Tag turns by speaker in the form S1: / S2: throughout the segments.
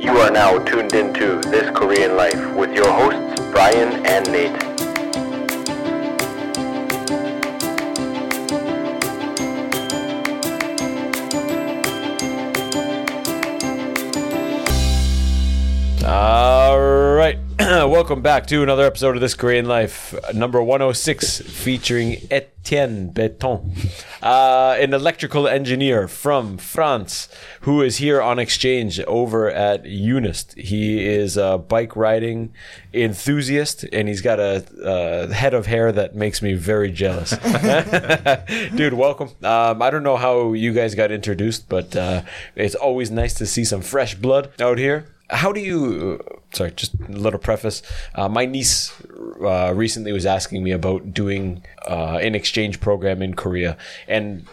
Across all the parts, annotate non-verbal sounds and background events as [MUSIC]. S1: You are now tuned into This Korean Life with your hosts, Brian and Nate.
S2: All right. [CLEARS THROAT] Welcome back to another episode of This Korean Life, number 106, featuring Etienne Beton, uh, an electrical engineer from France who is here on exchange over at Unist. He is a bike riding enthusiast and he's got a uh, head of hair that makes me very jealous. Dude, welcome. Um, I don't know how you guys got introduced, but uh, it's always nice to see some fresh blood out here how do you sorry just a little preface uh, my niece uh, recently was asking me about doing uh, an exchange program in korea and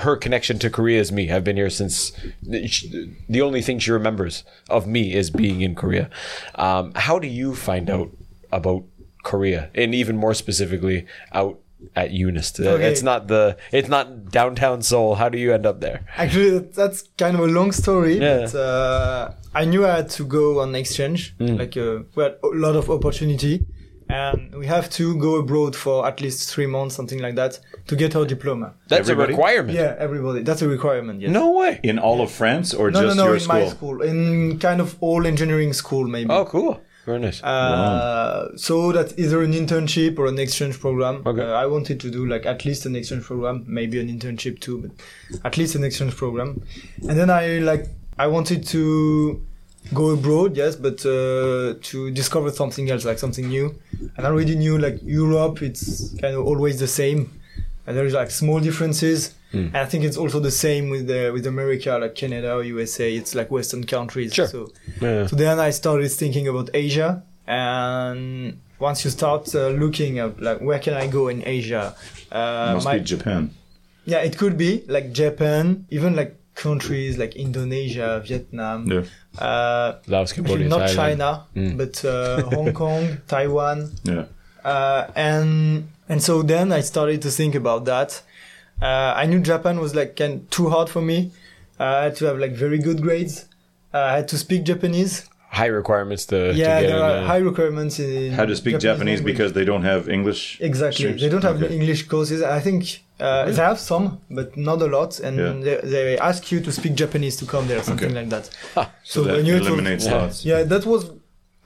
S2: her connection to korea is me i've been here since the only thing she remembers of me is being in korea um, how do you find out about korea and even more specifically out at Eunice.
S3: Okay.
S2: It's not the it's not downtown Seoul. How do you end up there?
S3: Actually, that- that's kind of a long story.
S2: Yeah.
S3: But, uh, I knew I had to go on exchange,
S4: Hmm.
S3: like uh, we had a lot of opportunity, and we have to go abroad for at least three months, something like that, to get our diploma.
S2: That's
S4: Everybody?
S2: a requirement.
S3: Yeah, everybody. That's a requirement. Yes.
S2: No way.
S4: In all of France or
S3: no, no,
S4: just
S3: no.
S4: your
S3: In
S4: school?
S3: my school, in kind of all engineering school, maybe.
S2: Oh, cool. Very nice.
S3: Uh, so that's either an internship or an exchange program.
S2: Okay.
S3: Uh, I wanted to do like at least an exchange program, maybe an internship too, but at least an exchange program. And then I like I wanted to go abroad, yes, but uh, to discover something else, like something new. And I already knew like Europe, it's kind of always the same, and there is like small differences.
S2: Hmm.
S3: And I think it's also the same with uh, with America, like Canada, or USA. It's like Western countries.
S2: Sure.
S3: So
S2: Yeah.
S3: so then I started thinking about Asia, and once you start uh, looking at like where can I go in Asia, uh,
S4: Must
S3: my-
S4: be Japan.
S3: yeah, it could be like Japan, even like countries like Indonesia, Vietnam,
S4: Yeah.
S3: uh,
S2: Laos,
S3: actually
S2: Cambodia,
S3: not
S2: Thailand.
S3: China, but uh, Hong Kong, [LAUGHS] Taiwan,
S4: Yeah.
S3: uh, and and so then I started to think about that. Uh, I knew Japan was like kind too hard for me. Uh, I had to have like very good grades. Uh, I had to speak Japanese.
S2: high requirements to, to
S3: yeah,
S2: get
S3: there
S2: in,
S3: are
S2: uh,
S3: high requirements in
S4: How to speak Japanese,
S3: language.
S4: because they don't have English.
S3: exactly
S4: streams?
S3: they don't have
S4: Okay. Oh,
S3: English courses. I think uh, they have some, but not a lot, and
S4: Yeah.
S3: they, they ask you to speak Japanese to come there, something
S4: Okay.
S3: like that.
S4: [LAUGHS] So that
S3: I knew it was-
S4: eliminates
S2: Yeah.
S4: lots.
S3: yeah, that was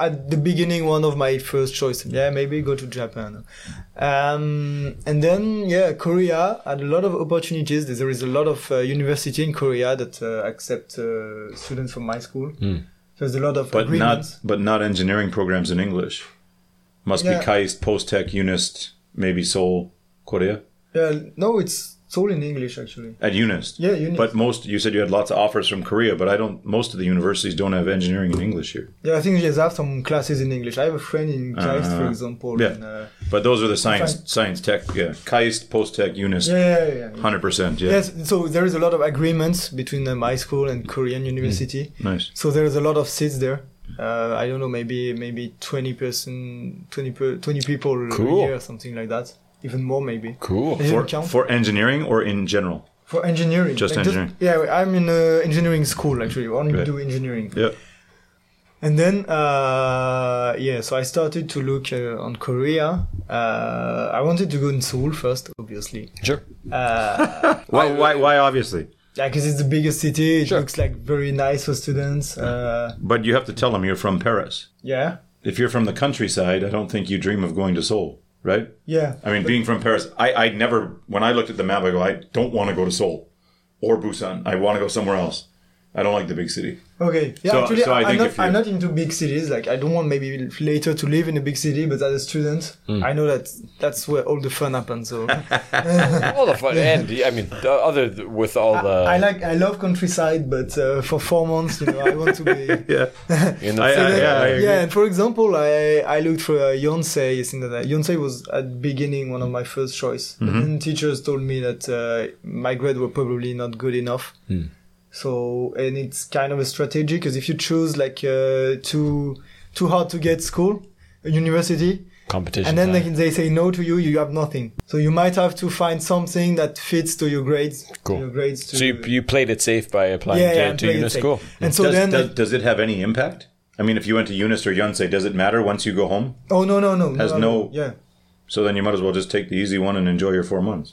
S3: at the beginning one of my first choices. Yeah, maybe go to Japan. Um, and then, yeah, Korea had a lot of opportunities. There is a lot of uh, university in Korea that uh, accept uh, students from my school. There's a lot of
S4: Hmm. But
S3: agreements.
S4: not but not engineering programs in English. Must
S3: Yeah.
S4: be KAIST, Post Tech, UNIST, maybe Seoul, Korea.
S3: Yeah, no, it's it's all in English actually.
S4: At UNIST.
S3: Yeah, UNIST.
S4: But most you said you had lots of offers from Korea, but I don't most of the universities don't have engineering in English here.
S3: Yeah, I think they have some classes in English. I have a friend in Christ, for
S4: Uh,
S3: example.
S4: yeah.
S3: And, uh,
S4: But those are the science
S3: Fine.
S4: science tech, yeah. KAIST, Post Tech, UNIST.
S3: yeah, yeah, yeah, yeah.
S4: Hundred percent, yeah.
S3: Yes, so there is a lot of agreements between uh, my school and Korean university.
S4: Mm. Nice.
S3: So there is a lot of seats there. Uh, I don't know, maybe maybe twenty person, twenty per, twenty people
S2: Cool.
S3: a year, something like that. Even more, maybe.
S2: Cool.
S3: Does it
S4: For,
S3: count?
S4: for engineering or in general?
S3: For engineering.
S4: Just engineering.
S3: yeah, I'm in uh, engineering school actually. Only
S4: Right.
S3: do engineering.
S4: Yeah.
S3: And then, uh, yeah, so I started to look uh, on Korea. Uh, I wanted to go in Seoul first, obviously.
S2: Sure.
S4: Why why why obviously?
S3: Yeah, because it's the biggest city. It
S2: Sure.
S3: looks like very nice for students. Uh,
S4: But you have to tell them you're from Paris.
S3: yeah,
S4: If you're from the countryside, I don't think you dream of going to Seoul, right?
S3: yeah.
S4: I mean, being from Paris, I, I never, when I looked at the map, I go, I don't want to go to Seoul or Busan. I want to go somewhere else. I don't like the big city.
S3: Okay. Yeah,
S4: So-
S3: actually,
S4: so I
S3: I am
S4: think
S3: not,
S4: if you-
S3: I'm not into big cities. Like, I don't want maybe later to live in a big city, but as a student,
S4: Hmm.
S3: I know that that's where all the fun happens.
S4: [LAUGHS]
S3: So
S2: All the fun. And I mean, the other th- with all
S4: Uh,
S2: the
S3: I like, I love countryside, but uh, for four months, you know, I want to be.
S4: Yeah.
S2: in the
S4: I- I- yeah, I-
S3: yeah, and for example, I I looked for uh, Yonsei. Thing that I, Yonsei was at the beginning one of my first choice. And teachers told me that uh, my grade were probably not good enough. So and it's kind of a strategy because if you choose like uh, too too hard to get school, a university,
S2: competition.
S3: and then
S2: time.
S3: they, they say no to you you have nothing so you might have to find something that fits to your grades to
S2: Cool.
S3: your grades to
S2: so you, you played it safe by applying
S3: yeah, yeah,
S2: to,
S3: and
S2: to
S3: play it
S2: UNIS.
S3: safe.
S2: Cool.
S3: and so
S4: does,
S3: then
S4: does, does it have any impact? I mean, if you went to Eunice or Yonsei, does it matter once you go home?
S3: oh no no no
S4: Has no-
S3: yeah
S4: So then you might as well just take the easy one and enjoy your four months.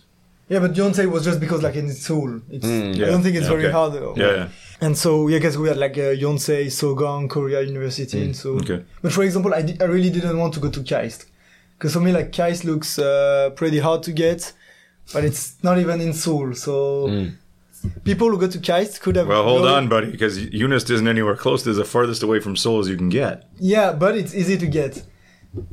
S3: yeah but Yonsei was just because like in Seoul it's, I
S4: Mm, yeah,
S3: don't think it's very
S4: okay.
S3: hard
S4: Yeah, yeah.
S3: And so, yeah, I guess we had like uh, Yonsei, Sogang, Korea University. and so,
S4: okay.
S3: but for example, I, di- I really didn't want to go to KAIST. Because for me, like KAIST looks uh, pretty hard to get, but it's not even in Seoul. So people who go to KAIST could have.
S4: Well, hold
S3: gone-
S4: on, buddy, because Eunice isn't anywhere close. This is the farthest away from Seoul as you can get.
S3: Yeah, but it's easy to get.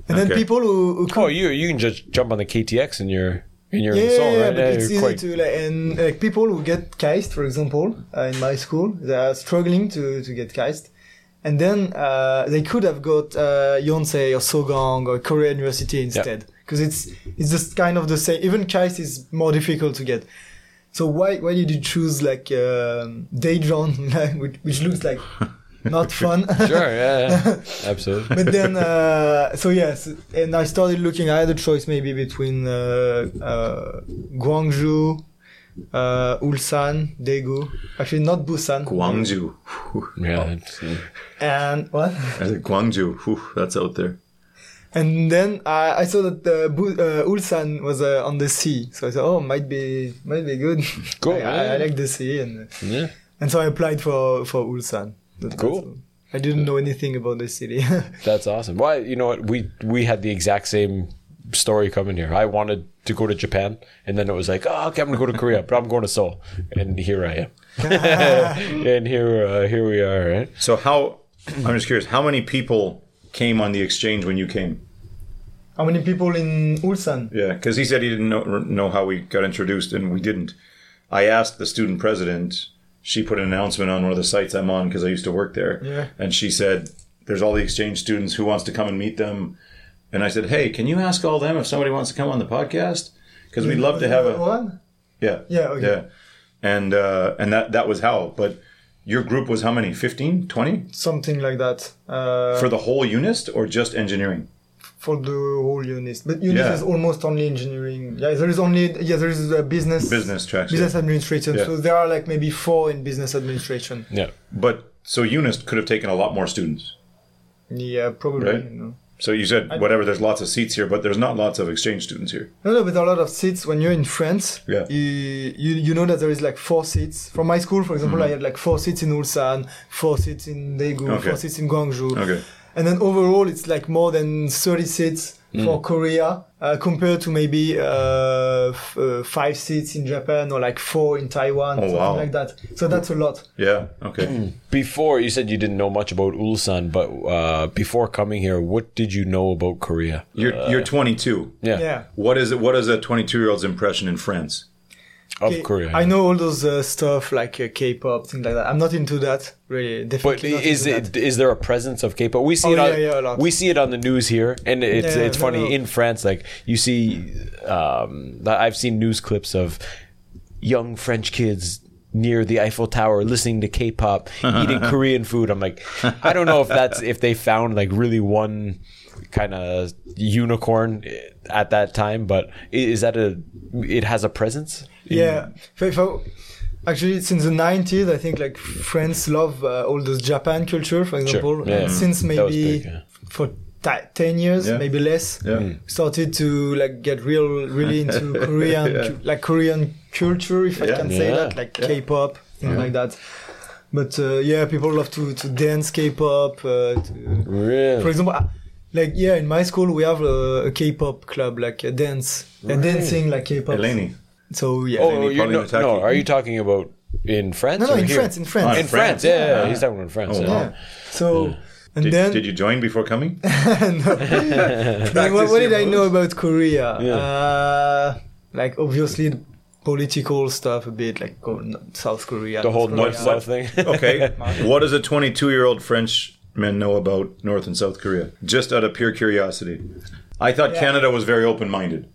S3: And then
S4: Okay.
S3: people who, who
S2: Oh,
S3: could.
S2: you you can just jump on the KTX and you're and you're
S3: yeah,
S2: in Seoul,
S3: yeah,
S2: right?
S3: but it's
S2: you're
S3: easy to like, and like people who get KAIST, for example, uh, in my school, they are struggling to, to get KAIST. And then uh, they could have got uh, Yonsei or Sogang or Korea University instead, because it's it's just kind of the same. Even KAIST is more difficult to get. So why why did you choose like um, Daejeon, [LAUGHS] like, which, which looks like not
S2: [LAUGHS]
S3: fun?
S2: sure, yeah, yeah.
S3: [LAUGHS]
S2: absolutely.
S3: but then uh, so yes and i started looking i had a choice maybe between uh, uh, guangzhou uh, ulsan daegu actually not busan
S4: Guangzhou. [LAUGHS]
S2: Yeah, it's-
S3: and what
S4: I said Guangzhou. Whew, that's out there.
S3: and then i, I saw that uh, Bu- uh, ulsan was uh, on the sea so i thought oh might be might be good
S2: Cool,
S3: [LAUGHS] I, I- I
S2: yeah.
S3: like the sea and
S2: yeah.
S3: and so i applied for for ulsan That- that's
S2: Cool.
S3: all. i didn't know anything about the city [LAUGHS]
S2: That's awesome. Well, you know what? We we had the exact same story coming here. I wanted to go to Japan, and then it was like, oh, okay, I'm gonna go to Korea, but I'm going to Seoul, and here I am. and here uh, here we are, right?
S4: So how? [CLEARS THROAT] I'm just curious. How many people came on the exchange when you came?
S3: how many people in ulsan
S4: Yeah, because he said he didn't know, know how we got introduced, and we didn't. I asked the student president. She put an announcement on one of the sites I'm on because I used to work there.
S3: Yeah.
S4: And she said, "There's all the exchange students who wants to come and meet them." And I said, "Hey, can you ask all them if somebody wants to come on the podcast? Because we'd love to have a
S3: one
S4: yeah,
S3: Yeah, okay.
S4: yeah." And uh, and that that was how. But your group was how many? 15, 20
S3: something like that uh,
S4: for the whole UNIST or just engineering?
S3: for the whole unit. But unit
S4: Yeah.
S3: is almost only engineering. Yeah, there is only yeah there is a business
S4: Business tracks.
S3: business
S4: yeah.
S3: administration.
S4: Yeah.
S3: So there are like maybe four in business administration.
S2: Yeah.
S4: But so UNIST could have taken a lot more students.
S3: Yeah, probably.
S4: Right.
S3: You know.
S4: So you said whatever. There's lots of seats here, but there's not lots of exchange students here.
S3: No, no, but there are a lot of seats when you're in France.
S4: Yeah.
S3: You, you you know that there is like four seats. From my school, for example, I had like four seats in Ulsan, four seats in Daegu,
S4: Mm-hmm. Okay.
S3: four seats in Guangzhou.
S4: Okay.
S3: And then overall, it's like more than 30 seats
S4: Mm.
S3: for Korea uh, compared to maybe uh, f- uh, five seats in Japan or like four in Taiwan, something
S4: Oh, wow.
S3: like that. So that's a lot.
S4: Yeah. Okay.
S2: Before you said you didn't know much about Ulsan, but uh, before coming here, what did you know about Korea?
S4: You're you're 22.
S2: Yeah,
S3: Yeah.
S4: What is it? What is a 22 year old's impression in France?
S2: of
S3: Okay,
S2: Korea.
S3: I know all those uh, stuff like uh, K-pop, things like that. I'm not into that, really.
S2: But
S3: Definitely not
S2: is
S3: into
S2: it is
S3: that.
S2: there a presence of K-pop? We see
S3: Oh,
S2: it on
S3: yeah, yeah, a lot.
S2: we see it on the news here, and it's
S3: Yeah,
S2: it's
S3: no,
S2: funny
S3: no.
S2: in France. Like you see, um, that- I've seen news clips of young French kids near the Eiffel Tower listening to
S3: [LAUGHS]
S2: K-pop, eating Korean food. I'm like, I don't know if that's if they found like really one kind of unicorn at that time, but i- is that a it has a presence?
S3: Yeah. If- if I- actually, since the 90s, I think like France love uh, all those Japan culture, for example.
S2: Yeah.
S3: And since
S2: That was
S3: maybe
S2: big, yeah. Hmm.
S3: for ti- 10 years,
S4: Yeah.
S3: maybe less,
S4: Yeah. Mm.
S3: started to like get real,
S4: [LAUGHS]
S3: really into Korean,
S4: Yeah.
S3: cu- like Korean culture, if I
S4: Yeah.
S3: can say
S2: Yeah.
S3: that, like K-pop, things like that. But uh, yeah, people love to, to dance K-pop, uh, to, for
S2: Really?
S3: example, I- like yeah, in my school we have a, a K-pop club, like a dance, a dancing like K-pop.
S4: Eleni.
S3: So yeah.
S2: Oh,
S4: Pauline
S2: you're no,
S4: Otaki.
S2: no, are you talking about in France?
S3: no, no,
S2: or
S3: in
S2: here?
S3: France, in France.
S2: in France,
S4: France.
S2: yeah, yeah,
S4: Yeah.
S2: he's talking about in France.
S4: Oh,
S2: yeah.
S4: wow.
S3: Yeah. So and
S4: Did,
S3: then, [LAUGHS]
S4: did you join before coming?
S3: then what, what did I know about Korea?
S2: Yeah.
S3: Uh, like obviously political stuff a bit, like go- n- South Korea.
S2: The whole
S3: North
S2: North
S3: Korea.
S2: South thing.
S4: [LAUGHS] Okay.
S2: [LAUGHS]
S4: what does a 22 year old Frenchman know about North and South Korea? Just out of pure curiosity. I thought Canada was very open minded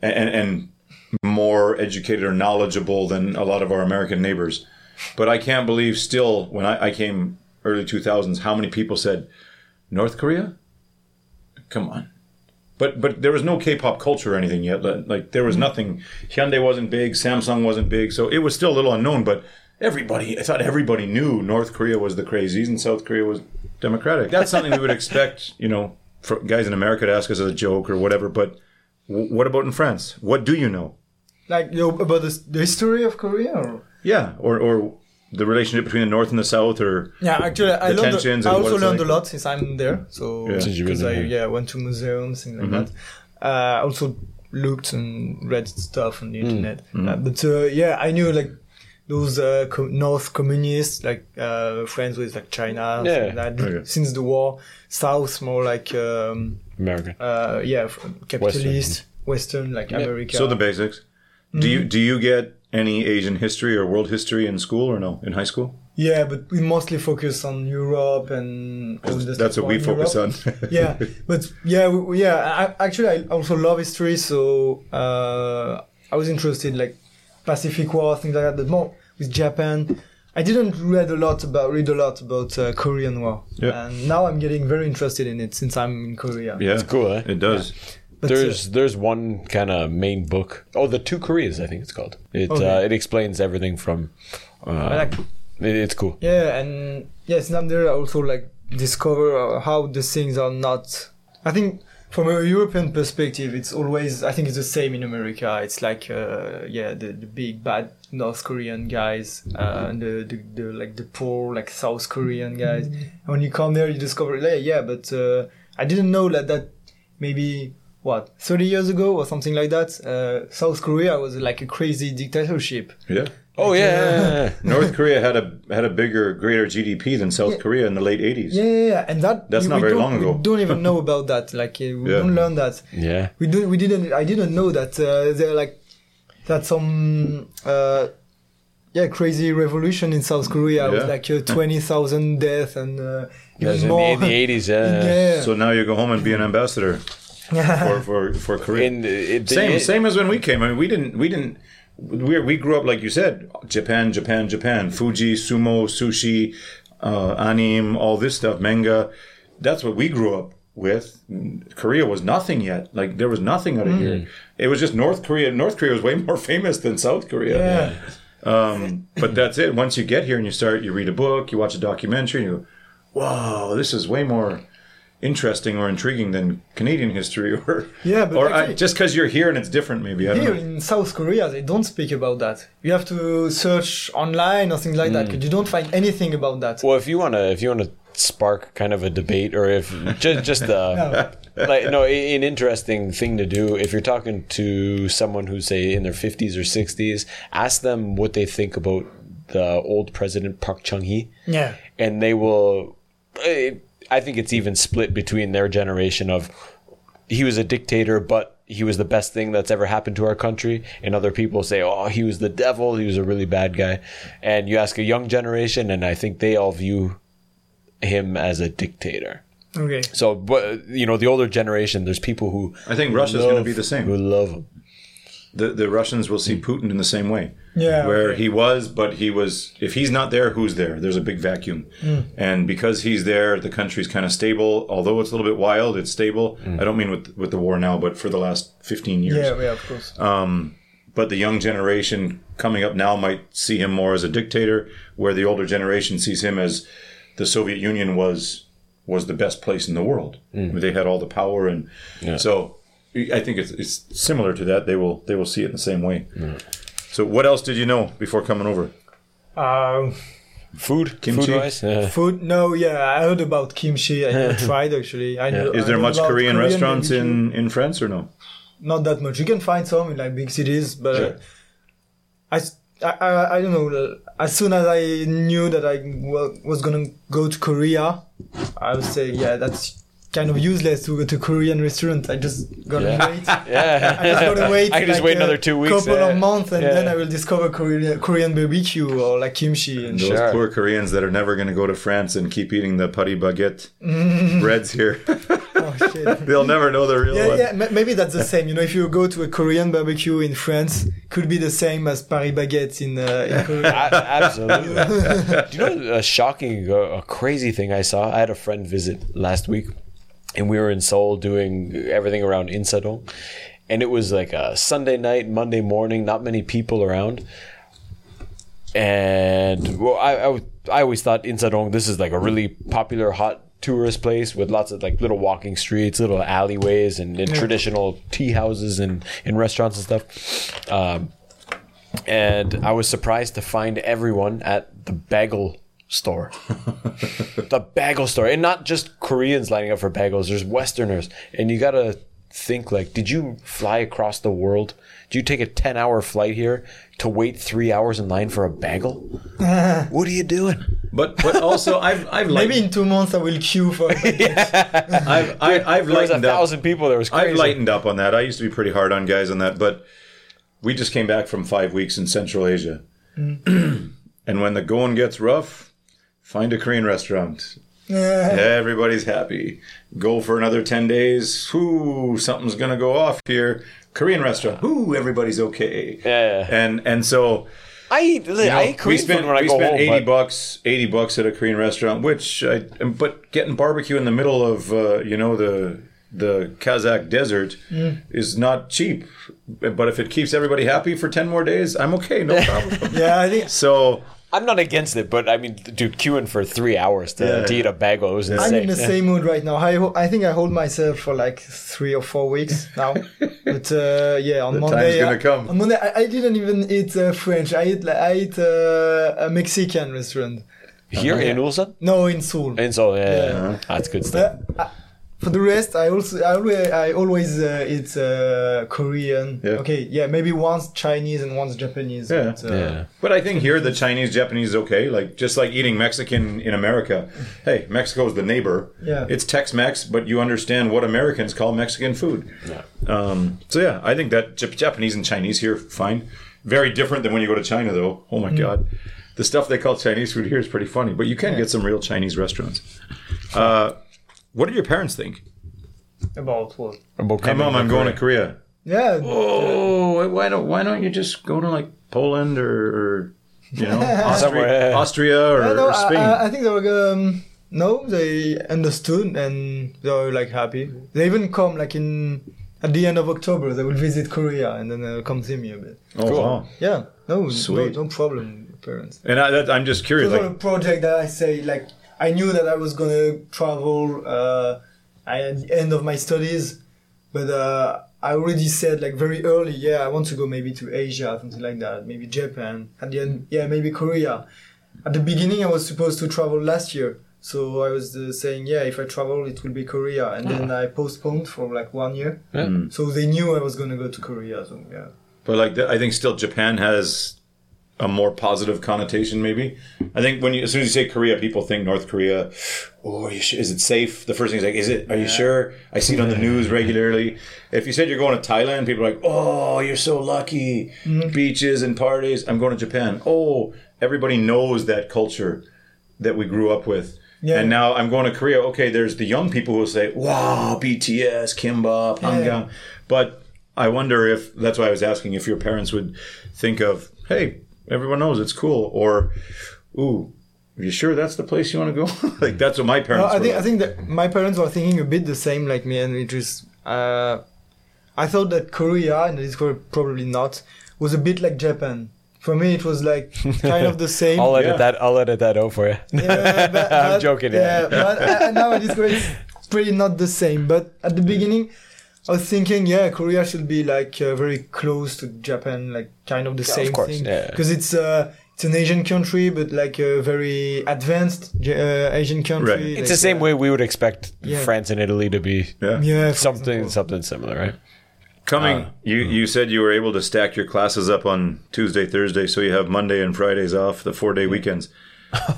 S4: and, and, and more educated or knowledgeable than a lot of our American neighbors. But I can't believe still, when I, I came early 2000s, how many people said, North Korea? Come on. But but there was no K-pop culture or anything yet. Like like, there was nothing. Hyundai wasn't big. Samsung wasn't big. So it was still a little unknown. But everybody, I thought everybody knew North Korea was the crazies and South Korea was democratic. That's something we would expect. [LAUGHS] You know, for guys in America to ask us as a joke or whatever. But w- what about in France? What do you know?
S3: Like you know, about the, s- the history of Korea. Or?
S4: Yeah, or or the relationship between the North and the South, or
S3: Yeah, actually, I,
S4: The
S3: learned
S4: tensions
S3: I
S4: and what
S3: also
S4: it's
S3: learned
S4: like.
S3: a lot since I'm there. So
S4: Yeah. Mm-hmm.
S2: Since you've
S3: because
S2: been
S3: I
S2: there.
S3: yeah went to museums things like that. Uh, I also looked and read stuff
S2: Mm.
S3: on the internet.
S4: Mm-hmm.
S3: Uh, but uh, yeah, I knew like those uh, co- North communists, like uh, friends with like China,
S2: Yeah.
S3: things like that,
S4: Okay.
S3: since the war. South more like um,
S2: American.
S3: uh, yeah f- capitalist. Western, like America.
S4: so the basics. Do
S3: Mm.
S4: you do you get any Asian history or world history in school or no in high school?
S3: Yeah, but we mostly focus on Europe and all the
S4: That's
S3: stuff
S4: what we
S3: on
S4: focus
S3: Europe.
S4: on. [LAUGHS]
S3: yeah, but yeah, we- we- yeah. I, I- actually, I also love history, so uh, I was interested like Pacific War things like that, but more with Japan. I didn't read a lot about read a lot about uh, Korean War,
S4: Yeah.
S3: and now I'm getting very interested in it since I'm in Korea.
S4: Yeah, it's
S2: cool, eh?
S4: It does.
S3: But, uh,
S2: There's there's one kind of main book. Oh, the two Koreas, I think it's called. It uh,
S3: Okay.
S2: it explains everything from. Uh,
S3: like-
S2: it, it's cool.
S3: Yeah, and yes, now there I also like discover uh, how the things are not. I think from a European perspective, it's always. I think it's the same in America. It's like uh, yeah, the, the big bad North Korean guys uh, and the, the, the like the poor like South Korean guys. And when you come there, you discover yeah, yeah. But uh, I didn't know that that maybe. What thirty years ago or something like that, uh, South Korea was like a crazy dictatorship.
S4: Yeah.
S2: Oh yeah, yeah, yeah,
S3: [LAUGHS]
S2: yeah.
S4: North Korea had a had a bigger, greater GDP than South Korea in the late '80s.
S3: Yeah, yeah, yeah. and that
S4: That's not
S3: we
S4: very
S3: don't-
S4: long ago.
S3: We don't even
S4: [LAUGHS]
S3: know about that. Like uh, we
S4: Yeah.
S3: don't learn that.
S2: Yeah.
S3: We do. We didn't. I didn't know that uh, there like that some uh, yeah crazy revolution in South Korea with
S4: Yeah.
S3: like uh, twenty thousand death and uh,
S2: It was
S3: even
S2: in,
S3: more.
S2: the, in the
S3: [LAUGHS]
S2: eighties. Yeah.
S3: yeah.
S4: So now you go home and be an ambassador for for, for Korea.
S2: In the- it-
S4: same
S2: it-
S4: same as when we came. I mean, we didn't we didn't we we grew up like you said, Japan, Japan, Japan, Fuji, sumo, sushi, uh, anime, all this stuff, manga. That's what we grew up with. Korea was nothing yet. Like there was nothing out of here. It was just North Korea. North Korea was way more [LAUGHS] famous than South Korea.
S3: Yeah.
S4: Um, but that's it. Once you get here and you start, you read a book, you watch a documentary, and you go, "Wow, this is way more interesting or intriguing than Canadian history." [LAUGHS] Or
S3: Yeah, but
S4: or I,
S3: actually-
S4: just because you're here and it's different, maybe I don't
S3: Here
S4: know.
S3: in South Korea, they don't speak about that. You have to search online or things like that.
S4: Mm.
S3: 'cause You don't find anything about that.
S2: Well, if you wanna, if you wanna spark kind of a debate, or if just just
S3: [LAUGHS]
S4: [LAUGHS]
S2: uh, like no, a- an interesting thing to do if you're talking to someone who's say in their fifties or sixties, ask them what they think about the old president Park Chung Hee.
S3: Yeah.
S2: and they will. It, I think it's even split between their generation of he was a dictator, but he was the best thing that's ever happened to our country. And other people say, oh, he was the devil. He was a really bad guy. And you ask a young generation, and I think they all view him as a dictator.
S3: Okay.
S2: So, but you know, the older generation, there's people who
S4: I think Russia's going to
S2: love-
S4: be the same.
S2: Who love him?
S4: the the Russians will see Putin in the same way.
S3: Yeah,
S4: where
S3: okay.
S4: he was, but he was. If he's not there, who's there? There's a big vacuum,
S3: Mm.
S4: and because he's there, the country's kind of stable. Although it's a little bit wild, it's stable. I don't mean with with the war now, but for the last fifteen years.
S3: Mm. Yeah, yeah, of course.
S4: Uh. But the young generation coming up now might see him more as a dictator, where the older generation sees him as the Soviet Union was was the best place in the world.
S2: Hmm.
S4: They had all the power, and so I think it's, it's similar to that. They will they will see it in the same way. So, what else did you know before coming over?
S3: Um,
S2: Food,
S4: Kimchi?
S2: food wise.
S3: Food? No, yeah, I heard about kimchi.
S2: [LAUGHS]
S3: I never tried actually. I know,
S4: Is
S3: I
S4: there
S3: know
S4: much
S3: about
S4: Korean, restaurants
S3: barbecue.
S4: in in France or no?
S3: Not that much. You can find some in like big cities, but
S4: Sure.
S3: I, s- I, I- I don't know. As soon as I knew that I wa- was gonna go to Korea, I would say, yeah, that's kind of useless to go to Korean restaurant. I just gotta
S2: Yeah.
S3: wait.
S2: [LAUGHS] yeah.
S3: [LAUGHS] I just gotta wait.
S2: [LAUGHS] I can just
S3: like,
S2: wait
S3: a
S2: another two weeks.
S3: couple
S2: yeah.
S3: of months, and
S2: Yeah.
S3: then I will discover Korean Korean barbecue or like kimchi and
S4: Those
S2: Sure.
S4: poor Koreans that are never going to go to France and keep eating the putty baguette breads here.
S3: Mm. [LAUGHS] oh, shit.
S4: [LAUGHS] They'll never know the real
S3: Yeah,
S4: one.
S3: yeah, ma- maybe that's the same. You know, if you go to a Korean barbecue in France, could be the same as Paris baguette in, uh, in Korea.
S2: A- Absolutely. uh, Do you know a shocking, a, a crazy thing I saw? I had a friend visit last week, and we were in Seoul doing everything around Insadong. And it was like a Sunday night, Monday morning, not many people around. And well, I, I, w- I always thought Insadong, this is like a really popular, hot tourist place with lots of like little walking streets, little alleyways, and, and traditional tea houses and, and restaurants and stuff. Um, and I was surprised to find everyone at the bagel
S4: [LAUGHS]
S2: store the bagel store, and not just Koreans lining up for bagels. There's Westerners, and you gotta think like, did you fly across the world? Did you take a ten hour flight here to wait three hours in line for a
S4: [LAUGHS]
S2: bagel? what are you doing?
S4: But but also I've I've
S3: Maybe
S4: lightened,
S3: in two months I will queue for.
S4: [LAUGHS] I've I, I've
S2: There was a
S4: lightened up.
S2: thousand people. There It was crazy.
S4: I've lightened up on that. I used to be pretty hard on guys on that, but we just came back from five weeks in Central Asia,
S2: Mm.
S4: [CLEARS THROAT] and when the going gets rough, find a Korean restaurant. Everybody's happy. Go for another ten days. Whoo, something's gonna go off here. Korean restaurant. Whoo, everybody's okay.
S2: Yeah.
S4: And and so
S2: I eat, I eat
S4: we
S2: Korean
S4: spent
S2: food when I
S4: we
S2: go
S4: spent
S2: home.
S4: eighty
S2: but-
S4: bucks, eighty bucks at a Korean restaurant, which I but getting barbecue in the middle of uh, you know the the Kazakh desert
S2: Hmm.
S4: is not cheap. But if it keeps everybody happy for ten more days, I'm okay,
S2: [LAUGHS]
S4: no problem.
S3: yeah, I think
S4: so
S2: I'm not against it, but I mean, dude, queuing for three hours to,
S4: Yeah.
S2: to eat a bagel was
S3: I'm
S2: insane.
S3: in the same mood right now. I ho- I think I hold myself for like three or four weeks
S4: [LAUGHS]
S3: now. but uh, yeah, on
S4: The time's
S3: Monday
S4: gonna
S3: I-
S4: come.
S3: on Monday I, I didn't even eat uh, French. I ate like, I ate uh, a Mexican restaurant.
S2: Here in Ulsan,
S3: No, in Seoul.
S2: and so yeah, yeah, yeah.
S3: Yeah.
S2: that's good stuff.
S3: Uh, I- for the rest, I also I always I always uh, eat uh, Korean.
S4: Yeah.
S3: Okay, yeah, maybe once Chinese and once Japanese.
S4: Yeah.
S3: But, uh,
S2: Yeah.
S4: But I think here the Chinese, Japanese is okay. Like just like eating Mexican in America. Hey, Mexico's the neighbor.
S3: Yeah.
S4: It's Tex-Mex, but you understand what Americans call Mexican food. Yeah. Um, so yeah, I think that Jap- Japanese and Chinese here fine. Very different than when you go to China though. Oh my god. The stuff they call Chinese food here is pretty funny, but you can get some real Chinese restaurants. Uh, what did your parents think?
S3: About what?
S4: Hey mom, I'm going to Korea.
S3: Yeah.
S4: Oh, why don't why don't you just go to like Poland or, or you [LAUGHS] know
S2: Somewhere,
S4: Austria,
S2: yeah.
S4: Austria or,
S3: No,
S4: or
S3: I,
S4: Spain?
S3: I, I think they were um, no, they understood and they were like happy. They even come like in at the end of October. They will visit Korea and then they'll come see me a bit.
S4: oh, wow.
S3: Yeah. No,
S4: Sweet.
S3: no, no problem, parents.
S4: And I, that, I'm just curious.
S3: It was on
S4: Like,
S3: a project that I say like I knew that I was gonna travel uh, I- at the end of my studies, but uh, I already said like very early, yeah, I want to go maybe to Asia, something like that, maybe Japan. At the end, yeah, maybe Korea. At the beginning, I was supposed to travel last year, so I was uh, saying, yeah, if I travel, it will be Korea, and then I postponed for like one year.
S4: Hmm.
S3: So they knew I was gonna go to Korea. So yeah.
S4: but like, I think still Japan has a more positive connotation. Maybe I think when you as soon as you say Korea, people think North Korea. Oh, are you sure? is it safe? The first thing is like, is it? Are you sure? I see it on the news regularly. If you said you're going to Thailand, people are like, oh, you're so lucky. Beaches and parties. I'm going to Japan. Oh, everybody knows that culture that we grew up with.
S3: Yeah.
S4: And now I'm going to Korea. Okay, there's the young people who will say, "Wow, BTS, Kimbap, Pangang," but I wonder if that's why I was asking if your parents would think of, "Hey, everyone knows it's cool," or, "Ooh, are you sure that's the place you want to go?" [LAUGHS] like that's what my
S3: No,
S4: parents.
S3: I
S4: were
S3: think I
S4: like.
S3: think that my parents were thinking a bit the same like me, and it was. Uh, I thought that Korea and it's prob- probably not was a bit like Japan. For me, it was
S2: [LAUGHS]
S3: like kind of the same.
S2: I'll
S4: Yeah.
S2: edit that. I'll edit that out for you.
S3: Yeah,
S2: [LAUGHS]
S3: but-
S2: I'm
S3: but-
S2: joking. Yeah.
S3: but uh, now it is great. It's pretty not the same. But at the beginning, I was thinking, yeah, Korea should be like uh, very close to Japan, like kind of the
S2: Yeah, of
S3: same
S2: course,
S3: thing,
S2: yeah.
S3: because it's uh, it's an Asian country, but like a very advanced uh, Asian country.
S4: Right.
S2: It's
S3: like,
S2: the same
S3: uh,
S2: way we would expect
S3: Yeah.
S2: France and Italy to be
S4: Yeah. Uh,
S3: Yeah, for
S2: something
S3: example.
S2: something similar,
S3: [LAUGHS]
S2: right?
S4: Coming, you you said you were able to stack your classes up on Tuesday, Thursday, so you have Monday and Fridays off, the four day [LAUGHS] weekends.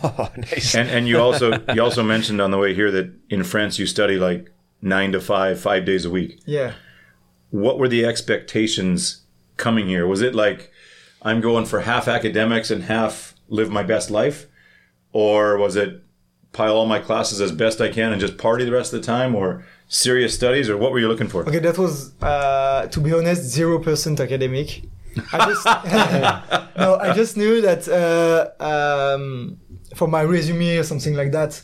S2: Oh, nice.
S4: And and you also you also mentioned on the way here that in France you study like nine to five, five days a week.
S3: Yeah.
S4: what were the expectations coming here? Was it like I'm going for half academics and half live my best life? Or was it pile all my classes as best I can and just party the rest of the time or serious studies or what were you looking for?
S3: Okay, that was, uh, to be honest, zero percent academic. I [LAUGHS] just no, I just knew that uh, um, for my resume or something like that,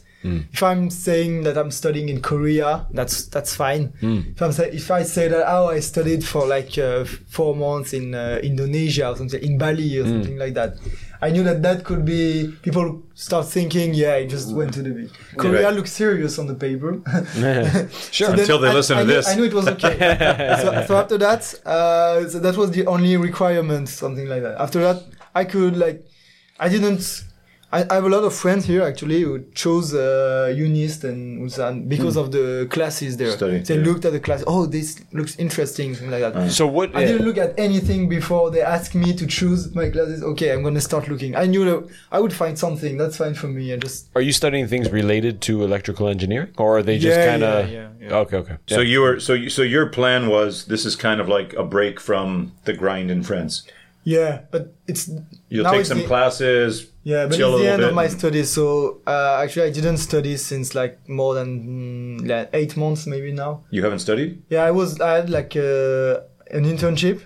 S3: If I'm saying that I'm studying in Korea, that's that's fine. If I'm say, if I say that oh I studied for like uh, four months in uh, Indonesia or something in Bali or something like that, I knew that that could be people start thinking yeah I just went to the beach. Korea
S4: Right.
S3: looks serious on the paper.
S2: Sure.
S3: So then
S4: Until they
S3: I-
S4: listen
S3: I
S4: to
S3: knew-
S4: this.
S3: I knew it was
S4: [LAUGHS]
S3: okay. so, so after that, uh, so that was the only requirement, something like that. After that, I could like, I didn't. I, I have a lot of friends here actually who chose uh, UNIST and Ulsan because of the classes there.
S4: Hmm. Study,
S3: they
S4: yeah. Hmm.
S3: looked at the class. Oh, this looks interesting, something like that.
S2: So what?
S3: I didn't look at anything before they asked me to choose my classes. Okay, I'm gonna start looking. I knew that I would find something. That's fine for me. I just
S2: Are you studying things related to electrical engineering, or are they just
S3: Yeah,
S2: kind of?
S3: yeah, yeah, yeah.
S2: Okay, okay.
S4: So you were so you, so your plan was this is kind of like a break from the grind in France.
S3: yeah, but it's
S4: You'll
S3: now
S4: take
S3: it's
S4: some
S3: the-
S4: classes.
S3: Yeah, but
S4: chill a
S3: it's the
S4: little
S3: end
S4: bit.
S3: of my studies. So uh, actually, I didn't study since like more than mm, like eight months, maybe now.
S4: you haven't studied.
S3: Yeah, I was I had like uh, an internship.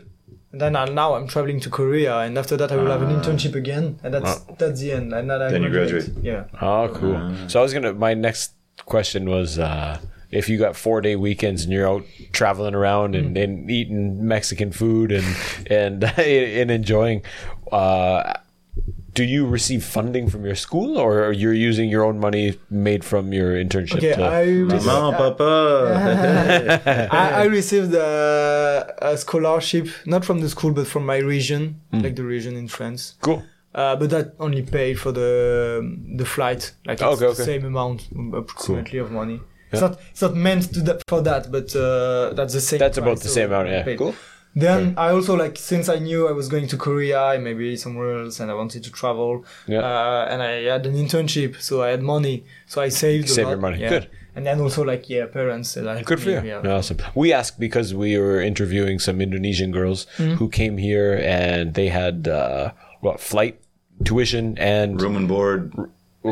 S3: And then I, now I'm traveling to Korea, and after that I will have an internship again, and that's that's the end. And then, I
S4: Ah. Then you
S3: Yeah.
S2: Oh, cool.
S3: Uh,
S2: so I was gonna. My next question was, uh, if you got four day weekends and you're out traveling around
S3: Hmm.
S2: and, and eating Mexican food and and [LAUGHS] and enjoying, uh, do you receive funding from your school or you're using your own money made from your internship?
S3: Okay,
S2: to-
S3: I received,
S4: Mama,
S3: [LAUGHS]
S4: papa.
S3: I, I received uh, a scholarship, not from the school, but from my region,
S4: Hmm.
S3: like the region in France.
S2: cool.
S3: Uh, but that only paid for the the flight. Like it's
S2: Okay,
S3: the
S2: okay.
S3: same amount um, approximately of money. It's not it's not meant to that for that, but uh, that's the same.
S2: That's
S3: price,
S2: about the
S3: so
S2: same amount.
S3: I
S2: Yeah.
S3: paid.
S2: Cool.
S3: Then I also like since I knew I was going to Korea and maybe somewhere else, and I wanted to travel.
S2: Yeah.
S3: Uh, and I had an internship, so I had money, so I saved. a
S2: Save
S3: lot,
S2: your money.
S3: yeah.
S2: Good.
S3: And then also like yeah, parents. uh, Like,
S2: Good for you.
S3: Yeah.
S2: Awesome. We asked because we were interviewing some Indonesian girls
S3: Hmm.
S2: who came here and they had uh, what flight tuition and
S4: Room and board.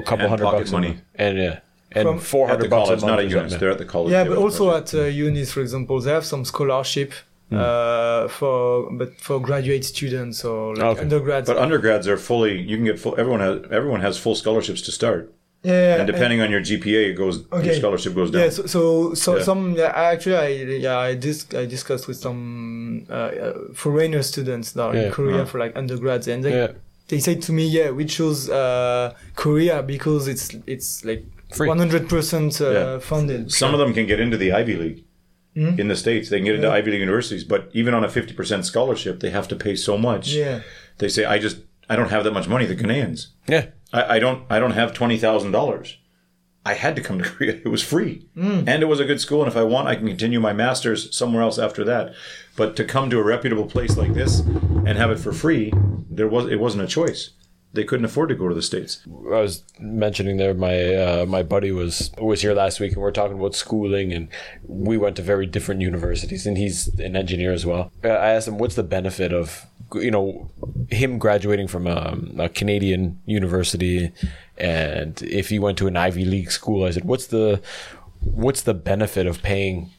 S2: a couple
S4: And
S2: hundred
S4: pocket
S2: bucks a
S4: money.
S2: month. and yeah,
S3: From-
S2: and four
S4: At the
S2: hundred bucks
S4: college,
S2: a month.
S4: not at
S2: or
S4: UNIS.
S2: something.
S4: They're at the college.
S3: Yeah,
S4: They
S3: but
S4: were-
S3: also at uh, unis, for example, they have some scholarship
S4: Hmm.
S3: uh, for but for graduate students or like
S2: Okay.
S3: undergrads.
S4: Ah, But undergrads are fully. You can get full. Everyone has. Everyone has full scholarships to start.
S3: yeah,
S4: And depending on your GPA, it goes. Your
S3: Okay.
S4: scholarship goes down.
S3: yeah, so so, so
S4: Yeah.
S3: some yeah, I actually I yeah I dis- I discussed with some uh, uh, foreigner students that are
S2: Yeah,
S3: in Korea
S4: uh-huh.
S3: for like undergrads and they
S2: Yeah.
S3: they said to me yeah we chose uh, Korea because it's it's like
S2: Free.
S3: one hundred percent uh,
S4: Yeah.
S3: funded.
S4: Some of them can get into the Ivy League
S3: Hmm?
S4: in the States. They can get into Ivy League universities, but even on a 50% scholarship, they have to pay so much.
S3: Yeah.
S4: They say, I just, I don't have that much money. The Ghanaians,
S2: Yeah.
S4: I, I don't, I don't have $20,000. I had to [LAUGHS] come to Korea. It was free and it was a good school. And if I want, I can continue my master's somewhere else after that. But to come to a reputable place like this and have it for free, there was, it wasn't a choice. They couldn't afford to go to the States.
S2: I was mentioning there my uh, my buddy was was here last week and we are talking about schooling and we went to very different universities and he's an engineer as well. Uh, I asked him what's the benefit of you know him graduating from a, a Canadian university and if he went to an Ivy League school. I said what's the what's the benefit of paying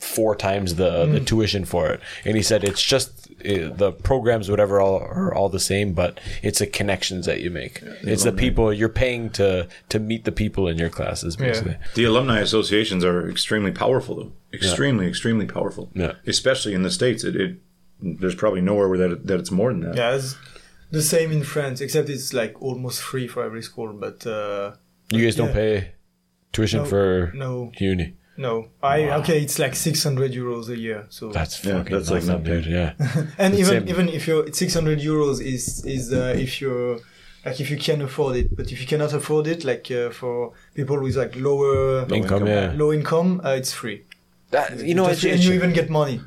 S2: four times the,
S3: Mm.
S2: the tuition for it and he said it's just uh, the programs whatever all are all the same but it's the connections that you make it's the people you're paying to to meet the people in your classes basically
S4: The alumni associations are extremely powerful, though. Extremely, extremely powerful.
S2: Yeah.
S4: Especially in the states, it, it there's probably nowhere where that that it's more than that.
S3: Yeah, it's the same in France, except it's like almost free for every school. But uh,
S2: you guys don't
S3: Yeah.
S2: pay tuition
S3: No,
S2: for
S3: no.
S2: uni
S3: no, I okay, it's like six hundred euros a year. So
S2: that's
S4: Yeah,
S2: fucking
S4: that's like
S2: nothing, dude
S4: nothing.
S2: yeah
S3: and even
S2: same.
S3: even if you're six hundred euros is is uh, if you're like if you can afford it, but if you cannot afford it, like uh, for people with like lower
S2: income yeah
S3: low income, uh, it's free.
S2: That- you know
S3: It's
S2: it's,
S3: free, and you
S2: it's-
S3: even get money.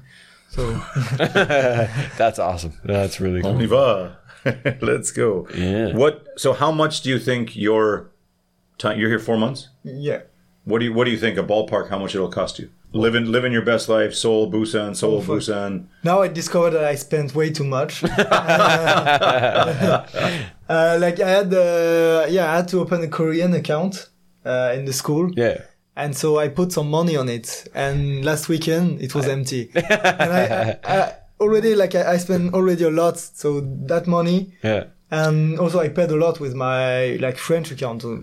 S3: So [LAUGHS]
S2: that's awesome that's really cool
S4: On y va. [LAUGHS] Let's go.
S2: Yeah.
S4: What? So, how much do you think your time? You're here four months.
S3: yeah,
S4: What do you What do you think a ballpark? How much it'll cost you? Living Living your best life. Seoul, Busan, Seoul,
S3: fuck.
S4: Busan.
S3: now I discovered that I spent way too
S2: [LAUGHS]
S3: much. [LAUGHS] uh, like I had uh, yeah I had to open a Korean account uh, in the school.
S2: yeah
S3: and so I put some money on it. And last weekend it was empty. and I, I, I already like I, I spent already a lot, so that money.
S2: yeah
S3: And also I paid a lot with my like French account. uh,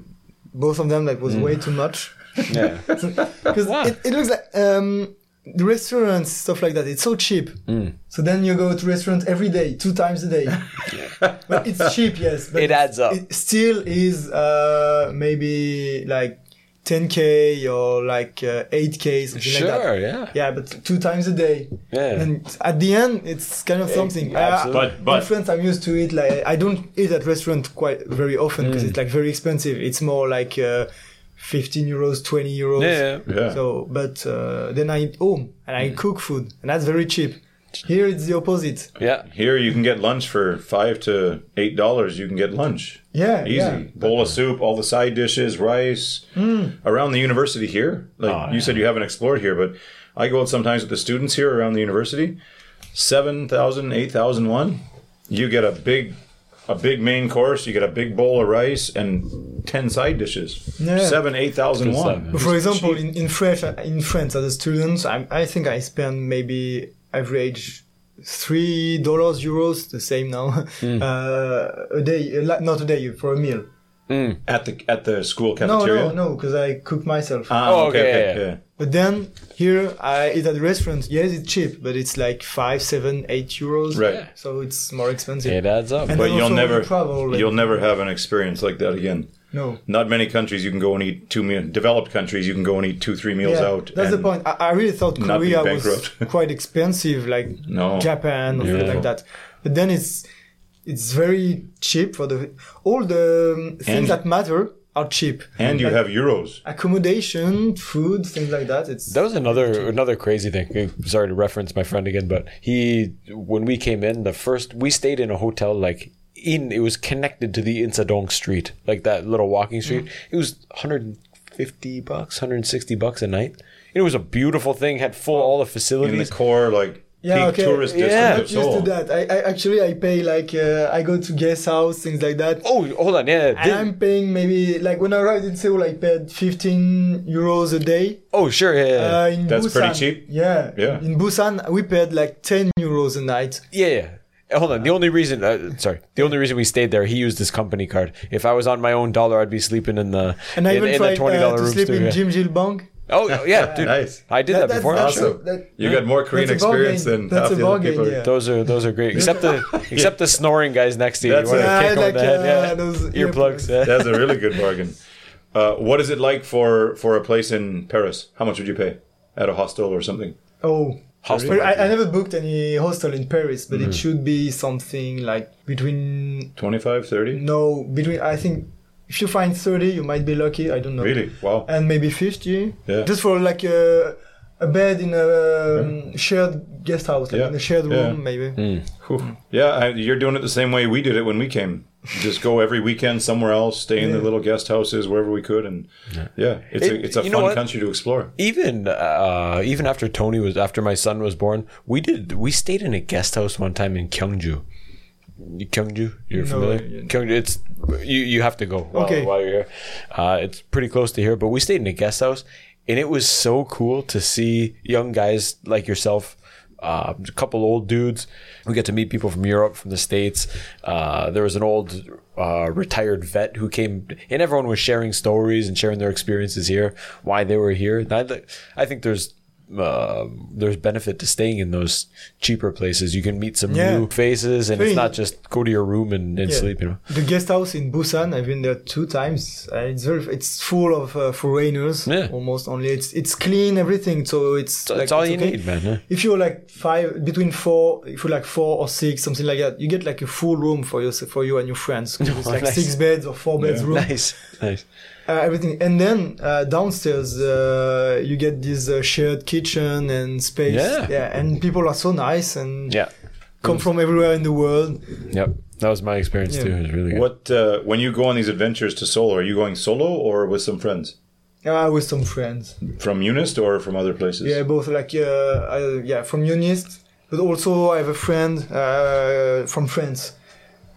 S3: both of them like was way too much
S2: Yeah.
S3: because
S2: Wow.
S3: it, it looks like um, the restaurants stuff like that. It's so cheap. So then you go to restaurant every day, two times a day. but it's cheap, yes. But
S2: It adds up.
S3: It still is uh, maybe like 10k or like uh, 8k something like
S2: Sure,
S3: that.
S2: yeah.
S3: Yeah, but two times a day.
S2: Yeah.
S3: And at the end, it's kind of something. I-
S2: absolutely.
S4: But- but-
S3: in France, I'm used to it. Like I don't eat at restaurant quite very often because
S2: Mm.
S3: it's like very expensive. It's more like uh, 15 euros, 20 euros.
S2: Yeah. Mm.
S4: Yeah.
S3: So, but uh, then I eat home and I cook food, and that's very cheap. Here it's the opposite.
S2: Yeah.
S4: Here you can get lunch for five to eight dollars. You can get lunch.
S3: Yeah,
S4: easy
S3: yeah. Hmm.
S4: bowl of soup, all the side dishes, rice. Around the university here, like
S3: Oh,
S4: you said, you haven't explored here, but I go out sometimes with the students here around the university. Seven thousand, eight thousand one. You get a big, a big main course. You get a big bowl of rice and ten side dishes.
S3: Yeah.
S4: Seven, eight thousand
S2: stuff,
S4: one.
S2: man.
S3: For example, in in French, in France, as a student, I, I think I spend maybe average three dollars euros, the same now, [LAUGHS]
S4: Hmm.
S3: uh, a day, a la- not a day for a meal.
S4: At the at the school
S3: No,
S4: cafeteria.
S3: no, no, because I cook myself.
S4: Ah,
S2: Oh,
S4: okay,
S2: okay,
S4: okay,
S2: yeah, yeah.
S4: okay.
S3: But then here I eat at a restaurant. Yes, it's cheap, but it's like five, seven, eight euros.
S4: Right.
S3: So it's more expensive.
S2: It adds up.
S3: And-
S4: But you'll
S3: also when you
S4: never
S3: travel, like-
S4: you'll never have an experience like that again.
S3: No.
S4: Not many countries you can go and eat two meals. Developed countries you can go and eat two three meals
S3: Yeah,
S4: out.
S3: That's the
S4: and-
S3: point. I, I really thought
S4: not be
S3: Korea was
S4: bankrupt. [LAUGHS]
S3: quite expensive, like
S4: No.
S3: Japan or something like that. But then it's it's very cheap for the all the um, things
S4: And-
S3: that matter are cheap.
S4: And you
S3: Like
S4: have euros.
S3: accommodation, food, things like that. It's
S2: That was another another crazy thing. Uh, Sorry to reference my friend again, but he when we came in the first we stayed in a hotel like in it was connected to the Insadong street, like that little
S3: Mm.
S2: walking street. It was 150 bucks, 160 bucks a night. It was a beautiful thing, had full all the
S4: In the
S2: facilities.
S4: core, like
S3: Yeah,
S4: peak
S3: okay.
S4: tourist
S3: Yeah.
S2: I'm
S4: district of
S3: not used to
S4: Seoul.
S3: that. I, I actually I pay like uh, I go to guest house, things like that.
S2: oh, hold on. Yeah.
S3: And
S2: this-
S3: I'm paying maybe like when I arrived in Seoul, I paid 15 euros a day.
S2: oh, sure. Yeah. Yeah.
S3: Uh, in
S4: That's
S3: Busan,
S4: pretty cheap.
S3: Yeah.
S4: Yeah.
S3: In Busan, we paid like 10 euros a night.
S2: Yeah, yeah. Uh, Hold on. The only reason, uh, sorry, the only reason we stayed there, he used his company card. If I was on my own dollar, I'd be sleeping in the
S3: And I
S2: in,
S3: even
S2: in the
S3: tried
S2: twenty
S3: uh,
S2: dollar
S3: to
S2: room.
S3: sleep
S2: too,
S3: in
S2: yeah.
S3: Jim Gilbang.
S2: Oh yeah, dude.
S4: Nice.
S2: I did that,
S3: That- that's-
S2: before.
S3: that's-
S2: Sure.
S4: Awesome.
S3: That-
S4: you got more Korean
S3: That's a ballgame.
S4: experience than
S3: That's
S4: half
S3: a
S4: the other
S3: ballgame,
S4: people.
S3: yeah.
S2: Those are those are great. Except the except the snoring guys next to you. You
S4: That's
S2: want
S4: it.
S2: to
S3: Yeah,
S2: kick 'em in
S3: like,
S2: the head.
S3: uh,
S2: yeah.
S3: those
S2: earplugs. Yeah.
S4: [LAUGHS] That's a really good
S3: [LAUGHS]
S4: bargain. Uh, what is it like for for a place in Paris? How much would you pay at a hostel or something?
S3: Oh.
S2: Hostel.
S3: I, I never booked any hostel in Paris, but it should be something like between
S4: 25, 30?
S3: no between. I think if you find thirty, you might be lucky. I don't know.
S4: Really? Wow.
S3: and maybe 50
S4: Yeah.
S3: just for like a, a bed in a um, shared guest house like
S4: Yeah.
S3: in a shared room
S4: Yeah.
S3: maybe
S4: Whew. Yeah, I, you're doing it the same way we did it when we came. Just go every weekend somewhere else, stay in the little guest houses wherever we could, and yeah, it's
S2: It-
S4: a it's a
S2: you know
S4: fun
S2: what?
S4: country to explore.
S2: Even uh, even after Tony was after my son was born, we did we stayed in a guest house one time in Gyeongju. Gyeongju, you're
S3: No,
S2: familiar?
S3: yeah.
S2: Gyeongju, it's you you have to go while,
S3: Okay.
S2: while you're here. Uh, it's pretty close to here, but we stayed in a guest house, and it was so cool to see young guys like yourself. Uh, a couple old dudes. We get to meet people from Europe, from the States. Uh, there was an old uh, retired vet who came, and everyone was sharing stories and sharing their experiences here, why they were here. And I, th- I think there's uh, there's benefit to staying in those cheaper places. You can meet some
S3: Yeah.
S2: new faces, and it's
S3: Really?
S2: not just go to your room and, and
S3: Yeah.
S2: sleep. You know,
S3: the guest house in Busan I've been there two times uh, it's very it's full of uh, foreigners
S2: Yeah.
S3: almost only it's it's clean everything so it's like,
S2: it's all you
S3: okay.
S2: need, man, yeah.
S3: if you're like five between four if you're like four or six something like that you get like a full room for your for you and your friends 'cause it's
S2: [LAUGHS] Oh,
S3: like
S2: nice.
S3: six beds or four beds room
S2: nice, nice.
S3: uh, everything. And then uh, downstairs, uh, you get this uh, shared kitchen and space.
S2: Yeah.
S3: and people are so nice and
S2: Yeah,
S3: come from everywhere in the world.
S2: yep. That was my experience too. It was really good.
S4: What uh, when you go on these adventures to Seoul, are you going solo or with some friends
S3: Uh, with some friends.
S4: from Unist or from other places?
S3: Yeah, both like, uh, uh, yeah, from Unist, but also I have a friend uh, from France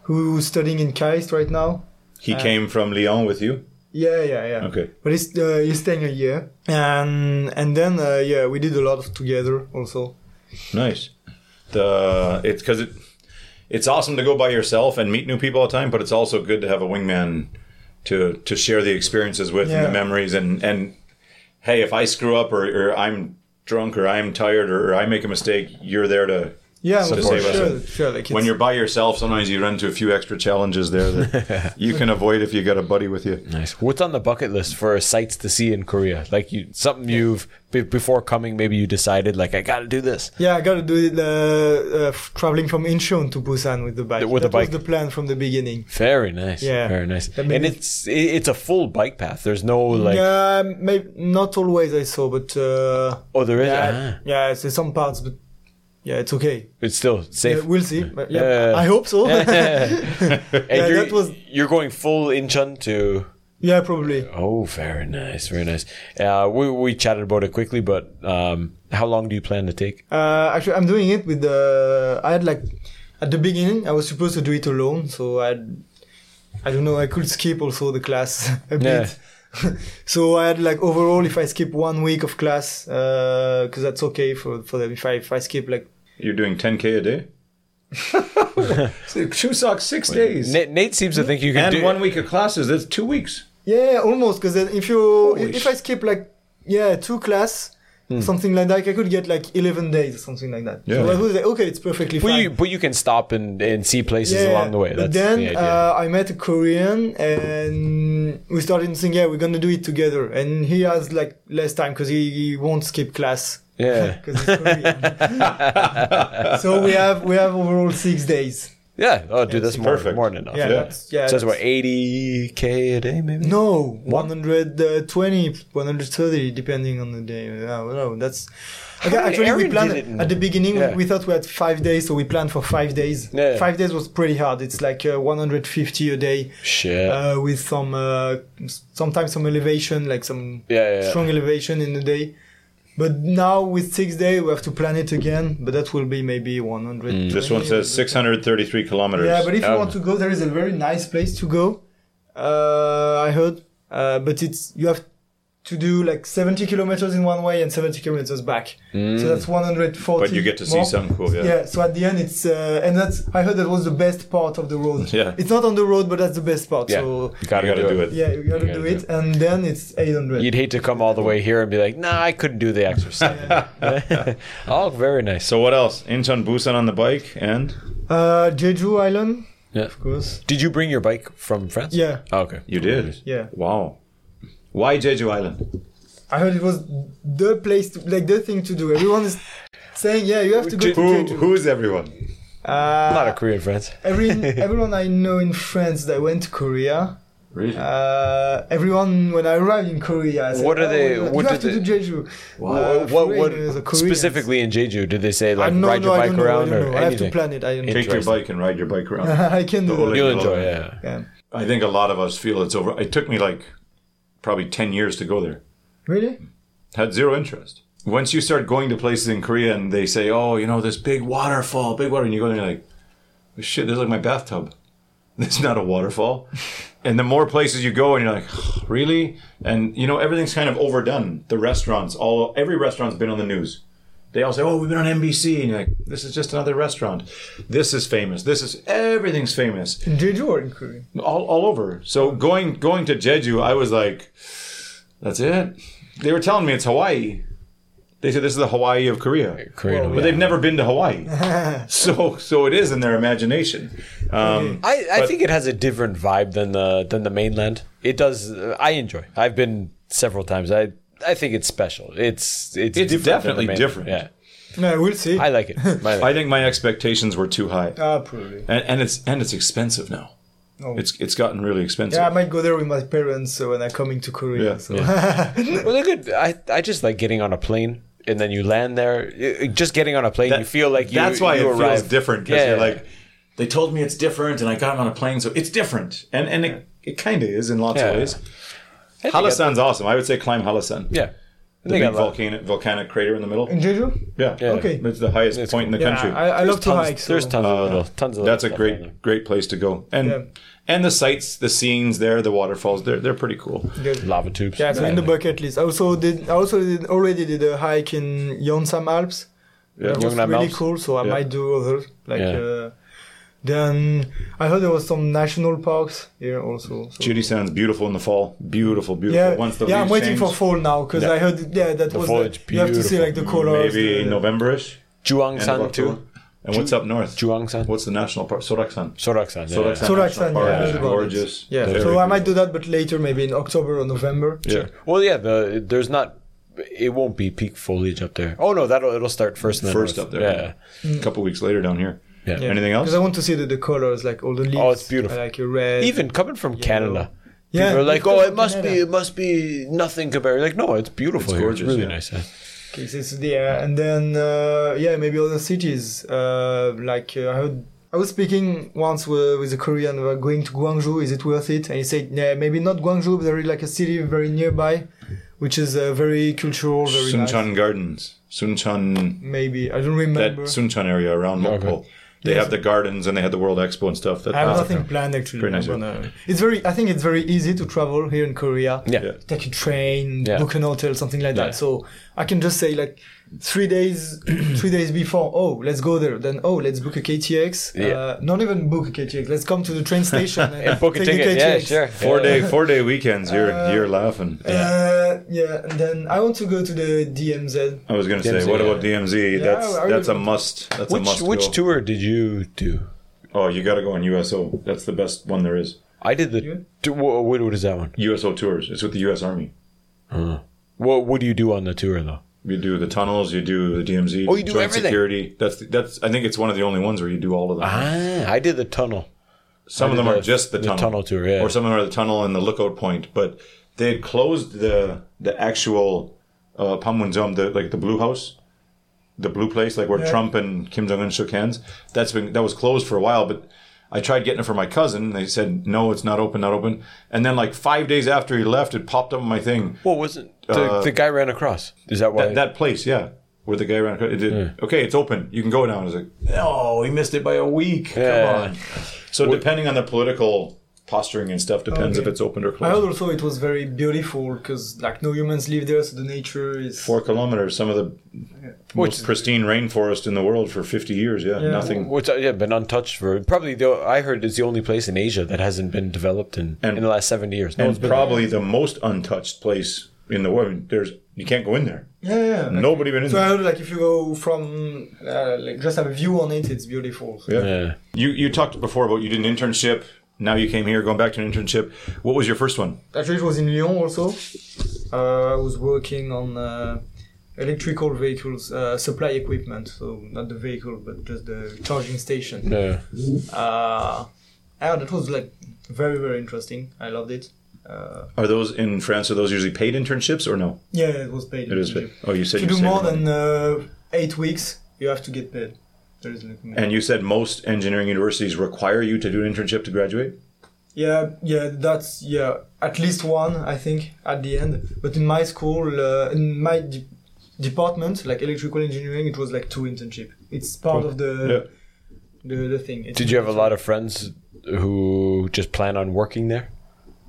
S3: who's studying in Kaist right now.
S4: he came from Lyon with you.
S3: Yeah, yeah, yeah.
S4: Okay.
S3: But he's, uh, he's staying a year. And, and then, uh, yeah, we did a lot of together also.
S4: Nice. The it's because it it's awesome to go by yourself and meet new people all the time, but it's also good to have a wingman to to share the experiences with and
S3: Yeah.
S4: the memories and and hey, if I screw up or, or I'm drunk or I'm tired or I make a mistake, you're there to
S3: Yeah,
S4: to
S3: for
S4: save us.
S3: sure, sure. Like
S4: when
S3: it's-
S4: you're by yourself, sometimes you run into a few extra challenges there
S3: [LAUGHS]
S4: that you can avoid if you got a buddy with you.
S2: Nice. What's on the bucket list for sights to see in Korea? Like you, something you've be- before coming, maybe you decided like I got to do this.
S3: Yeah, I gotta do it. Uh, uh, f- traveling from Incheon to Busan with the bike.
S2: With the
S3: that
S2: bike.
S3: was the plan from the beginning.
S2: Very nice.
S3: Yeah.
S2: Very nice.
S3: That
S2: and
S3: made me-
S2: it's it, it's a full bike path. There's no like
S3: yeah, maybe not always I saw, but uh,
S2: oh there is
S3: yeah,
S2: ah,
S3: yeah, it's some parts, but yeah, it's okay.
S2: it's still safe. [LAUGHS]
S3: Yeah, we'll see. But
S2: Yeah.
S3: yeah, I hope so.
S2: and
S3: [LAUGHS] Yeah,
S2: you're,
S3: that was-
S2: you're going full Incheon to
S3: yeah, probably.
S2: oh very nice very nice. Uh, we we chatted about it quickly, but um, how long do you plan to take?
S3: Uh, actually, I'm doing it with the. I had like at the beginning, I was supposed to do it alone, so I, had, I don't know, I could skip also the class [LAUGHS] a bit. [LAUGHS] so I had like overall, if I skip one week of class, because that's okay for for them. If I if I skip like
S4: You're doing 10k a [LAUGHS] day. Chuseok six days
S2: Nate, Nate seems to think you can
S4: and
S2: do
S4: one week of classes. That's two weeks.
S3: yeah, almost, because then if you
S4: Holy
S3: if
S4: sh-
S3: I skip like yeah two class. Something like that. I could get like 11 days or something like that.
S4: Yeah.
S3: So I was like, okay, it's perfectly
S2: But
S3: fine.
S2: you, but you can stop and, and see places along the way.
S3: But
S2: That's
S3: then
S2: the idea.
S3: Uh, I met a Korean and we started saying, yeah, we're gonna do it together. And he has like less time because he, he won't skip class.
S2: Yeah.
S3: [LAUGHS] 'Cause he's Korean.
S2: [LAUGHS]
S3: so we have we have overall six days.
S2: yeah. Oh, dude, that's more,
S4: perfect.
S2: more than enough.
S3: Yeah,
S4: Yeah.
S3: that's yeah.
S2: so that's
S3: that's-
S2: what 80k a day, maybe.
S3: no, 120, 130, depending on the day. No, no, that's. Okay,
S2: did
S3: actually, we
S2: Aaron
S3: planned
S2: did it in-
S3: at the beginning. we-
S2: Yeah.
S3: We, thought we had five days, so we planned for five days.
S2: Yeah.
S3: Five days was pretty hard. It's like uh, 150 a day.
S2: Shit.
S3: uh, with some uh, s- sometimes some elevation, like some
S2: Yeah, yeah, yeah.
S3: strong elevation in the day. But now with six day, we have to plan it again. But that will be maybe 100.
S2: Mm.
S4: This one says 633 kilometers.
S3: Yeah, but if you
S2: Um,
S3: want to go, there is a very nice place to go. Uh, I heard, uh, but it's you have to do like 70 kilometers in one way and 70 kilometers back.
S2: Mm.
S3: So that's 140.
S4: But you get to see
S3: more.
S4: some cool. Yeah.
S3: Yeah, so at the end it's uh, and that's I heard that was the best part of the road.
S4: [LAUGHS] Yeah.
S3: It's not on the road, but that's the best part.
S2: yeah.
S3: So
S2: you
S4: I
S2: gotta,
S4: got to
S2: do, it.
S3: yeah, you gotta
S2: You gotta
S3: do
S2: do
S3: it, and then it's 800.
S2: You'd hate to come all the way here and be like, nah, I couldn't do the
S3: [LAUGHS]
S2: exercise. [LAUGHS] oh, very nice. So,
S4: So what else? Incheon Busan on the bike and
S3: Uh, Jeju Island,
S2: yeah.
S3: of course.
S2: Did you bring your bike from France?
S3: Yeah,
S2: Oh, okay.
S4: you did.
S3: yeah.
S4: Wow. Why Jeju Island?
S3: I heard it was the place, to, like the thing to do. Everyone is saying, yeah, you have to go to
S4: Who
S3: Jeju.
S4: who's everyone?
S3: Uh,
S2: Not a Korean France. [LAUGHS]
S3: every, everyone I know in France that went to Korea.
S4: Really?
S3: Uh, everyone when I arrived in Korea, I said,
S2: What are
S3: "Oh,
S2: they-
S3: you
S2: what
S3: have
S2: do
S3: to
S2: they-
S3: do Jeju. Uh,
S2: Wha- what, what,
S3: foreigners or Koreans.
S2: specifically in Jeju did they say
S3: I
S2: like
S3: no,
S2: ride your
S3: no, I
S2: bike
S3: don't know,
S2: around
S3: I don't
S2: or
S3: know. I have to
S2: anything?
S3: plan it. I don't know.
S4: Take your
S2: Interesting.
S4: bike and ride your bike around.
S3: [LAUGHS] I can do
S4: The whole
S3: that.
S2: You'll
S4: Like,
S2: enjoy,
S4: oh,
S2: yeah.
S3: Yeah.
S4: I think a lot of us feel it's over. It took me like probably 10 years to go there.
S3: Really?
S4: Had zero interest. Once you start going to places in Korea and they say, "Oh, you know, this big waterfall, big water," and you go there and you're like, "Oh, "Shit, this is like my bathtub. [LAUGHS] This is not a waterfall." and the more places you go, and you're like, "Really?" And you know, everything's kind of overdone. The restaurants, all every restaurant's been on the news. They all say, "Oh, we've been on NBC," and you're like, "This is just another restaurant. This is famous. This is everything's famous."
S3: In Jeju or in Korea?
S4: all, all over. So going going to Jeju, I was like, that's it. They were telling me it's Hawaii. They said this is the Hawaii of Korea,
S2: Korean,
S4: but
S2: yeah.
S4: they've never been to
S3: [LAUGHS]
S4: Hawaii. so so it is in their imagination. Um,
S2: I, I think it has a different vibe than the than the mainland. It does. uh, I enjoy. I've been several times. I I think it's special. It's it's, different
S4: It's
S2: than the
S4: definitely
S2: mainland.
S4: different.
S2: Yeah,
S3: No, we'll see.
S2: I
S4: [LAUGHS]
S2: like it. I like
S4: I
S2: it.
S4: think my expectations were too high,
S3: Ah, probably.
S4: and, and it's and it's expensive now.
S3: Oh.
S4: It's it's gotten really expensive.
S3: Yeah, I might go there with my parents uh, when I'm coming to Korea.
S4: Yeah.
S3: So.
S2: Well, they're good. I I just like getting on a plane and then you land there. I- I- Just getting on a plane,
S4: That-
S2: you feel like you,
S4: that's why
S2: you
S4: it feels
S2: arrived.
S4: different because
S2: Yeah,
S4: you're
S2: yeah,
S4: like they told me it's different and i got them on a plane so it's different and and it, it kind of is in lots
S2: Yeah.
S4: of ways
S2: I think
S4: halasan's awesome i would say climb halasan
S2: Yeah,
S4: the
S2: they
S4: big
S2: got a lot-
S4: volcanic volcanic crater in the middle
S3: In Jeju?
S4: yeah,
S3: Okay.
S4: it's the highest point in the
S3: Yeah,
S4: country
S3: I, I love to
S2: tons-
S3: hike. So.
S2: There's tons of little, tons of. little
S4: uh, that's a
S2: stuff on there.
S4: great great place to go and
S3: Yeah.
S4: and the sights the scenes there the waterfalls they're, they're pretty cool
S3: Good.
S2: lava tubes.
S3: Yeah, so in the bucket list. I also did. I also did, already did a hike in Yonsam Alps. Yeah, was
S2: Yeongnam
S3: really
S2: Alps.
S3: cool. So I
S4: Yeah.
S3: might do others like
S2: Yeah.
S3: uh, Then I heard there was some national parks here also. so-
S4: Judy sounds beautiful in the fall. Beautiful, beautiful.
S3: Yeah,
S4: Once the
S3: yeah. I'm
S4: leaves
S3: waiting for
S4: change,
S3: fall now because
S4: Yeah.
S3: I heard yeah that
S2: The
S3: was
S2: foliage,
S3: the, you have to see
S2: beautiful.
S3: like the colors. uh,
S4: Maybe
S3: the-
S4: Novemberish. end of
S2: Juangsan
S4: October.
S2: too.
S4: And what's up north?
S2: Juangsan.
S4: What's the national park? Soraksan.
S2: Soraksan. Yeah.
S4: Soraksan.
S2: yeah.
S3: Soraksan,
S4: National
S3: yeah, I
S4: Park
S3: heard
S4: is
S3: about it.
S4: gorgeous.
S3: Yeah,
S4: Very
S3: so I might
S4: beautiful.
S3: do that, but later, maybe in October or November.
S2: Yeah. Well, yeah. The there's not. It won't be peak foliage up there. Oh no, that'll it'll start first. In the
S4: first
S2: north.
S4: up there. A couple weeks later down here.
S2: Yeah. Yeah.
S4: Anything else?
S3: Because I want to see the, the colors, like all the leaves.
S2: Oh, it's beautiful.
S3: I like your red.
S2: Even coming from Canada.
S3: Yeah,
S2: People are like,
S3: people
S2: oh,
S3: from
S2: it must be,
S3: Canada."
S2: it must be nothing compared. Like, no, it's beautiful.
S4: It's
S2: here.
S4: gorgeous,
S2: It's really
S4: yeah.
S2: nice. yeah.
S3: It's, it's there, and then uh, yeah, maybe other cities. Uh, like uh, I heard, I was speaking once with, with a Korean about going to Guangzhou. Is it worth it? And he said, yeah, maybe not Guangzhou, but there is like a city very nearby, which is uh, very cultural, very nice.
S4: Suncheon Gardens. Suncheon.
S3: Maybe I don't
S4: That
S3: remember.
S4: Suncheon area around Mokpo. They have the gardens and they had the World Expo and stuff. That
S3: I
S2: Ah,
S3: have
S4: that's-
S3: nothing planned actually.
S4: Very nice,
S3: I'm gonna- It's very. I think it's very easy to travel here in Korea.
S2: Yeah.
S4: Yeah.
S3: Take a train,
S2: Yeah.
S3: book an hotel, something like that.
S2: Yeah.
S3: So I can just say like three days, [CLEARS THROAT] three days before. Oh, let's go there. Then oh, let's book a KTX.
S2: Yeah.
S3: Uh, not even book a KTX. Let's come to the train
S2: [LAUGHS]
S3: station and,
S2: Book a
S3: take the
S2: ticket. Yeah,
S3: KTX.
S2: sure.
S4: Four
S2: Yeah.
S3: [LAUGHS]
S4: day, four day weekends. You're you're laughing.
S3: Uh, yeah, and then I want to go to the DMZ.
S4: I was gonna say,
S2: DMZ,
S4: what
S2: yeah.
S4: about DMZ?
S3: Yeah,
S4: that's
S3: I- I
S4: that's a
S3: really-
S4: must. That's a
S2: Which
S4: must.
S2: which
S4: go.
S2: tour did you do?
S4: Oh, you got to go on USO. That's the best one there is.
S2: I did the.
S3: You?
S2: Do, what, what is that one?
S4: USO tours. It's with the U.S. Army.
S2: What What do you do on the tour though?
S4: You do the tunnels. You do the DMZ.
S2: Oh, you do
S4: joint
S2: everything.
S4: Security. That's that's. I think it's one of the only ones where you do all of them.
S2: Ah, I did the tunnel.
S4: Some of
S2: did
S4: them are
S2: the-
S4: just the,
S2: the
S4: tunnel.
S2: tunnel tour, yeah.
S4: Or some of them are the tunnel and the lookout point. But they had closed the the actual uh, Panmunjom, the like the blue house, the blue place, like where Trump and Kim Jong Un shook hands. That's been that was closed for a while. But I tried getting it for my cousin. and They said no, it's not open, not open. And then like five days after he left, it popped up on my thing.
S2: What was it? The, the guy ran across. Is that why?
S4: Uh, That, that place, yeah. Where the guy ran, it did, okay, it's open. You can go now. And I was like, no, he missed it by a week.
S2: Yeah.
S4: Come on. So depending on the political posturing and stuff, depends if it's opened or
S3: I heard
S4: closed.
S3: also it was very beautiful because like no humans live there, so the nature is.
S4: Four kilometers, some of the most pristine rainforest in the world for 50 years. Yeah, nothing.
S2: Which uh, yeah, been untouched for probably. The, I heard it's the only place in Asia that hasn't been developed in
S4: And-
S2: in the last seventy years. No one's
S4: And
S2: been-
S4: probably the most untouched place in the world. I mean, there's you can't go in there.
S3: yeah, yeah. yeah.
S4: Nobody been in
S3: So I
S4: there.
S3: heard like if you go from uh, like just have a view on it, it's beautiful.
S4: Yeah.
S2: Yeah.
S4: You you talked before about you did an internship. Now you came here, going back to an internship. What was your first one?
S3: Actually, it was in Lyon also. Uh, I was working on uh, electrical vehicles uh, supply equipment, so not the vehicle but just the charging station.
S2: Yeah.
S3: Uh, yeah, that was like very very interesting. I loved it. Uh,
S4: Are those in France? Are those usually paid internships or no?
S3: yeah, it was paid.
S4: It is. Paid. Oh, you said
S3: If you do
S4: you saved
S3: more
S4: money.
S3: than uh, eight weeks, you have to get paid. There is no
S4: And you said most engineering universities require you to do an internship to graduate.
S3: Yeah, yeah, that's yeah, at least one I think at the end. But in my school, uh, in my de- department, like electrical engineering, it was like two internship. It's part of the the, the thing. It's-
S2: Did you have a lot of friends who just plan on working there?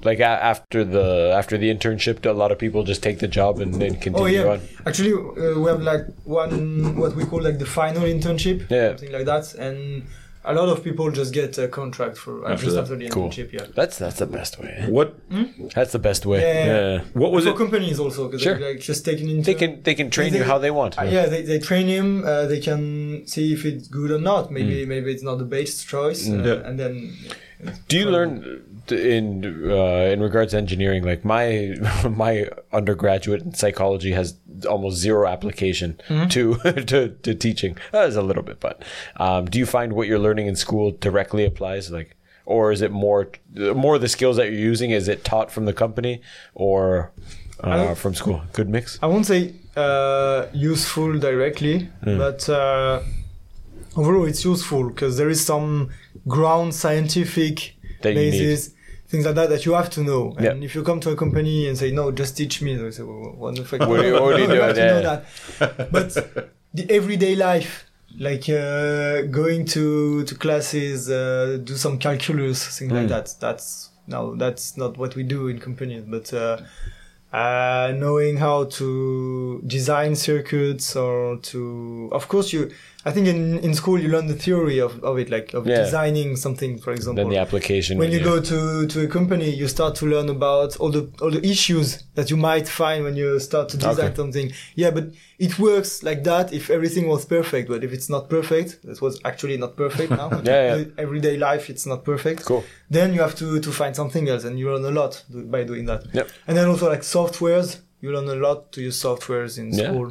S2: Like a- after the after the internship, a lot of people just take the job and then
S3: Oh
S2: continue
S3: yeah,
S2: on.
S3: actually, uh, we have like one what we call like the final internship,
S2: Yeah.
S3: something like that, and a lot of people just get a contract for uh,
S4: After
S3: just
S4: that.
S3: after the
S2: Cool.
S3: internship. Yeah.
S2: That's that's the best way. eh?
S4: What
S2: That's the best way.
S3: Yeah, yeah, yeah.
S2: Yeah.
S4: what was
S3: Hmm? for
S4: it?
S3: companies also because
S2: Sure.
S3: like just taking into
S2: They can they can train you how they want.
S3: Uh, yeah, they, they train him. Uh, they can see if it's good or not.
S2: Mm.
S3: Maybe maybe it's not the best choice. Uh,
S4: Yeah.
S3: And then
S2: Do you learn uh, in uh, in regards to engineering? Like my [LAUGHS] my undergraduate in psychology has almost zero application
S3: Hmm?
S2: to, [LAUGHS] to to teaching. Uh, There's a little bit, but um, do you find what you're learning in school directly applies? Like, or is it more more the skills that you're using? Is it taught from the company or uh, from school? Good mix.
S3: I won't say uh, useful directly,
S2: Mm.
S3: but uh, overall it's useful because there is some ground scientific
S2: That you
S3: basis. Things like that that you have to know, and
S2: Yeah.
S3: if you come to a company and say no, just teach me, they say, well, what the fuck?
S2: What are you- what are you
S3: [LAUGHS] No, have
S2: doing?
S3: to know
S2: Yeah.
S3: that. But the everyday life, like uh, going to to classes, uh, do some calculus, things
S2: Hmm.
S3: like that. That's no, that's not what we do in companies. But uh, uh, knowing how to design circuits or to, of course, you. I think in, in school you learn the theory of, of it, like of
S2: Yeah.
S3: designing something, for example.
S2: Then the application.
S3: when you go to, to a company, you start to learn about all the all the issues that you might find when you start to design
S2: Okay.
S3: something. Yeah, but it works like that if everything was perfect. But if it's not perfect, that was actually not perfect
S2: [LAUGHS]
S3: now.
S2: Yeah, yeah.
S3: Everyday life, it's not perfect.
S2: Cool.
S3: Then you have to, to find something else, and you learn a lot do- by doing that.
S2: Yep.
S3: And then also like softwares, you learn a lot to use softwares in
S2: Yeah.
S3: school.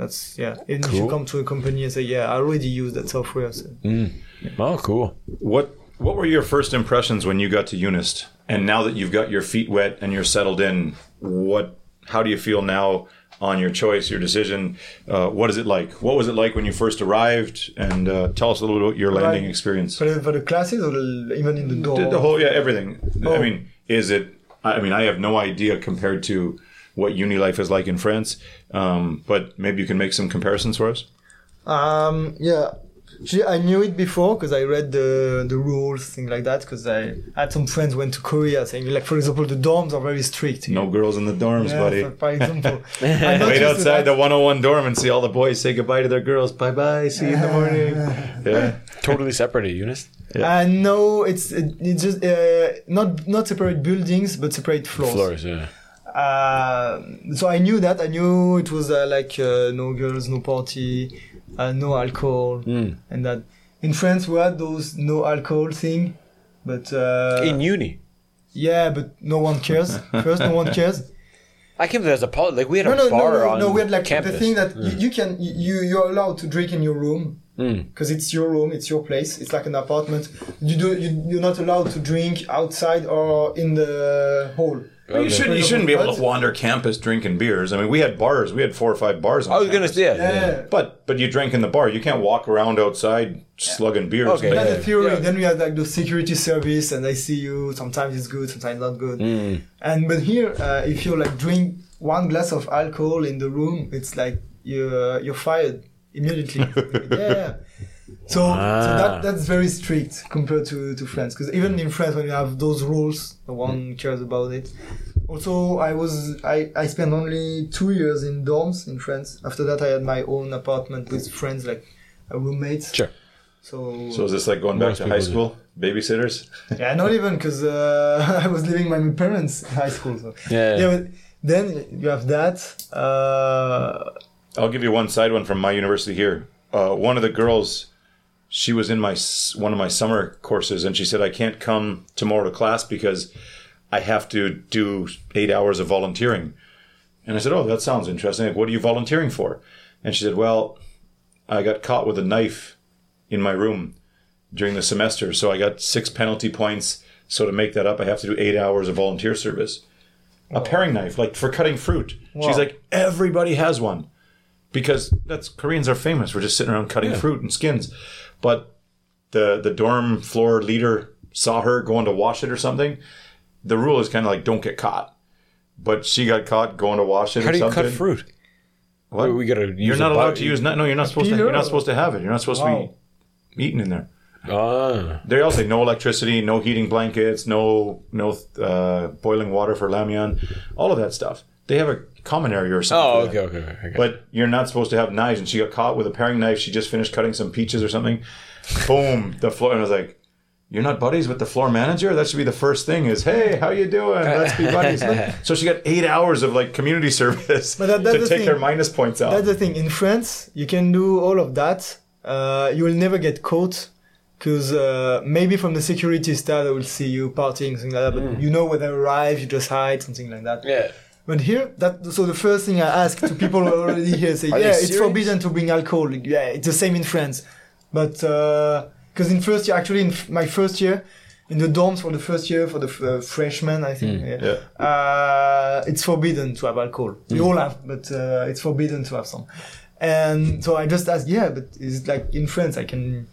S3: That's yeah. Even if
S2: Cool.
S3: you come to a company and say, yeah, I already use that software. So.
S2: Oh, cool.
S4: What What were your first impressions when you got to Unist? And now that you've got your feet wet and you're settled in, what? How do you feel now on your choice, your decision? Uh, what is it like? What was it like when you first arrived? And uh, tell us a little bit about your landing
S3: Right.
S4: experience.
S3: For the, for the classes or even in the dorm?
S4: The, the whole, yeah, everything. I
S3: Oh.
S4: mean, is it? I I mean, I have no idea compared to what uni life is like in France. Um, but maybe you can make some comparisons for us.
S3: Um, yeah. Actually, I knew it before because I read the the rules, things like that. Because I had some friends went to Korea, saying like, for example, the dorms are very strict.
S4: No girls in the dorms,
S3: Yeah,
S4: buddy.
S3: for, for example, I'm not
S4: [LAUGHS] Wait
S3: used to
S4: outside
S3: that.
S4: the 101 dorm and see all the boys say goodbye to their girls. Bye bye. See you in the morning. Yeah.
S2: Totally separated, Eunice.
S3: Uh, no, it's it, it's just uh, not not separate buildings, but separate floors.
S2: Floors, yeah.
S3: Uh, so I knew that. I knew it was uh, like uh, no girls, no party, uh, no alcohol,
S4: Hmm.
S3: and that in France we had those no alcohol thing, but uh,
S2: In uni.
S3: Yeah, but no one cares. First, no one
S2: [LAUGHS]
S3: cares.
S2: I came there as a poli- like we had
S3: No,
S2: a
S3: no, no,
S2: bar
S3: no,
S2: on
S3: no. We had like
S2: campus.
S3: the thing that
S4: Mm.
S3: you, you can you you're allowed to drink in your room
S2: Mm.
S3: because it's your room, it's your place. It's like an apartment. You do you, you're not allowed to drink outside or in the hall.
S4: You shouldn't, you shouldn't be able to
S3: But-
S4: wander campus drinking beers. I mean, we had bars. We had four or five bars. On
S2: I was gonna
S4: campus.
S2: say, yeah, yeah.
S3: Yeah.
S4: But but you drink in the bar. You can't walk around outside slugging beers.
S2: Okay.
S3: We had
S2: Yeah.
S3: the theory.
S2: Yeah.
S3: Then we had like the security service, and I see you. Sometimes it's good, sometimes not good.
S2: Mm.
S3: And but here, uh, if you like drink one glass of alcohol in the room, it's like you're uh, you're fired immediately.
S2: [LAUGHS]
S3: yeah. So, so
S2: Ah.
S3: that that's very strict compared to to France. Because even in France, when you have those rules, no
S2: Mm.
S3: one cares about it. Also, I was I I spent only two years in dorms in France. After that, I had my own apartment with friends, like uh, roommates.
S2: Sure.
S3: So,
S4: So is this like going back
S2: Most
S4: to high
S2: people
S4: school? Babysitters?
S3: yeah, not even because uh, [LAUGHS] I was living with my parents in high school. So.
S2: [LAUGHS] Yeah.
S3: but then you have that. Uh,
S4: I'll give you one side one from my university here. Uh, one of the girls, she was in my s- one of my summer courses, and she said, "I can't come tomorrow to class because I have to do eight hours of volunteering." And I said, "Oh, that sounds interesting. Like, what are you volunteering for?" And she said, "Well, I got caught with a knife in my room during the semester, so I got six penalty points. So to make that up, I have to do eight hours of volunteer service. A paring knife, like for cutting fruit. She's like, everybody has one." because that's Koreans are famous. We're just sitting around cutting fruit and skins. But the the dorm floor leader saw her going to wash it or something. The rule is kind of like don't get caught. But she got caught going to wash it.
S2: How
S4: or
S2: do you
S4: something.
S2: cut fruit?
S4: What?
S2: We gotta
S4: you're
S2: use
S4: not
S2: a
S4: allowed
S2: bu-
S4: to use. No, no, you're not supposed to.
S3: peeler?
S4: You're not supposed to have it. You're not supposed
S3: Wow.
S4: to be eaten in there.
S2: Ah,
S4: They all say no electricity, no heating blankets, no no uh, boiling water for ramyun, all of that stuff. They have a common area or something.
S2: oh,
S4: for
S2: okay,
S4: that.
S2: okay, okay. okay.
S4: But you're not supposed to have knives, and she got caught with a paring knife. She just finished cutting some peaches or something. Boom, the floor, and I was like, "You're not buddies with the floor manager? That should be the first thing. Is hey, how you doing? Let's be
S3: [LAUGHS]
S4: buddies." so she got eight hours of like community [LAUGHS] service
S3: that- that's
S4: to
S3: the
S4: take
S3: thing.
S4: their minus points out.
S3: that's the thing. In France, you can do all of that. Uh, you will never get caught because uh, maybe from the security staff they will see you partying, something like that.
S2: Mm.
S3: But you know when they arrive, you just hide, something like that.
S2: yeah.
S3: But here, that so the first thing I ask to people who [LAUGHS] are already here say, yeah, it's
S2: serious?
S3: forbidden to bring alcohol. Like, Yeah, it's the same in France, but because in first year, actually in f- my first year, in the dorms for the first year for the f- uh, freshmen, I think, yeah, Mm. Uh, it's forbidden to have alcohol. We all have, but uh, it's forbidden to have some. And so I just asked, yeah, but is it like in France I can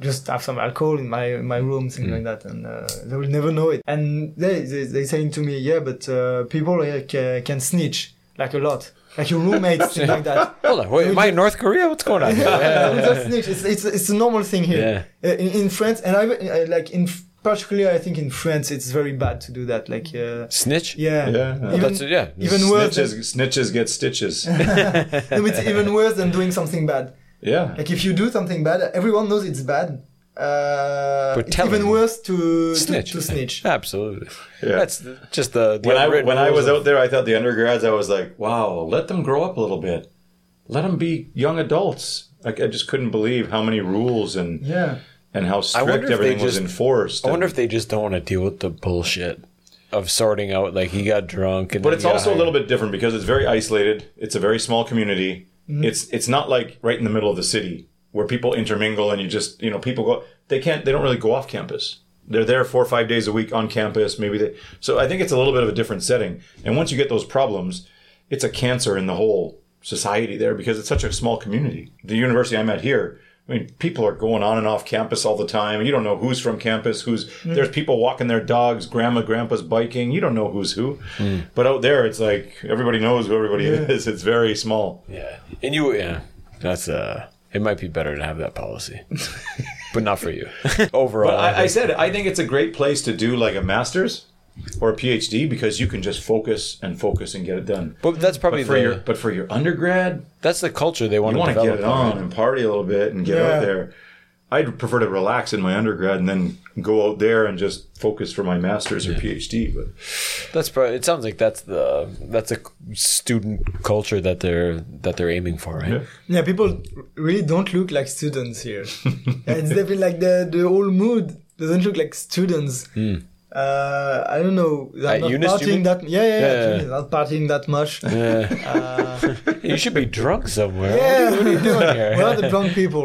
S3: just have some alcohol in my in my
S2: Mm.
S3: room, things like that, and uh, they will never know it. And they they they saying to me, yeah, but uh, people here ca- can snitch like a lot, like your roommates, things like
S2: [LAUGHS]
S3: that.
S2: Hold on. Wait, am I in North Korea? What's going on? here?
S3: [LAUGHS] Yeah, it's a snitch. It's, it's, it's a normal thing here Uh, in, in France, and I uh, like in f- particularly I think in France it's very bad to do that. Like uh,
S2: Snitch?
S3: yeah,
S4: Yeah.
S3: even,
S2: That's it, yeah.
S3: even worse. [LAUGHS]
S4: snitches, snitches get stitches.
S3: No, it's even worse than doing something bad.
S4: Yeah.
S3: Like if you do something bad, everyone knows it's bad. Uh,
S2: But
S3: it's
S2: tell
S3: even
S2: them.
S3: worse to
S2: Snitch.
S3: To, to snitch.
S2: Absolutely.
S4: Yeah.
S2: That's the- just the, the
S4: when I
S2: unwritten
S4: when I
S2: rules
S4: was
S2: of-
S4: out there, I thought the undergrads. I was like, wow, let them grow up a little bit, let them be young adults. Like I just couldn't believe how many rules and
S3: Yeah.
S4: and how
S2: wonder
S4: strict
S2: if they
S4: everything was
S2: just-
S4: enforced.
S2: I wonder
S4: and-
S2: if they just don't want to deal with the bullshit of sorting out like he got drunk and
S4: but it's also a little bit different because it's very isolated. It's a very small community. It's it's not like right in the middle of the city where people intermingle and you just you know people go. They can't. They don't really go off campus. They're there four or five days a week on campus. Maybe they. So I think it's a little bit of a different setting. And once you get those problems, it's a cancer in the whole society there because it's such a small community. The university I'm at here, I mean, people are going on and off campus all the time. You don't know who's from campus, who's
S2: Hmm.
S4: there's people walking their dogs, grandma, grandpa's biking. You don't know who's who. But out there, it's like everybody knows who everybody is. It's very small.
S2: yeah. And you yeah, that's uh it might be better to have that
S4: [LAUGHS]
S2: policy. but not for you. Overall.
S4: But
S2: I
S4: I, I
S2: think-
S4: said, I think it's a great place to do like a master's or a PhD because you can just focus and focus and get it done.
S2: but that's probably
S4: But for
S2: the,
S4: your but for your undergrad,
S2: that's the culture they want
S4: you
S2: to
S4: want to
S2: develop.
S4: get it on and party a little bit and get
S3: Yeah.
S4: out there. I'd prefer to relax in my undergrad and then go out there and just focus for my master's or PhD. But
S2: That's probably it sounds like that's the that's a student culture that they're that they're aiming for, right?
S3: Yeah, people really don't look like students
S2: [LAUGHS]
S3: here. yeah, it's definitely like the the whole mood doesn't look like students. Uh, I don't know. They're
S2: Hmm. At
S3: not
S2: Eunice, you mean?
S3: partying that. Yeah, yeah,
S2: Yeah,
S3: yeah.
S2: yeah,
S3: at Eunice, Not partying that much. Yeah. [LAUGHS]
S2: You should be drunk somewhere.
S3: what are you doing here? We're the drunk people.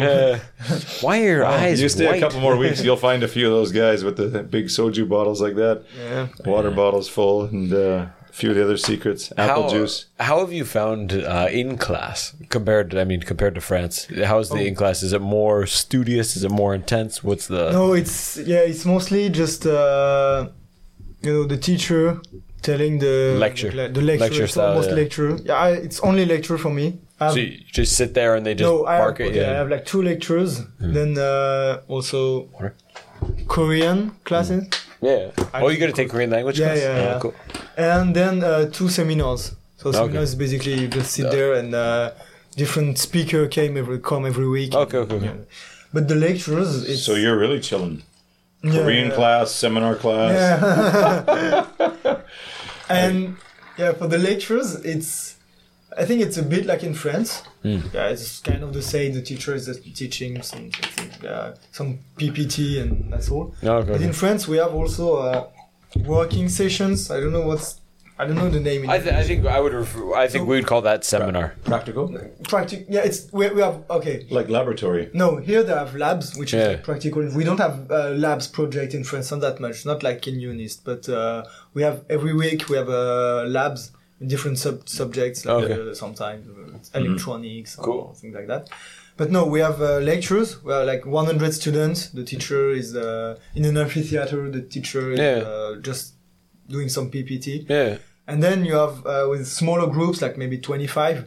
S2: [LAUGHS] Why are your eyes
S4: you stay
S2: white?
S4: a couple more weeks, you'll find a few of those guys with the big soju bottles like that,
S3: Yeah.
S4: water bottles full, and uh, a few of the other secrets, apple
S2: how,
S4: juice.
S2: How have you found uh, in class compared? To, I mean, compared to France, how's
S4: Oh.
S2: the in class? Is it more studious? Is it more intense? What's the?
S3: No, it's yeah, it's mostly just uh, you know the teacher telling the
S2: Lecture.
S3: the, lecture.
S2: Lecture
S3: it's
S2: style,
S3: almost
S2: yeah.
S3: lecture. Yeah, I, it's only lecture for me. Um, I
S2: So
S3: have-
S2: you just sit there and they just
S3: no, I have,
S2: bark at you.
S3: yeah, I have like two lectures. Then uh, also
S2: Water.
S3: Korean classes,
S2: yeah.
S3: I
S2: Oh, you
S3: think-
S2: got to take Korean language
S3: Yeah,
S2: class.
S3: yeah,
S2: Oh,
S3: yeah.
S2: cool.
S3: and then uh, two seminars. So seminars basically you just sit there and uh, different speaker came every come every week.
S2: Okay, okay, okay.
S3: But the lectures, it's
S4: So you're really chilling.
S3: yeah,
S4: Korean
S3: yeah.
S4: class, seminar class.
S3: [LAUGHS] And yeah, for the lectures, it's I think it's a bit like in France.
S2: Hmm.
S3: Yeah, it's kind of the same. The teacher is just teaching some uh, some PPT and that's all.
S2: Ah, Okay,
S3: But
S2: okay.
S3: in France, we have also uh, working sessions. I don't know what's I don't know the name. In
S2: I, th- I think I would. Refer- I think we would call that seminar.
S4: Practical?
S3: Practic- yeah, it's we, we have okay.
S4: Like laboratory.
S3: No, here they have labs, which is
S2: Yeah.
S3: like practical. We don't have uh, labs project in France not that much, not like in UNIST, but uh, we have every week we have uh, labs in different sub- subjects, like
S2: Okay. Mm-hmm.
S3: uh, sometimes uh, electronics
S2: Cool.
S3: or things like that. But no, we have uh, lectures. We are like 100 students. The teacher is uh, in an amphitheater. The teacher is
S2: Yeah.
S3: uh, just doing some PPT.
S2: Yeah.
S3: And then you have uh, with smaller groups, like maybe 25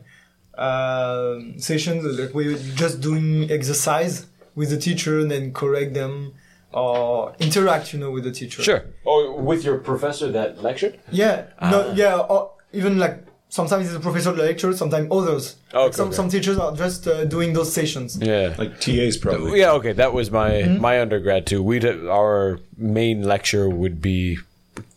S3: um sessions, like we're just doing exercise with the teacher and then correct them or interact, you know, with the teacher.
S2: Sure. Ah. Or Oh, with your professor that lectured.
S3: Yeah. No, yeah. Or even like sometimes it's a professor lecture, sometimes
S2: Oh,
S3: others.
S2: Okay,
S3: Like some,
S2: okay.
S3: some teachers are just uh, doing those sessions.
S2: Yeah. Mm-hmm.
S4: Like TAs probably.
S2: Yeah, okay, that was my my undergrad too. We'd our main lecture would be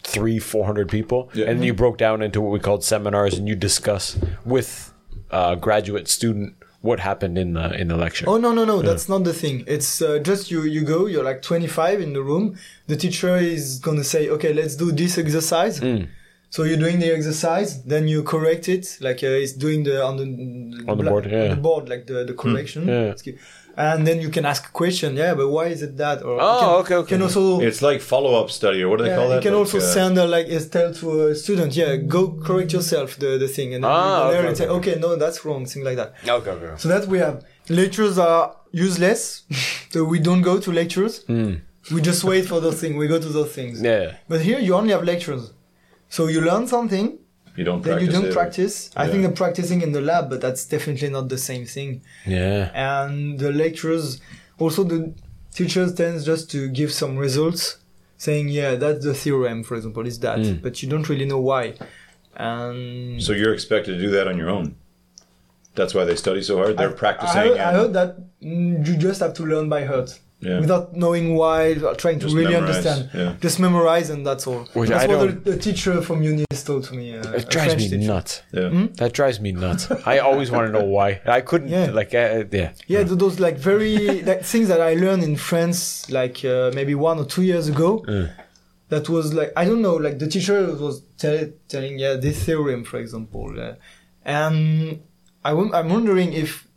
S2: three, four hundred people, and you broke down into what we called seminars, and you discuss with a graduate student what happened in the in the lecture.
S3: Oh no no no! That's not the thing. It's uh, just you. You go. You're like 25 in the room. The teacher is gonna say, "Okay, let's do this exercise."
S2: Mm.
S3: So you're doing the exercise, then you correct it. Like uh, it's doing the on the
S2: On the board, yeah. Mm.
S3: the board, like the the correction.
S2: yeah.
S3: It's ki- And then you can ask a question. Yeah, but why is it that? Or
S2: Oh,
S3: you can,
S2: okay, okay.
S3: Can also
S4: It's like follow up study or what do they
S3: yeah,
S4: call that?
S3: you can
S4: Like,
S3: also
S4: uh,
S3: send a, like a tell to a student. Yeah, go correct yourself the the thing, and then
S2: Ah,
S3: you go there
S2: okay,
S3: and say,
S2: okay.
S3: "Okay, no, that's wrong," thing like that.
S2: Okay, okay.
S3: So that we have lectures are useless. [LAUGHS] so we don't go to lectures. We just wait for those things. We go to those things.
S2: Yeah.
S3: But here you only have lectures. So you learn something,
S4: You don't
S3: then
S4: practice.
S3: you don't
S4: it.
S3: practice. I
S4: Yeah.
S3: think they're practicing in the lab, but that's definitely not the same thing.
S2: Yeah.
S3: And the lecturers, also the teachers tend just to give some results, saying, yeah, that's the theorem, for example, is that,
S2: Hmm.
S3: but you don't really know why. And
S4: So you're expected to do that on your own. That's why they study so hard. They're practicing.
S3: I heard, I
S4: and-
S3: heard that mm, you just have to learn by heart.
S4: Yeah.
S3: Without knowing why, or trying to
S4: Just
S3: really
S4: memorize,
S3: understand,
S4: yeah.
S3: just memorize and that's all.
S2: Which
S3: that's
S2: I
S3: what
S2: don't-
S3: the, the teacher from uni told to me. Uh,
S2: It drives me nuts.
S4: yeah.
S3: Hmm?
S2: That drives me nuts. I always want to know why. I couldn't
S3: Yeah.
S2: like uh, yeah.
S3: Yeah, th- those like very like things that I learned in France, like uh, maybe one or two years ago. That was like I don't know, like the teacher was tell, telling yeah this theorem, for example, uh, and I w- I'm wondering if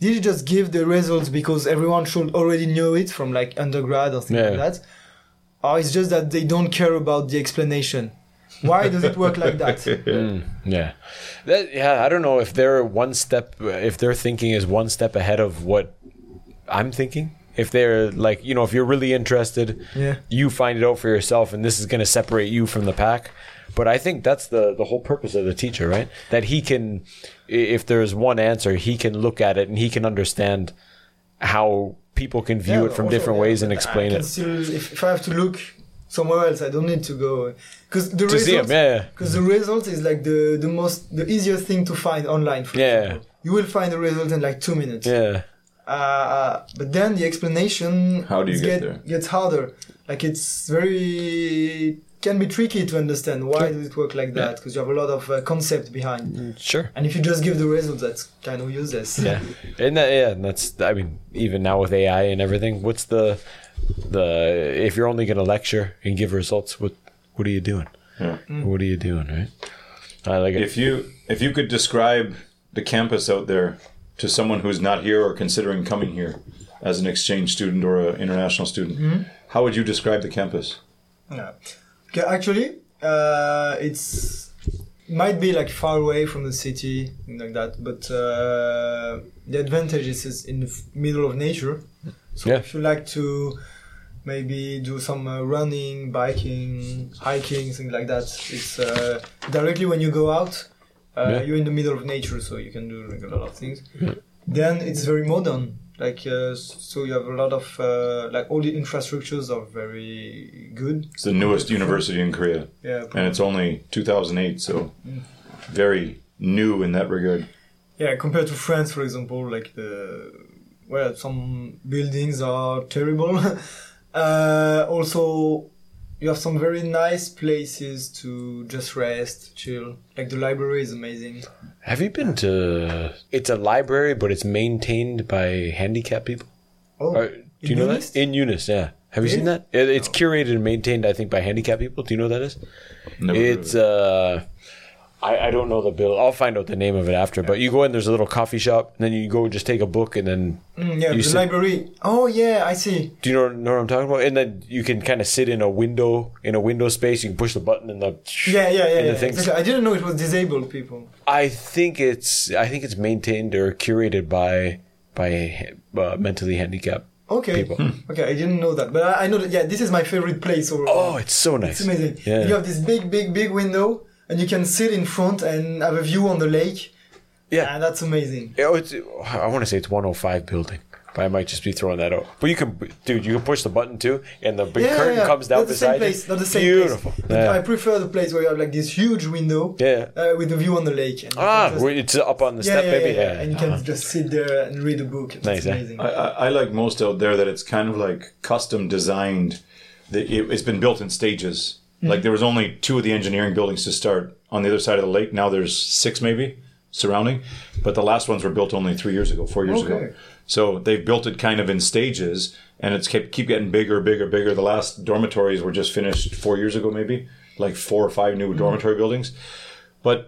S3: did you just give the results because everyone should already know it from like undergrad or things like
S2: Yeah.
S3: that, or it's just that they don't care about the explanation. Why does it work like that?
S2: Yeah, that, yeah. I don't know if they're one step, if their thinking is one step ahead of what I'm thinking. If they're like, you know, if you're really interested,
S3: Yeah.
S2: you find it out for yourself, and this is going to separate you from the pack. But I think that's the the whole purpose of the teacher, right? That he can, i- if there's one answer, he can look at it and he can understand how people can view
S3: Yeah,
S2: it from
S3: also,
S2: different
S3: yeah,
S2: ways and
S3: but I
S2: explain
S3: can
S2: it.
S3: Still, if, if I have to look somewhere else, I don't need to go because the
S2: To see 'em,
S3: result,
S2: yeah, yeah.
S3: because the result is like the the most the easiest thing to find online. For
S2: Yeah.
S3: example. you will find the result in like two minutes.
S2: Yeah.
S3: Uh, but then the explanation
S4: How do you
S3: is
S4: get there?
S3: gets harder. Like it's very can be tricky to understand why does it work like that because you have a lot of uh, concept behind.
S2: Sure.
S3: And if you just give the result, that's kind of useless.
S2: Mm. yeah and that, yeah and that's i mean even now with ai and everything what's the the if you're only going to lecture and give results what what are you doing
S4: Yeah.
S3: Hmm.
S2: what are you doing right i like it
S4: If you if you could describe the campus out there to someone who's not here or considering coming here as an exchange student or an international student,
S3: Hmm?
S4: how would you describe the campus?
S2: Hmm.
S3: Yeah. Okay, actually, uh, it's might be like far away from the city and like that, but uh, the advantage is it's in the f- middle of nature. So
S2: Yeah.
S3: if you like to maybe do some uh, running, biking, hiking, things like that, it's uh, directly when you go out. Uh,
S2: Yeah.
S3: You're in the middle of nature, so you can do like a lot of things. Then it's very modern. Like uh, so, you have a lot of uh, like all the infrastructures are very good.
S4: It's the newest university in Korea,
S3: Yeah,
S4: and it's only 2008, so
S3: Hmm.
S4: very new in that regard.
S3: Yeah, compared to France, for example, like the well, some buildings are terrible. [LAUGHS] uh, also, you have some very nice places to just rest, chill. Like the library is amazing.
S2: have you been to it's a library but it's maintained by handicapped people
S3: Oh,
S2: Or- do you
S3: in
S2: know
S3: Eunice?
S2: that in Eunice, yeah have you seen
S3: Really?
S2: that it, it's curated and maintained i think by handicapped people do you know what that is
S4: Never heard of
S2: It's uh, I, I don't know the bill. I'll find out the name of it after. But you go in, there's a little coffee shop, and then you go just take a book, and then
S3: Mm, yeah,
S2: you
S3: the
S2: sit-
S3: library. Oh yeah, I see.
S2: do you know, know what I'm talking about? And then you can kind of sit in a window in a window space. You can push the button and the
S3: Yeah, yeah, yeah.
S2: and
S3: yeah
S2: the things.
S3: exactly. I didn't know it was disabled people.
S2: I think it's I think it's maintained or curated by by uh, mentally handicapped.
S3: Okay,
S2: People.
S3: [LAUGHS] okay, I didn't know that, but I, I know that. Yeah, this is my favorite place. Or
S2: Oh, it's so nice.
S3: It's amazing.
S2: Yeah.
S3: You have this big, big, big window, and you can sit in front and have a view on the lake.
S2: Yeah.
S3: and that's amazing.
S2: Yeah, it's, I want to say it's 105 building, but I might just be throwing that out. But you can, dude, you can push the button too, and the big
S3: Yeah,
S2: curtain
S3: yeah,
S2: comes down
S3: not the
S2: beside
S3: same place,
S2: you.
S3: not the same
S2: Beautiful.
S3: place. But I
S2: Yeah.
S3: prefer the place where you have like this huge window,
S2: Yeah.
S3: uh, with a view on the lake. And you
S2: Ah,
S3: can just-
S2: where it's up on the
S3: yeah,
S2: step,
S3: yeah,
S2: baby.
S3: yeah,
S2: Yeah,
S3: yeah. and you can just sit there and read a book. It's
S2: Nice, eh?
S3: amazing.
S4: I, I, I like most out there that it's kind of like custom designed. That it, it's been built in stages.
S3: Hmm.
S4: Like there was only two of the engineering buildings to start on the other side of the lake. Now there's six maybe surrounding, but the last ones were built only three years ago, four years ago.
S3: Okay.
S4: So they've built it kind of in stages, and it's kept keep getting bigger, bigger, bigger. The last dormitories were just finished four years ago, maybe like four or five
S3: Hmm.
S4: new dormitory buildings. But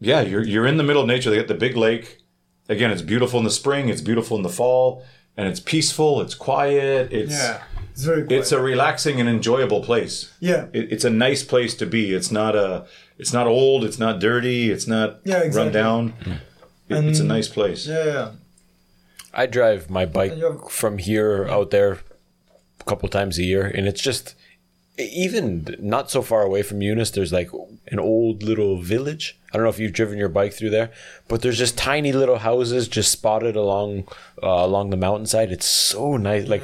S4: yeah, you're you're in the middle of nature. They got the big lake. Again, it's beautiful in the spring. It's beautiful in the fall, and it's peaceful. It's quiet. It's
S3: yeah, it's very. Cool.
S4: it's a relaxing and enjoyable place.
S3: yeah,
S4: It, it's a nice place to be. It's not a it's not old. It's not dirty. It's not
S3: Yeah, exactly.
S4: run down. It- it's a nice place.
S3: yeah, yeah.
S2: I drive my bike
S3: And you have-
S2: from here out there a couple times a year, and it's just even not so far away from Eunice. There's like an old little village. I don't know if you've driven your bike through there, but there's just tiny little houses just spotted along uh, along the mountainside. It's so nice, like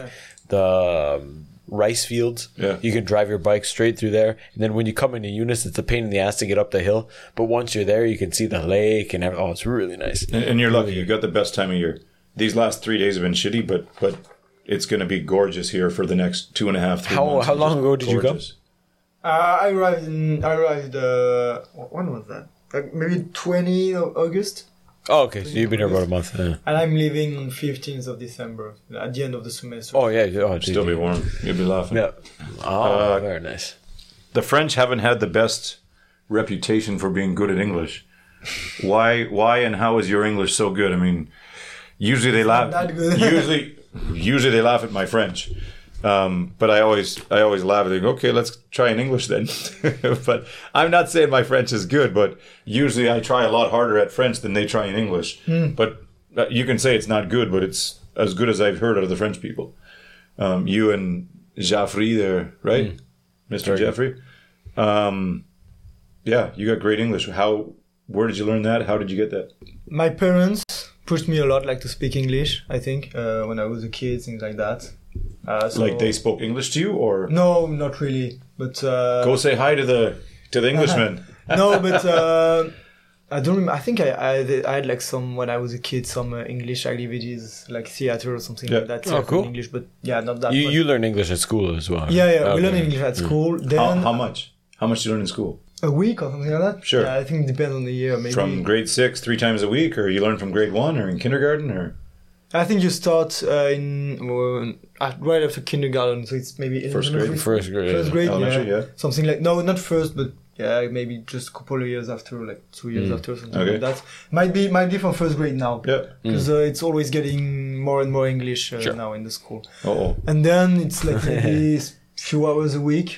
S2: the um, rice fields.
S4: Yeah.
S2: You can drive your bike straight through there. And then when you come into Eunice, it's a pain in the ass to get up the hill. But once you're there, you can see the lake and every, oh, it's really nice.
S4: And, and you're lucky. You got the best time of year. These last three days have been shitty, but but it's going to be gorgeous here for the next two and a half. Three
S2: How-
S4: months.
S2: how long
S4: Just
S2: ago did you go?
S4: gorgeous.
S3: Uh, I arrived in, I arrived, uh, wh- when was that? Like maybe 20 of August.
S2: Oh, okay. So you've been here about a month. yeah.
S3: And I'm leaving on 15th of December, at the end of the semester.
S2: Oh yeah. Oh, geez.
S4: Still be warm. You'll be laughing.
S2: Yeah. Oh,
S4: Uh,
S2: very nice.
S4: The French haven't had the best reputation for being good at English. Why? Why and how is your English so good? I mean, usually they laugh.
S3: that good.
S4: usually, usually they laugh at my French. Um, but I always, I always laugh. They go, "Okay, let's try in English then." [LAUGHS] but I'm not saying my French is good, but usually I try a lot harder at French than they try in English. But uh, you can say it's not good, but it's as good as I've heard out of the French people. Um, you and Jaffrey there, right, Mister Jeffrey? Um, yeah, you got great English. How? Where did you learn that? How did you get that?
S3: my parents pushed me a lot like to speak english i think uh, when i was a kid things like that uh, so-
S4: Like they spoke English to you, or
S3: no not really but uh,
S4: go say hi to the to the Englishman?
S3: [LAUGHS] no but uh, i don't remember i think I, I i had like some when i was a kid some uh, english activities like theater or something
S4: Yeah.
S3: like that
S2: Oh, cool.
S3: in english but yeah not that
S2: You
S3: much.
S2: you learn English at school as well.
S3: yeah yeah we
S2: Okay.
S3: learn english at school
S4: Mm. how,
S3: then
S4: how much? How much did you learn in school?
S3: a week or something like that
S4: Sure.
S3: yeah, i think it depends on the year maybe
S4: From grade six, three times a week, or you learn from grade one, or in kindergarten, or
S3: i think you start uh, in uh, at- right after kindergarten so it's maybe
S4: First grade.
S3: elementary
S2: First grade.
S3: First grade,
S4: Elementary,
S3: yeah.
S4: yeah.
S3: Something like no, not first, but yeah, maybe just a couple of years after, like two years after, something
S4: Hmm. Okay.
S3: like that. Might be might be from first grade now.
S4: yeah. Hmm.
S3: Because uh, it's always getting more and more English uh,
S2: Sure.
S3: now in the school,
S4: Oh,
S3: and then it's like
S4: [LAUGHS]
S3: maybe s- few hours a week,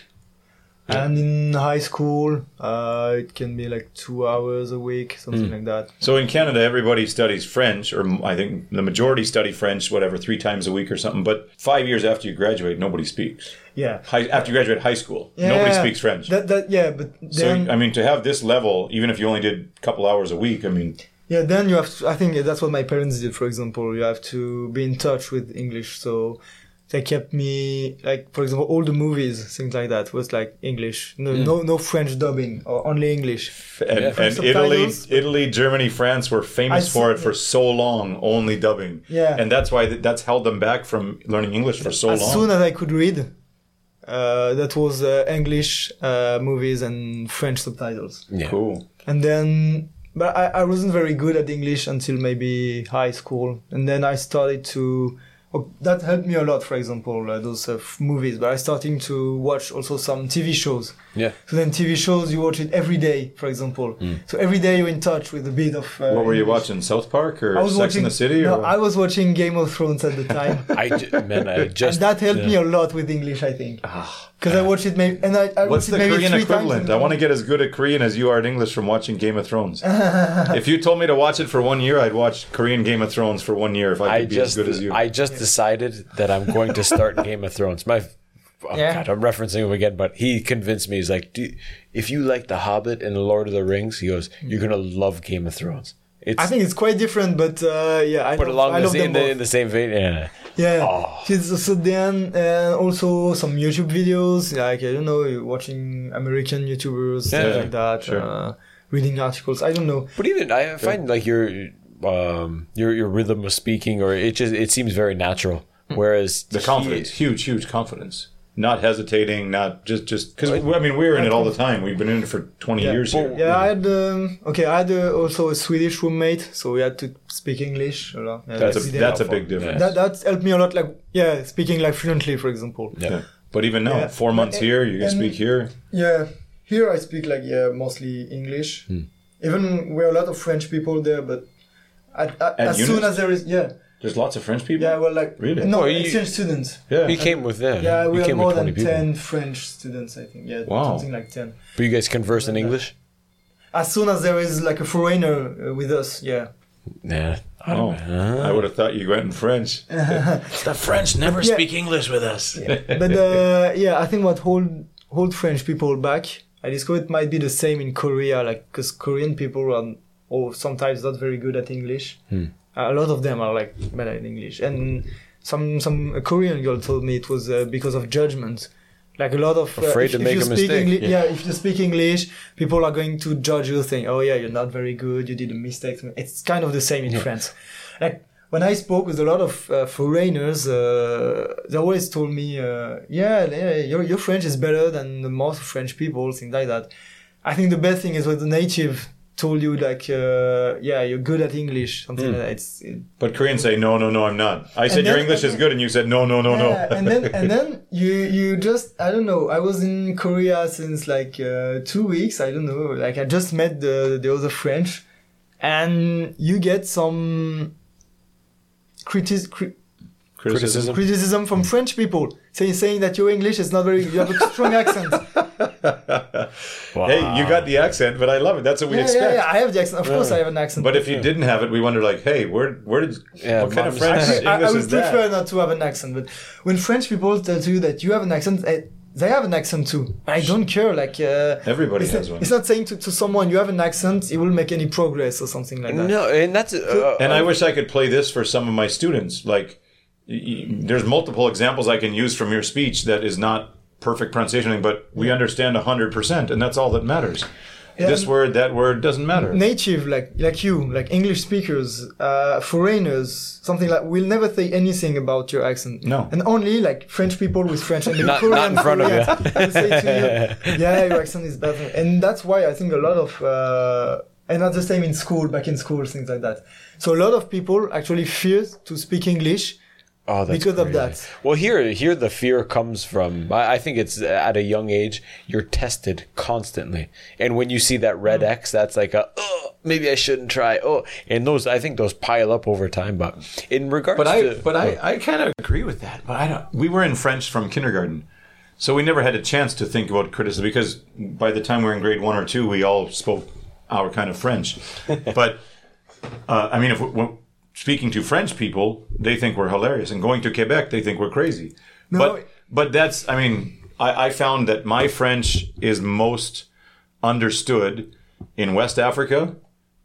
S3: and in high school uh, it can be like two hours a week,
S4: Hmm.
S3: something like that.
S4: so in Canada, everybody studies French, or m- I think the majority study French, whatever, three times a week or something. But five years after you graduate, nobody speaks.
S3: Yeah,
S4: High, after you graduate high school, nobody
S3: Yeah.
S4: speaks French.
S3: That that yeah, but
S4: so
S3: then
S4: I mean, to have this level, even if you only did a couple hours a week, I mean,
S3: Yeah, then you have. To, I think that's what my parents did. For example, you have to be in touch with English, so they kept me like, for example, all the movies, things like that, was like English.
S4: Hmm.
S3: No, no, no French dubbing or only English.
S4: and,
S2: Yeah.
S4: and Italy,
S3: Subtitles.
S4: Italy, Germany, France were famous
S3: I
S4: for
S3: see-
S4: it for so long, only dubbing.
S3: Yeah.
S4: and that's why th- that's held them back from learning English for so
S3: As
S4: long.
S3: soon as I could read, uh, that was uh, English uh, movies and French subtitles,
S2: Yeah.
S4: cool.
S3: and then. But I, I wasn't very good at English until maybe high school, and then I started to. Oh, that helped me a lot. For example, uh, those uh, f- movies. But I started to watch also some TV shows.
S2: Yeah.
S3: So then TV shows, you watch it every day, for example. So every day you're in touch with a bit of. Uh,
S4: Hmm. What were you
S3: English.
S4: watching? South Park or Sex in the City?
S3: no,
S4: or what?
S3: I was watching Game of Thrones at the
S4: [LAUGHS]
S3: time.
S2: I ju- man, I
S3: and
S2: just
S3: that helped
S2: yeah.
S3: me a lot with English, I think. Because I watched it maybe. And I, I
S4: Ah. What's
S3: watched
S4: the
S3: it maybe
S4: Korean
S3: three
S4: equivalent?
S3: Times
S4: I want to get as good at Korean as you are at English from watching Game
S3: [LAUGHS]
S4: of Thrones. if you told me to watch it for one year, I'd watch Korean Game of Thrones for one year if I could
S2: I
S4: be
S2: just
S4: as good as you.
S2: I just decided that I'm going to start Game of Thrones. My oh
S3: Yeah.
S2: God, I'm referencing him again, but he convinced me. He's like, Do you- if you like The Hobbit and The Lord of the Rings, he goes, you're gonna love Game of Thrones. It's
S3: I think it's quite different, but uh, yeah, I,
S2: but
S3: love-
S2: along
S3: I
S2: the,
S3: love
S2: sa- in,
S3: them
S2: the,
S3: both.
S2: in the same vein. Yeah,
S3: Yeah.
S2: Oh.
S3: She's- So then, uh, also some YouTube videos, like, I don't know, watching American YouTubers, things
S2: Yeah,
S3: like that,
S4: sure.
S3: uh, reading articles, I don't know.
S2: but even I find like your um your your rhythm of speaking or it just it seems very natural.
S3: Hmm.
S2: Whereas
S4: the confidence, huge, huge confidence. Not hesitating, not just just because I mean we're in it all the time. We've been in it for twenty years here.
S3: Yeah, I had um, okay. I had uh, also a Swedish roommate, so we had to speak English a lot. Yeah,
S4: that's a
S3: every day.
S4: that's a big difference.
S3: That that helped me a lot. Like yeah, speaking like fluently, for example.
S2: Yeah.
S4: Yeah. But even now,
S3: Yeah.
S4: four months
S3: And-
S4: here, you can
S3: and-
S4: speak here.
S3: Yeah, here I speak like yeah mostly English.
S4: Hmm.
S3: Even we're a lot of French people there, but at, at,
S4: At
S3: as
S4: Eunice?
S3: soon as there is yeah
S4: There's lots of French people.
S3: yeah well like
S4: Really?
S3: no
S2: Oh, you-
S3: exchange students.
S4: Yeah.
S2: He came with them.
S3: Yeah, we
S2: he
S3: are
S2: came
S3: more
S2: with
S3: than
S2: 20 people.
S3: ten French students, I think. Yeah,
S4: Wow.
S3: something like ten.
S2: But you guys converse in English?
S3: As soon as there is like a foreigner uh, with us, yeah,
S2: Yeah. I
S4: Oh,
S2: don't know.
S4: I would have thought you went in French.
S2: The French never
S3: Yeah.
S2: speak English with us.
S3: [LAUGHS] but uh, yeah, I think what hold hold French people back, I discovered it might be the same in Korea, like because Korean people are
S2: Hmm.
S3: or sometimes not very good at English. A lot of them are like bad at English, and some some a Korean girl told me it was uh, because of judgment. Like a lot of uh,
S2: Afraid
S3: if,
S2: to
S3: if
S2: make
S3: you
S2: a
S3: speak
S2: mistake,
S3: Engli-
S2: yeah.
S3: yeah. if you speak English, people are going to judge you, think, oh yeah, you're not very good, you did a mistake. It's kind of the same in France. Like when I spoke with a lot of uh, foreigners, uh, they always told me, uh, yeah, yeah, your your French is better than the most French people, things like that. I think the best thing is when the native told you like, uh, yeah, you're good at English, something like that. It's it,
S4: But Koreans say, no, no, no, I'm not. I said, your
S3: then-
S4: English is good, and you said, no, no, no,
S3: yeah,
S4: no.
S3: and
S4: [LAUGHS]
S3: then and then you you just I don't know. I was in Korea since like uh, two weeks. I don't know. Like I just met the the other French, and you get some critis- cri-
S2: Criticism.
S3: criticism from French people saying saying that your English is not very. You have a strong accent.
S4: Hey, you got the accent, but I love it. That's what we
S3: yeah,
S4: expect.
S3: yeah, yeah. I have the accent. Of course, I have an accent.
S4: But if you didn't have it, we wonder like, hey, where where did
S2: Yeah,
S4: what kind of
S2: mom's-
S4: French
S2: I-
S3: I, I
S4: English is
S3: would
S4: that?
S3: prefer not to have an accent, but when French people tell you that you have an accent, eh, they have an accent too. I don't care. Like uh,
S4: Everybody
S3: it's
S4: has
S3: not,
S4: one.
S3: It's not saying to, to someone you have an accent, it will make any progress or something like that.
S2: No, and that's uh,
S4: And I wish I could play this for some of my students. Like, y- y- there's multiple examples I can use from your speech that is not perfect pronunciation, but we understand 100%, and that's all that matters. This word, that word doesn't matter.
S3: Native, like like you, like English speakers, uh, foreigners, something like will never say anything about your accent.
S4: No.
S3: and only like French people with French and
S2: [LAUGHS] Not- not in front of you.
S3: [LAUGHS] will say to
S2: [LAUGHS]
S3: you, yeah, your accent is better, and that's why I think a lot of uh, and not the same in school, back in school, things like that. So a lot of people actually fear to speak English
S2: Oh, that's
S3: because of
S2: crazy.
S3: that.
S2: Well, here, here the fear comes from. I, I think it's at a young age you're tested constantly, and when you see that red
S3: Hmm.
S2: X, that's like a oh, maybe I shouldn't try. Oh, and those I think those pile up over time. But in regards
S4: But I,
S2: to,
S4: but I, I kind of agree with that. But I don't. We were in French from kindergarten, so we never had a chance to think about criticism because by the time we were in grade one or two, we all spoke our kind of French. but uh, I mean, if we, when speaking to French people, they think we're hilarious, and going to Quebec, they think we're crazy. but but that's I mean, I, I found that my French is most understood in West Africa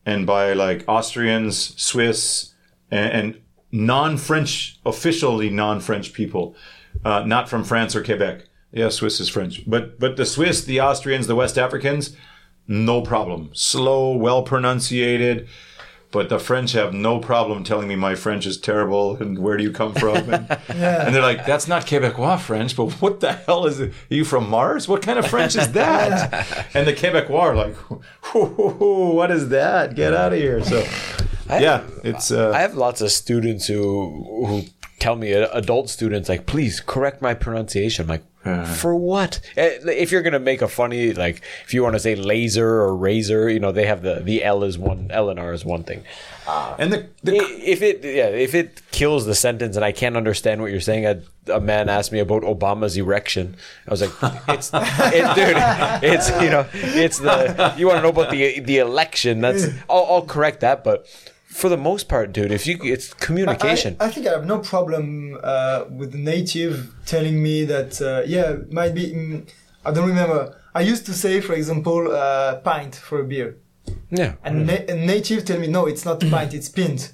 S4: and by like Austrians, Swiss, and, and non-French, officially non-French people, uh, not from France or Quebec. Yeah, Swiss is French, but but the Swiss, the Austrians, the West Africans, no problem. Slow, well pronunciated. But the French have no problem telling me my French is terrible and where do you come from?
S3: [LAUGHS]
S4: And, and they're like, that's not Quebecois French, but what the hell is it? Are you from Mars? What kind of French is
S3: [LAUGHS]
S4: that? and the Quebecois are like, "Whoa, whoa, whoa, what is that? Get out of here. So, yeah, it's. Uh,
S2: I have lots of students who who tell me uh, adult students like please correct my pronunciation I'm like for what Eh, if you're gonna make a funny like if you want to say laser or razor you know they have the the l is one l and r is one thing
S4: and the, the
S2: I- if it yeah if it kills the sentence and I can't understand what you're saying, a, a man asked me about Obama's erection. I was like, it's it, dude, it's you know, it's the you want to know about the the election. That's I'll, I'll correct that, but for the most part, dude, if you it's communication.
S3: I, I think I have no problem uh, with the native telling me that uh, yeah might be mm, I don't remember. I used to say, for example, uh, pint for a beer,
S2: yeah,
S3: and na- a native tell me no, it's
S2: [CLEARS THROAT]
S3: not pint, it's pint,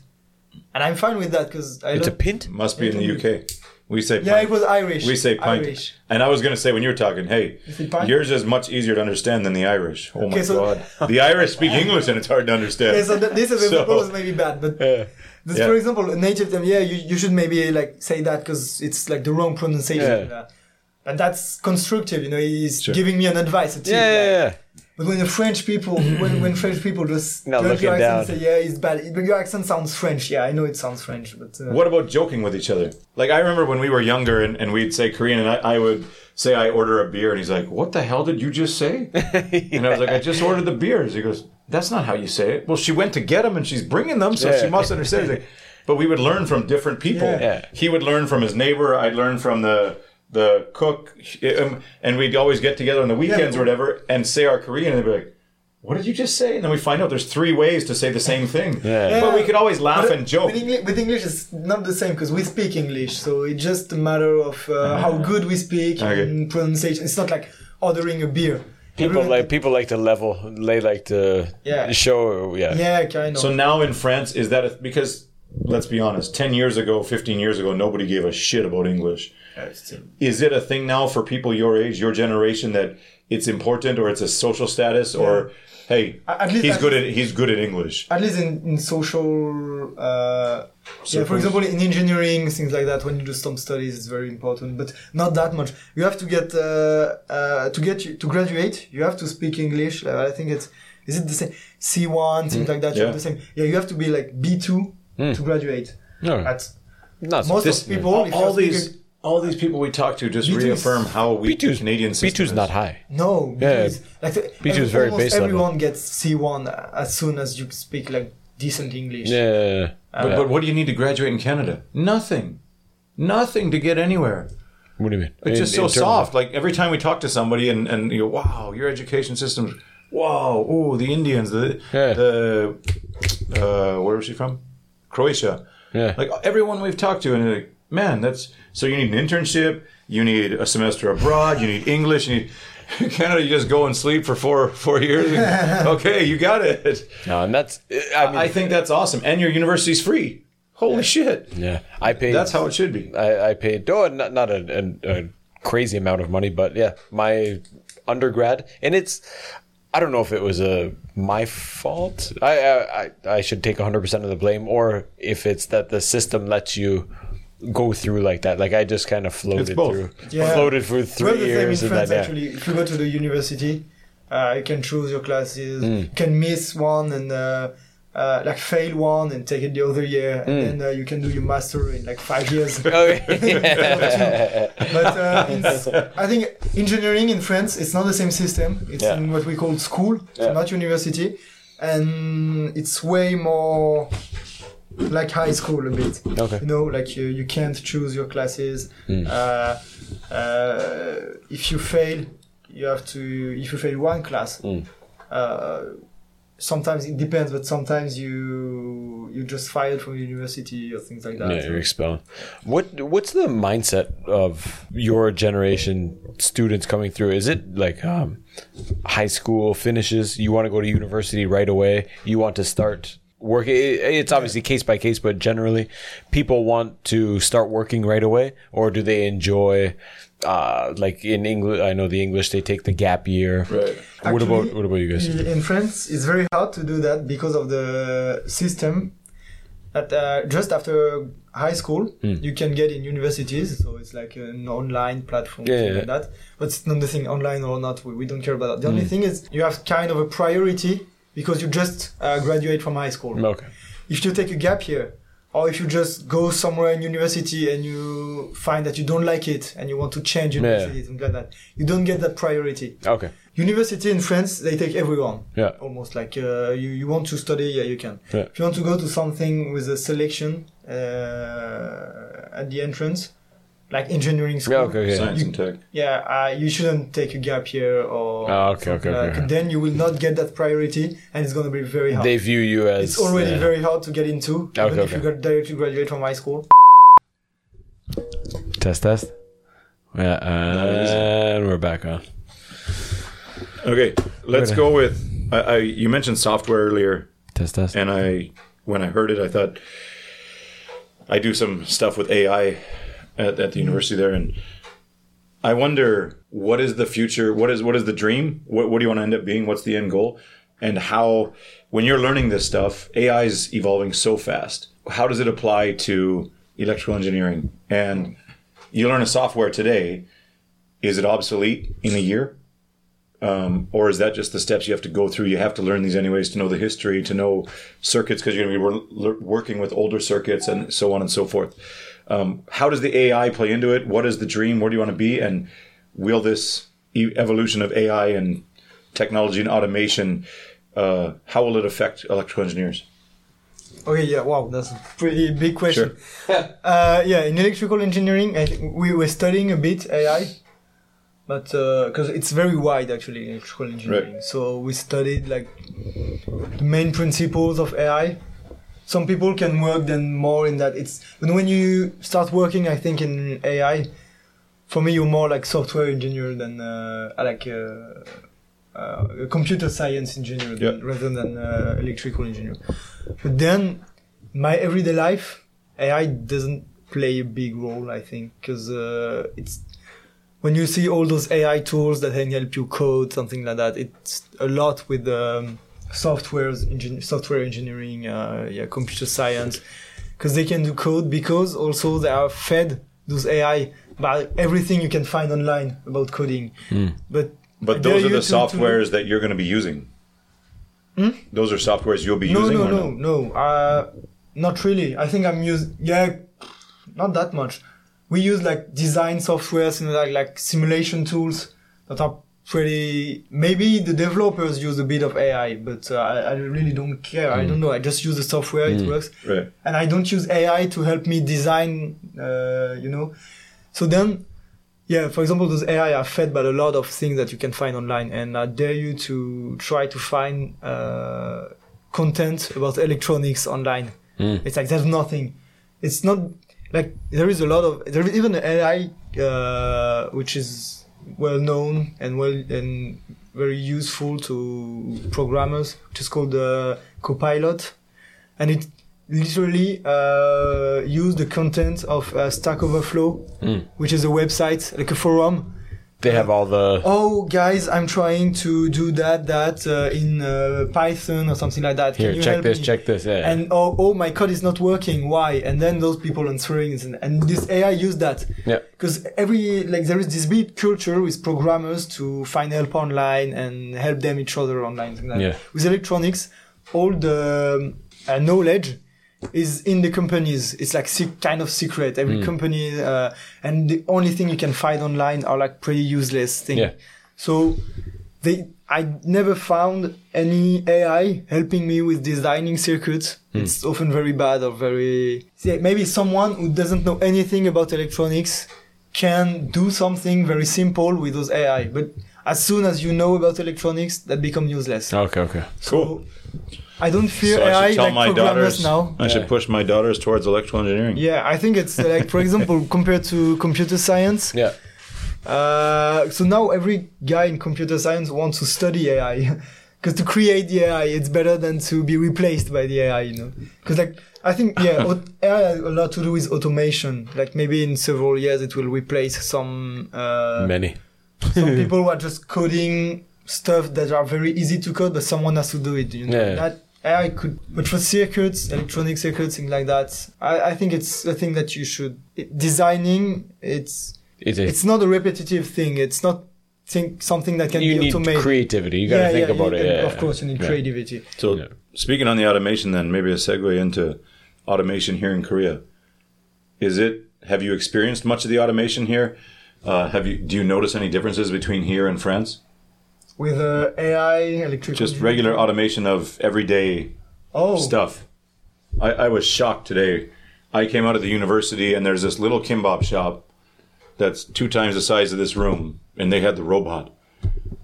S3: and I'm fine with that because I
S2: it's a
S3: don't-
S2: pint.
S4: must be in the UK. We say
S3: Yeah,
S4: pint.
S3: it was Irish.
S4: We say pint.
S3: Irish.
S4: And I was going to say when you were talking, hey,
S3: it pint?
S4: yours is much easier to understand than the Irish. Oh my
S3: Okay, so-
S4: God. The Irish speak English and it's hard to understand.
S3: Yeah, so th-
S4: [LAUGHS]
S3: this is
S4: So-
S3: so, maybe bad, but this,
S4: Yeah.
S3: for example, a native term, yeah, you, you should maybe like say that because it's like the wrong pronunciation.
S2: Yeah.
S3: Uh, and that's constructive, you know. He's giving me an advice. A tip,
S2: Yeah, yeah,
S3: like,
S2: yeah.
S3: But when the French people, when,
S4: [CLEARS THROAT]
S3: when French people just
S2: Now
S3: judge your
S2: looking
S3: accent
S2: down.
S3: and say, yeah, it's bad. But your accent sounds French. Yeah, I know it sounds French, but uh,
S4: What about joking with each other? Like I remember when we were younger and, and we'd say Korean and I, I would say I order a beer and he's like, What the hell did you just
S2: [LAUGHS]
S4: say? And I was like, I just ordered the beers. He goes, That's not how you say it. Well, she went to get them and she's bringing them, so she
S2: Yeah.
S4: must understand. He's like, but we would learn from different people.
S3: Yeah.
S2: Yeah.
S4: He would learn from his neighbor. I'd learn from the the cook, um, and we'd always get together on the weekends or whatever and say our Korean, and they'd be like. What did you just say? And then we find out there's three ways to say the same thing.
S2: Yeah.
S4: But we could always laugh
S3: But
S4: and joke.
S3: With English, with English, it's not the same because we speak English, so it's just a matter of uh, how good we speak
S4: Ah. Okay.
S3: and pronunciation. It's not like ordering a beer.
S2: People
S3: Everyone-
S2: like people like to level. They like to
S3: Yeah.
S2: show. Yeah,
S3: yeah, kind of.
S4: So now in France, is that a, because let's be honest, 10 years ago, 15 years ago, nobody gave a shit about English. Is it a thing now for people your age, your generation, that it's important or it's a social status or, hey,
S3: A- at least
S4: he's
S3: I-
S4: good at he's good at English?
S3: at least in, in social uh, yeah,
S4: Circles.
S3: for example in engineering things like that when you do some studies it's very important but not that much you have to get uh, uh, to get you- to graduate you have to speak english uh, i think it's is it the same c1
S2: Mm-hmm.
S3: things like that you
S4: Yeah.
S3: have the same yeah you have to be like b2
S2: Mm.
S3: to graduate
S2: No.
S3: at
S2: Not
S3: most
S2: this-
S3: of people if
S4: all
S3: you're
S4: these
S3: speaking-
S4: all these people we talk to just
S3: B2's
S4: reaffirm how weak the
S2: B2's
S4: Canadian system
S2: B2's
S4: is.
S2: not high.
S3: no
S2: Yeah,
S3: because, like, the-
S2: B2 is very
S3: almost
S2: base level.
S3: everyone gets c1 as soon as you speak like decent english
S2: Yeah.
S4: But, but what do you need to graduate in Canada? Nothing, nothing to get anywhere.
S2: What do you mean?
S4: It's
S2: In-
S4: just
S2: in
S4: so
S2: terms of-
S4: soft. Like every time we talk to somebody, and and you go, wow, your education system's wow. Oh, the Indians, the
S2: Yeah.
S4: the uh, where was she from? Croatia.
S2: Yeah.
S4: Like everyone we've talked to, and they're like, man, that's so. You need an internship. You need a semester abroad. You need English. You need. [LAUGHS] Canada, you just go and sleep for four four years.
S2: [LAUGHS]
S4: and- okay, you got it.
S2: No, and that's. I mean,
S4: I think that's awesome, and your university's free. Holy shit!
S2: yeah. I paid.
S4: That's how it should be.
S2: I, I paid oh not not a, an a crazy amount of money, but yeah, my undergrad, and it's I don't know if it was a my fault. I I, I- I should take hundred percent of the blame, or if it's that the system lets you go through like that. Like I just kind of floated
S4: both.
S2: through,
S3: Yeah.
S2: floated for
S3: Well,
S2: three
S3: the same
S2: years,
S3: in
S2: and
S3: France,
S2: that yeah.
S3: actually, if you go to the university, uh, you can choose your classes,
S2: Hmm.
S3: you can miss one and uh, uh, like fail one and take it the other year,
S2: Hmm.
S3: and then uh, you can do your master in like five
S2: [LAUGHS]
S3: years. but
S2: Oh,
S3: [LAUGHS]
S2: yeah. [LAUGHS]
S3: uh, in- I think engineering in France, it's not the same system. It's
S2: Yeah.
S3: in what we call school, so
S2: Yeah.
S3: not university, and it's way more like high school a bit.
S2: Okay. Hmm.
S3: You know, like you, you can't choose your classes. Uh, uh, if you fail, you have to. If you fail one class,
S2: Hmm.
S3: uh, sometimes it depends, but sometimes you you just fired from university or things like that.
S2: Yeah, you're expelling. What What's the mindset of your generation students coming through? Is it like um, high school finishes? You want to go to university right away? You want to start working? It's obviously case by case, but generally, people want to start working right away, or do they enjoy? Uh, like in English, I know the English they take the gap year. Right. What about
S3: Actually,
S2: What about you guys?
S3: i- In France, it's very hard to do that because of the system that uh, just after high school
S2: Hmm.
S3: you can get in universities. So it's like an online platform
S2: Yeah,
S3: something
S2: yeah,
S3: like that. But it's not the thing online or not. We, we don't care about that. The
S2: Hmm.
S3: only thing is you have kind of a priority because you just uh, graduate from high school
S2: Okay.
S3: if you take a gap year or if you just go somewhere in university and you find that you don't like it and you want to change university something like that you don't get that priority
S2: Okay.
S3: university in france they take everyone
S2: Yeah.
S3: almost like uh, you, you want to study yeah you can
S2: Yeah.
S3: if you want to go to something with a selection uh, at the entrance like engineering school
S2: Yeah. Okay. Yeah.
S4: Science and tech.
S3: yeah, uh, you shouldn't take a gap year or
S2: Ah, okay,
S3: something
S2: okay,
S3: like
S2: okay.
S3: then you will not get that priority and it's going to be very hard
S2: They view you as
S3: it's already
S2: yeah.
S3: very hard to get into even
S2: Okay,
S3: if you
S2: okay.
S3: got directly graduate from high school
S2: Test test. Yeah, uh, and we're back on.
S4: Okay, let's go with. I, I you mentioned software earlier,
S2: Test test.
S4: and I when I heard it, I thought I do some stuff with AI at, at the university there, and I wonder what is the future? What is what is the dream? What what do you want to end up being? What's the end goal? And how when you're learning this stuff, AI is evolving so fast. How does it apply to electrical engineering? And you learn a software today, is it obsolete in a year? Um, or is that just the steps you have to go through? You have to learn these anyways to know the history, to know circuits, because you're going to be wor- working with older circuits and so on and so forth. Um, how does the AI play into it? What is the dream? Where do you want to be? And will this e- evolution of AI and technology and automation, uh, how will it affect electrical engineers?
S3: okay yeah wow that's a pretty big question uh, yeah in electrical engineering I think we were studying a bit ai but because it's very wide actually in electrical engineering so we studied like the main principles of ai some people can work then more in that it's but when you start working i think in ai for me you're more like software engineer than uh, like uh, uh, computer science engineer than,
S4: Yeah.
S3: rather than uh, electrical engineer but then my everyday life, AI doesn't play a big role, I think, because uh, it's when you see all those AI tools that can help you code something like that. It's a lot with um, softwares, engin- software engineering, uh, yeah, computer science, because they can do code because also they are fed those AI by everything you can find online about coding. But
S4: But
S3: they're
S4: those are the
S3: used to- to-
S4: softwares that you're going to be using. Those are softwares you'll be
S3: Hmm? no,
S4: using.
S3: no,
S4: or
S3: no,
S4: no,
S3: no. Uh, not really. I think I'm using yeah, not that much. We use like design softwares and like like simulation tools that are pretty. Maybe the developers use a bit of AI, but uh, I, I really don't care. I don't know. I just use the software. It works,
S4: Hmm. Right.
S3: and I don't use AI to help me design. Uh, you know, so then yeah, for example, those AI are fed by a lot of things that you can find online, and I dare you to try to find uh, content about electronics online. It's like there's nothing. It's not like there is a lot of there is even an AI uh, which is well known and well and very useful to programmers, which is called uh, Copilot, and it literally uh, use the content of uh, Stack Overflow,
S2: Mm.
S3: which is a website like a forum.
S2: They have all the.
S3: Oh, guys, I'm trying to do that that uh, in uh, Python or something like that. Can
S2: Here,
S3: you
S2: check
S3: help
S2: this,
S3: me?
S2: check this, yeah.
S3: And oh, oh, my code is not working. Why? And then those people answering, is- and this AI used that.
S2: Yeah.
S3: Because every like there is this big culture with programmers to find help online and help them each other online. something like that.
S2: Yeah.
S3: With electronics, all the um, uh, knowledge is in the companies. It's like sec- kind of secret. Every company uh, and the only thing you can find online are like pretty useless things.
S2: Yeah.
S3: So they, I never found any AI helping me with designing circuits. It's often very bad or very See, maybe someone who doesn't know anything about electronics can do something very simple with those AI. But as soon as you know about electronics, that becomes useless.
S2: Oh. Okay, okay.
S4: Cool.
S3: I don't fear
S4: So I
S3: AI
S4: should tell
S3: like
S4: my
S3: programmers
S4: daughters.
S3: now.
S4: I should push my daughters towards electrical engineering.
S3: Yeah, I think it's like, for
S4: [LAUGHS]
S3: example, compared to computer science,
S2: Yeah.
S3: Uh, so now every guy in computer science wants to study [LAUGHS] AI. Because to create the AI, it's better than to be replaced by the AI, you know. Because like I think yeah,
S4: [LAUGHS]
S3: aut- AI has a lot to do with automation. Like maybe in several years it will replace some uh,
S2: Many. [LAUGHS]
S3: some people who are just coding stuff that are very easy to code, but someone has to do it. You know,
S2: Yeah.
S3: that AI could. But for circuits, electronic circuits, things like that, I, I think it's a thing that you should it- designing. It's
S2: It's a-
S3: it's not a repetitive thing. It's not think something that can
S2: you
S3: be
S2: need
S3: automated.
S2: creativity. You got to think about
S3: you
S2: it.
S3: can-
S2: yeah.
S3: Of course, you need
S2: Yeah.
S3: creativity.
S4: So
S2: Yeah.
S4: speaking on the automation, then maybe a segue into automation here in Korea. Is it? Have you experienced much of the automation here? Uh, have you? Do you notice any differences between here and France?
S3: With uh, AI, electric,
S4: Just regular automation of everyday
S3: oh,
S4: stuff. I, I was shocked today. I came out of the university and there's this little kimbap shop that's two times the size of this room, and they had the robot.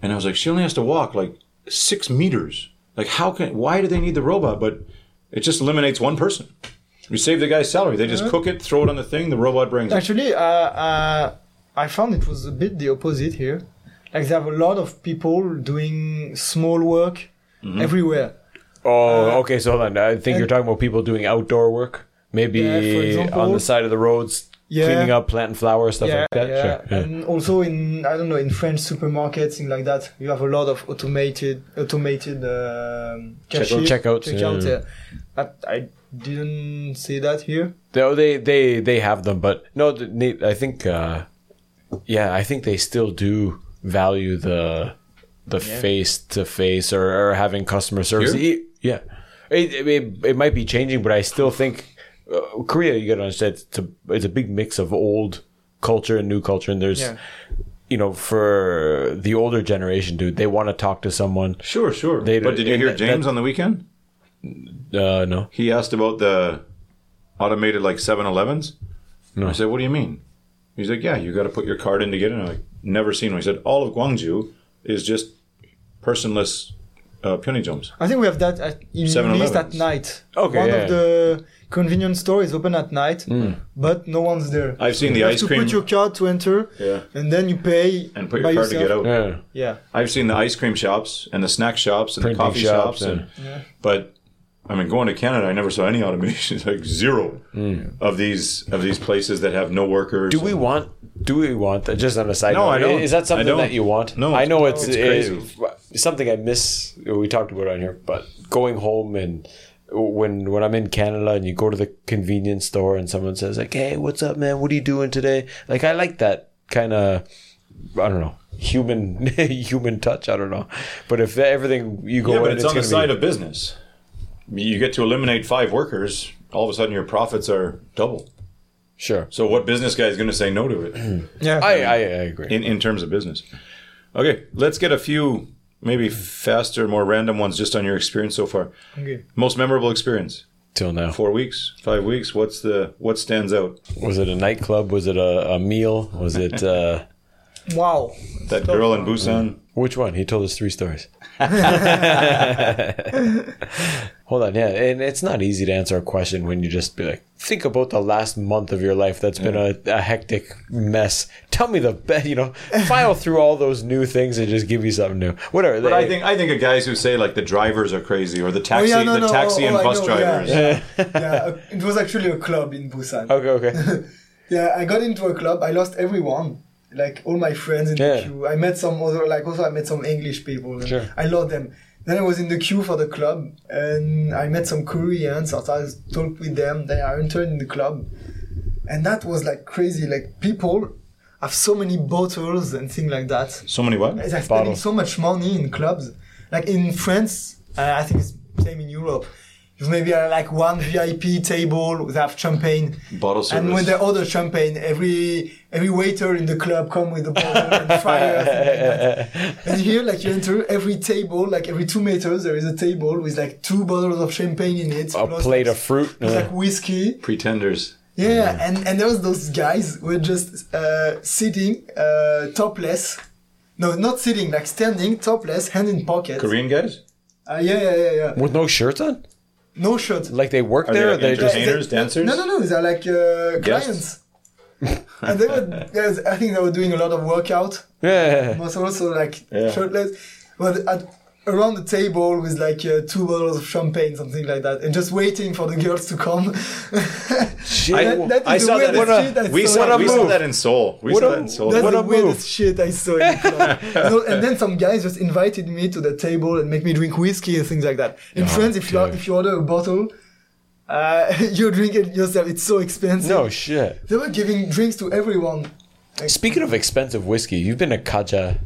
S4: And I was like, she only has to walk like six meters. Like, how can? Why do they need the robot? But it just eliminates one person. We save the guy's salary. They just cook it, throw it on the thing. The robot brings it.
S3: Actually, uh, uh, I found it was a bit the opposite here. Like they have a lot of people doing small work
S2: Mm-hmm.
S3: everywhere.
S2: Oh, okay. So hold on. I think you're
S3: uh, and-
S2: talking about people doing outdoor work, maybe
S3: Yeah, for example.
S2: on the side of the roads,
S3: Yeah.
S2: cleaning up, planting flowers, stuff
S3: Yeah,
S2: like that.
S3: yeah.
S2: Sure. Yeah.
S3: And also in I don't know in French supermarkets, things like that. You have a lot of automated automated um, cashier
S2: checkouts,
S3: Checkout,
S2: yeah.
S3: yeah. That I didn't see that here.
S2: No, they they they have them, but no, th- they- I think uh, yeah, I think they still do value the the face to face or or having customer service.
S4: Here?
S2: E- Yeah, it, it it might be changing, but I still think uh, Korea. You got to understand it's a it's a big mix of old culture and new culture, and there's.
S3: Yeah.
S2: You know, for the older generation, dude, they want to talk to someone.
S4: Sure, sure.
S2: They-
S4: but did you
S2: and
S4: hear
S2: that-
S4: James on the weekend?
S2: Uh, no,
S4: He asked about the automated like 7-Elevens. I said, "What do you mean?" He's like, "Yeah, you got to put your card in to get in." I'm like, "Never seen one." He said, "All of Guangzhou is just personless uh, pyongyans."
S3: I think we have that at, in
S4: 7-Elevens.
S3: least at night.
S2: Okay,
S3: One
S2: yeah.
S3: of the convenience store is open at night, but no one's there.
S4: Hmm. I've seen the
S3: you have
S4: ice
S3: to
S4: cream
S3: put your card to enter,
S4: Yeah.
S3: and then you pay
S4: and put
S3: by
S4: your card to get
S3: yourself.
S4: out.
S2: yeah,
S3: Yeah,
S4: I've seen the ice cream shops and the snack shops and
S2: Printing
S4: the coffee
S2: shops
S4: shops,
S2: and-
S4: and but I mean, going to Canada, I never saw any [LAUGHS] automation. It's like zero
S2: Hmm.
S4: of these of these places that have no workers.
S2: Do we want? Do we want that? Just on a side
S4: No,
S2: note,
S4: I don't.
S2: Is that something
S4: I don't.
S2: that you want?
S4: No,
S2: I know it's,
S4: it's
S2: uh, something I miss. uh, We talked about it on here, but going home and when when I'm in Canada and you go to the convenience store and someone says like, "Hey, what's up, man? What are you doing today?" Like I like that kind of. I don't know human [LAUGHS] human touch. I don't know, but if everything you go in,
S4: Yeah, but it's, on the
S2: gonna
S4: side
S2: be-
S4: of business. You get to eliminate five workers, all of a sudden your profits are double.
S2: sure.
S4: So what business guy is going to say no
S3: [CLEARS THROAT]
S4: to it
S3: Yeah.
S2: I I, I agree.
S4: in, in terms of business? Okay, let's get a few maybe faster, more random ones just on your experience so far.
S3: okay.
S4: Most memorable experience?
S2: Till now,
S4: Four weeks, five weeks. What's the what stands out?
S2: was it a nightclub? Was it a, a meal? Was it? Uh,
S3: Wow.
S4: That girl in Busan.
S2: Which one? He told us three
S4: [LAUGHS]
S2: stories. [LAUGHS] Hold on, yeah, and it's not easy to answer a question when you just be like, think about the last month of your life that's been a, a hectic mess. Tell me the best, you know,
S4: [LAUGHS]
S2: file through all those new things and just give me something new. Whatever.
S4: But I think I think of guys who say like the drivers are crazy or the
S3: Oh,
S4: taxi
S3: yeah, no,
S4: the
S3: no.
S4: taxi
S3: oh,
S4: and
S3: oh, I
S4: bus
S3: know,
S4: drivers.
S3: Yeah, yeah. It was actually a club in Busan.
S2: [LAUGHS] Okay,
S4: [LAUGHS]
S2: okay.
S3: Yeah, I got into a club. I lost everyone, like all my friends in
S2: Yeah.
S3: the queue. I met some other, like also I met some English people. and
S2: Sure.
S3: I lost them. Then I was in the queue for the club, and I met some Koreans. I started to talk with them. Then I entered in the club, and that was like crazy. Like people have so many bottles and things like that.
S4: So many what?
S3: They're
S2: Bottle.
S3: spending so much money in clubs. Like in France, uh, I think it's same in Europe. You maybe are like one VIP table, they have champagne.
S4: Bottle service.
S3: And when they order champagne, every every waiter in the club come with a bottle and fire.
S2: [LAUGHS]
S3: things like that. and here, like you enter every table, like every two meters, there is a table with like two bottles of champagne in it.
S2: A
S3: plus
S2: plate
S3: like-
S2: of fruit.
S3: plus,
S2: uh, [LAUGHS]
S3: like whiskey.
S4: Pretenders.
S3: Yeah, and and there was those guys who were just uh, sitting uh, topless. No, not sitting, like standing topless, hand in pocket.
S4: Korean guys?
S3: Uh, yeah, yeah, yeah, yeah.
S2: with no shirts on?
S3: No shirt.
S2: Like they work
S4: Are they,
S2: there?
S4: like,
S2: or they just.
S4: entertainers,
S3: They-
S4: dancers?
S3: No, no, no. They're like uh, clients. and they
S4: [LAUGHS]
S3: were, yes, I think they were doing a lot of workout.
S2: Yeah.
S3: Was also like
S4: Yeah.
S3: shirtless. But at, around the table with like uh, two bottles of champagne, something like that, and just waiting for the girls to come. [LAUGHS]
S2: I-
S4: I saw that uh,
S3: weirdest
S2: in-
S3: shit I
S4: We
S3: saw
S4: saw,
S2: What a
S4: we saw
S2: move.
S4: that in Seoul. We
S2: What
S4: saw
S2: a-
S4: that in Seoul.
S3: That's
S2: What
S3: the
S2: a
S3: weirdest shit I saw.
S2: [LAUGHS]
S3: In club. So- and then some guys just invited me to the table and make me drink whiskey and things like that. In France, if you
S2: dude.
S3: if you order a bottle, uh, [LAUGHS] you drink it yourself. It's so expensive.
S2: No shit.
S3: they were giving drinks to everyone,
S2: Speaking of expensive whiskey, you've been to Kaja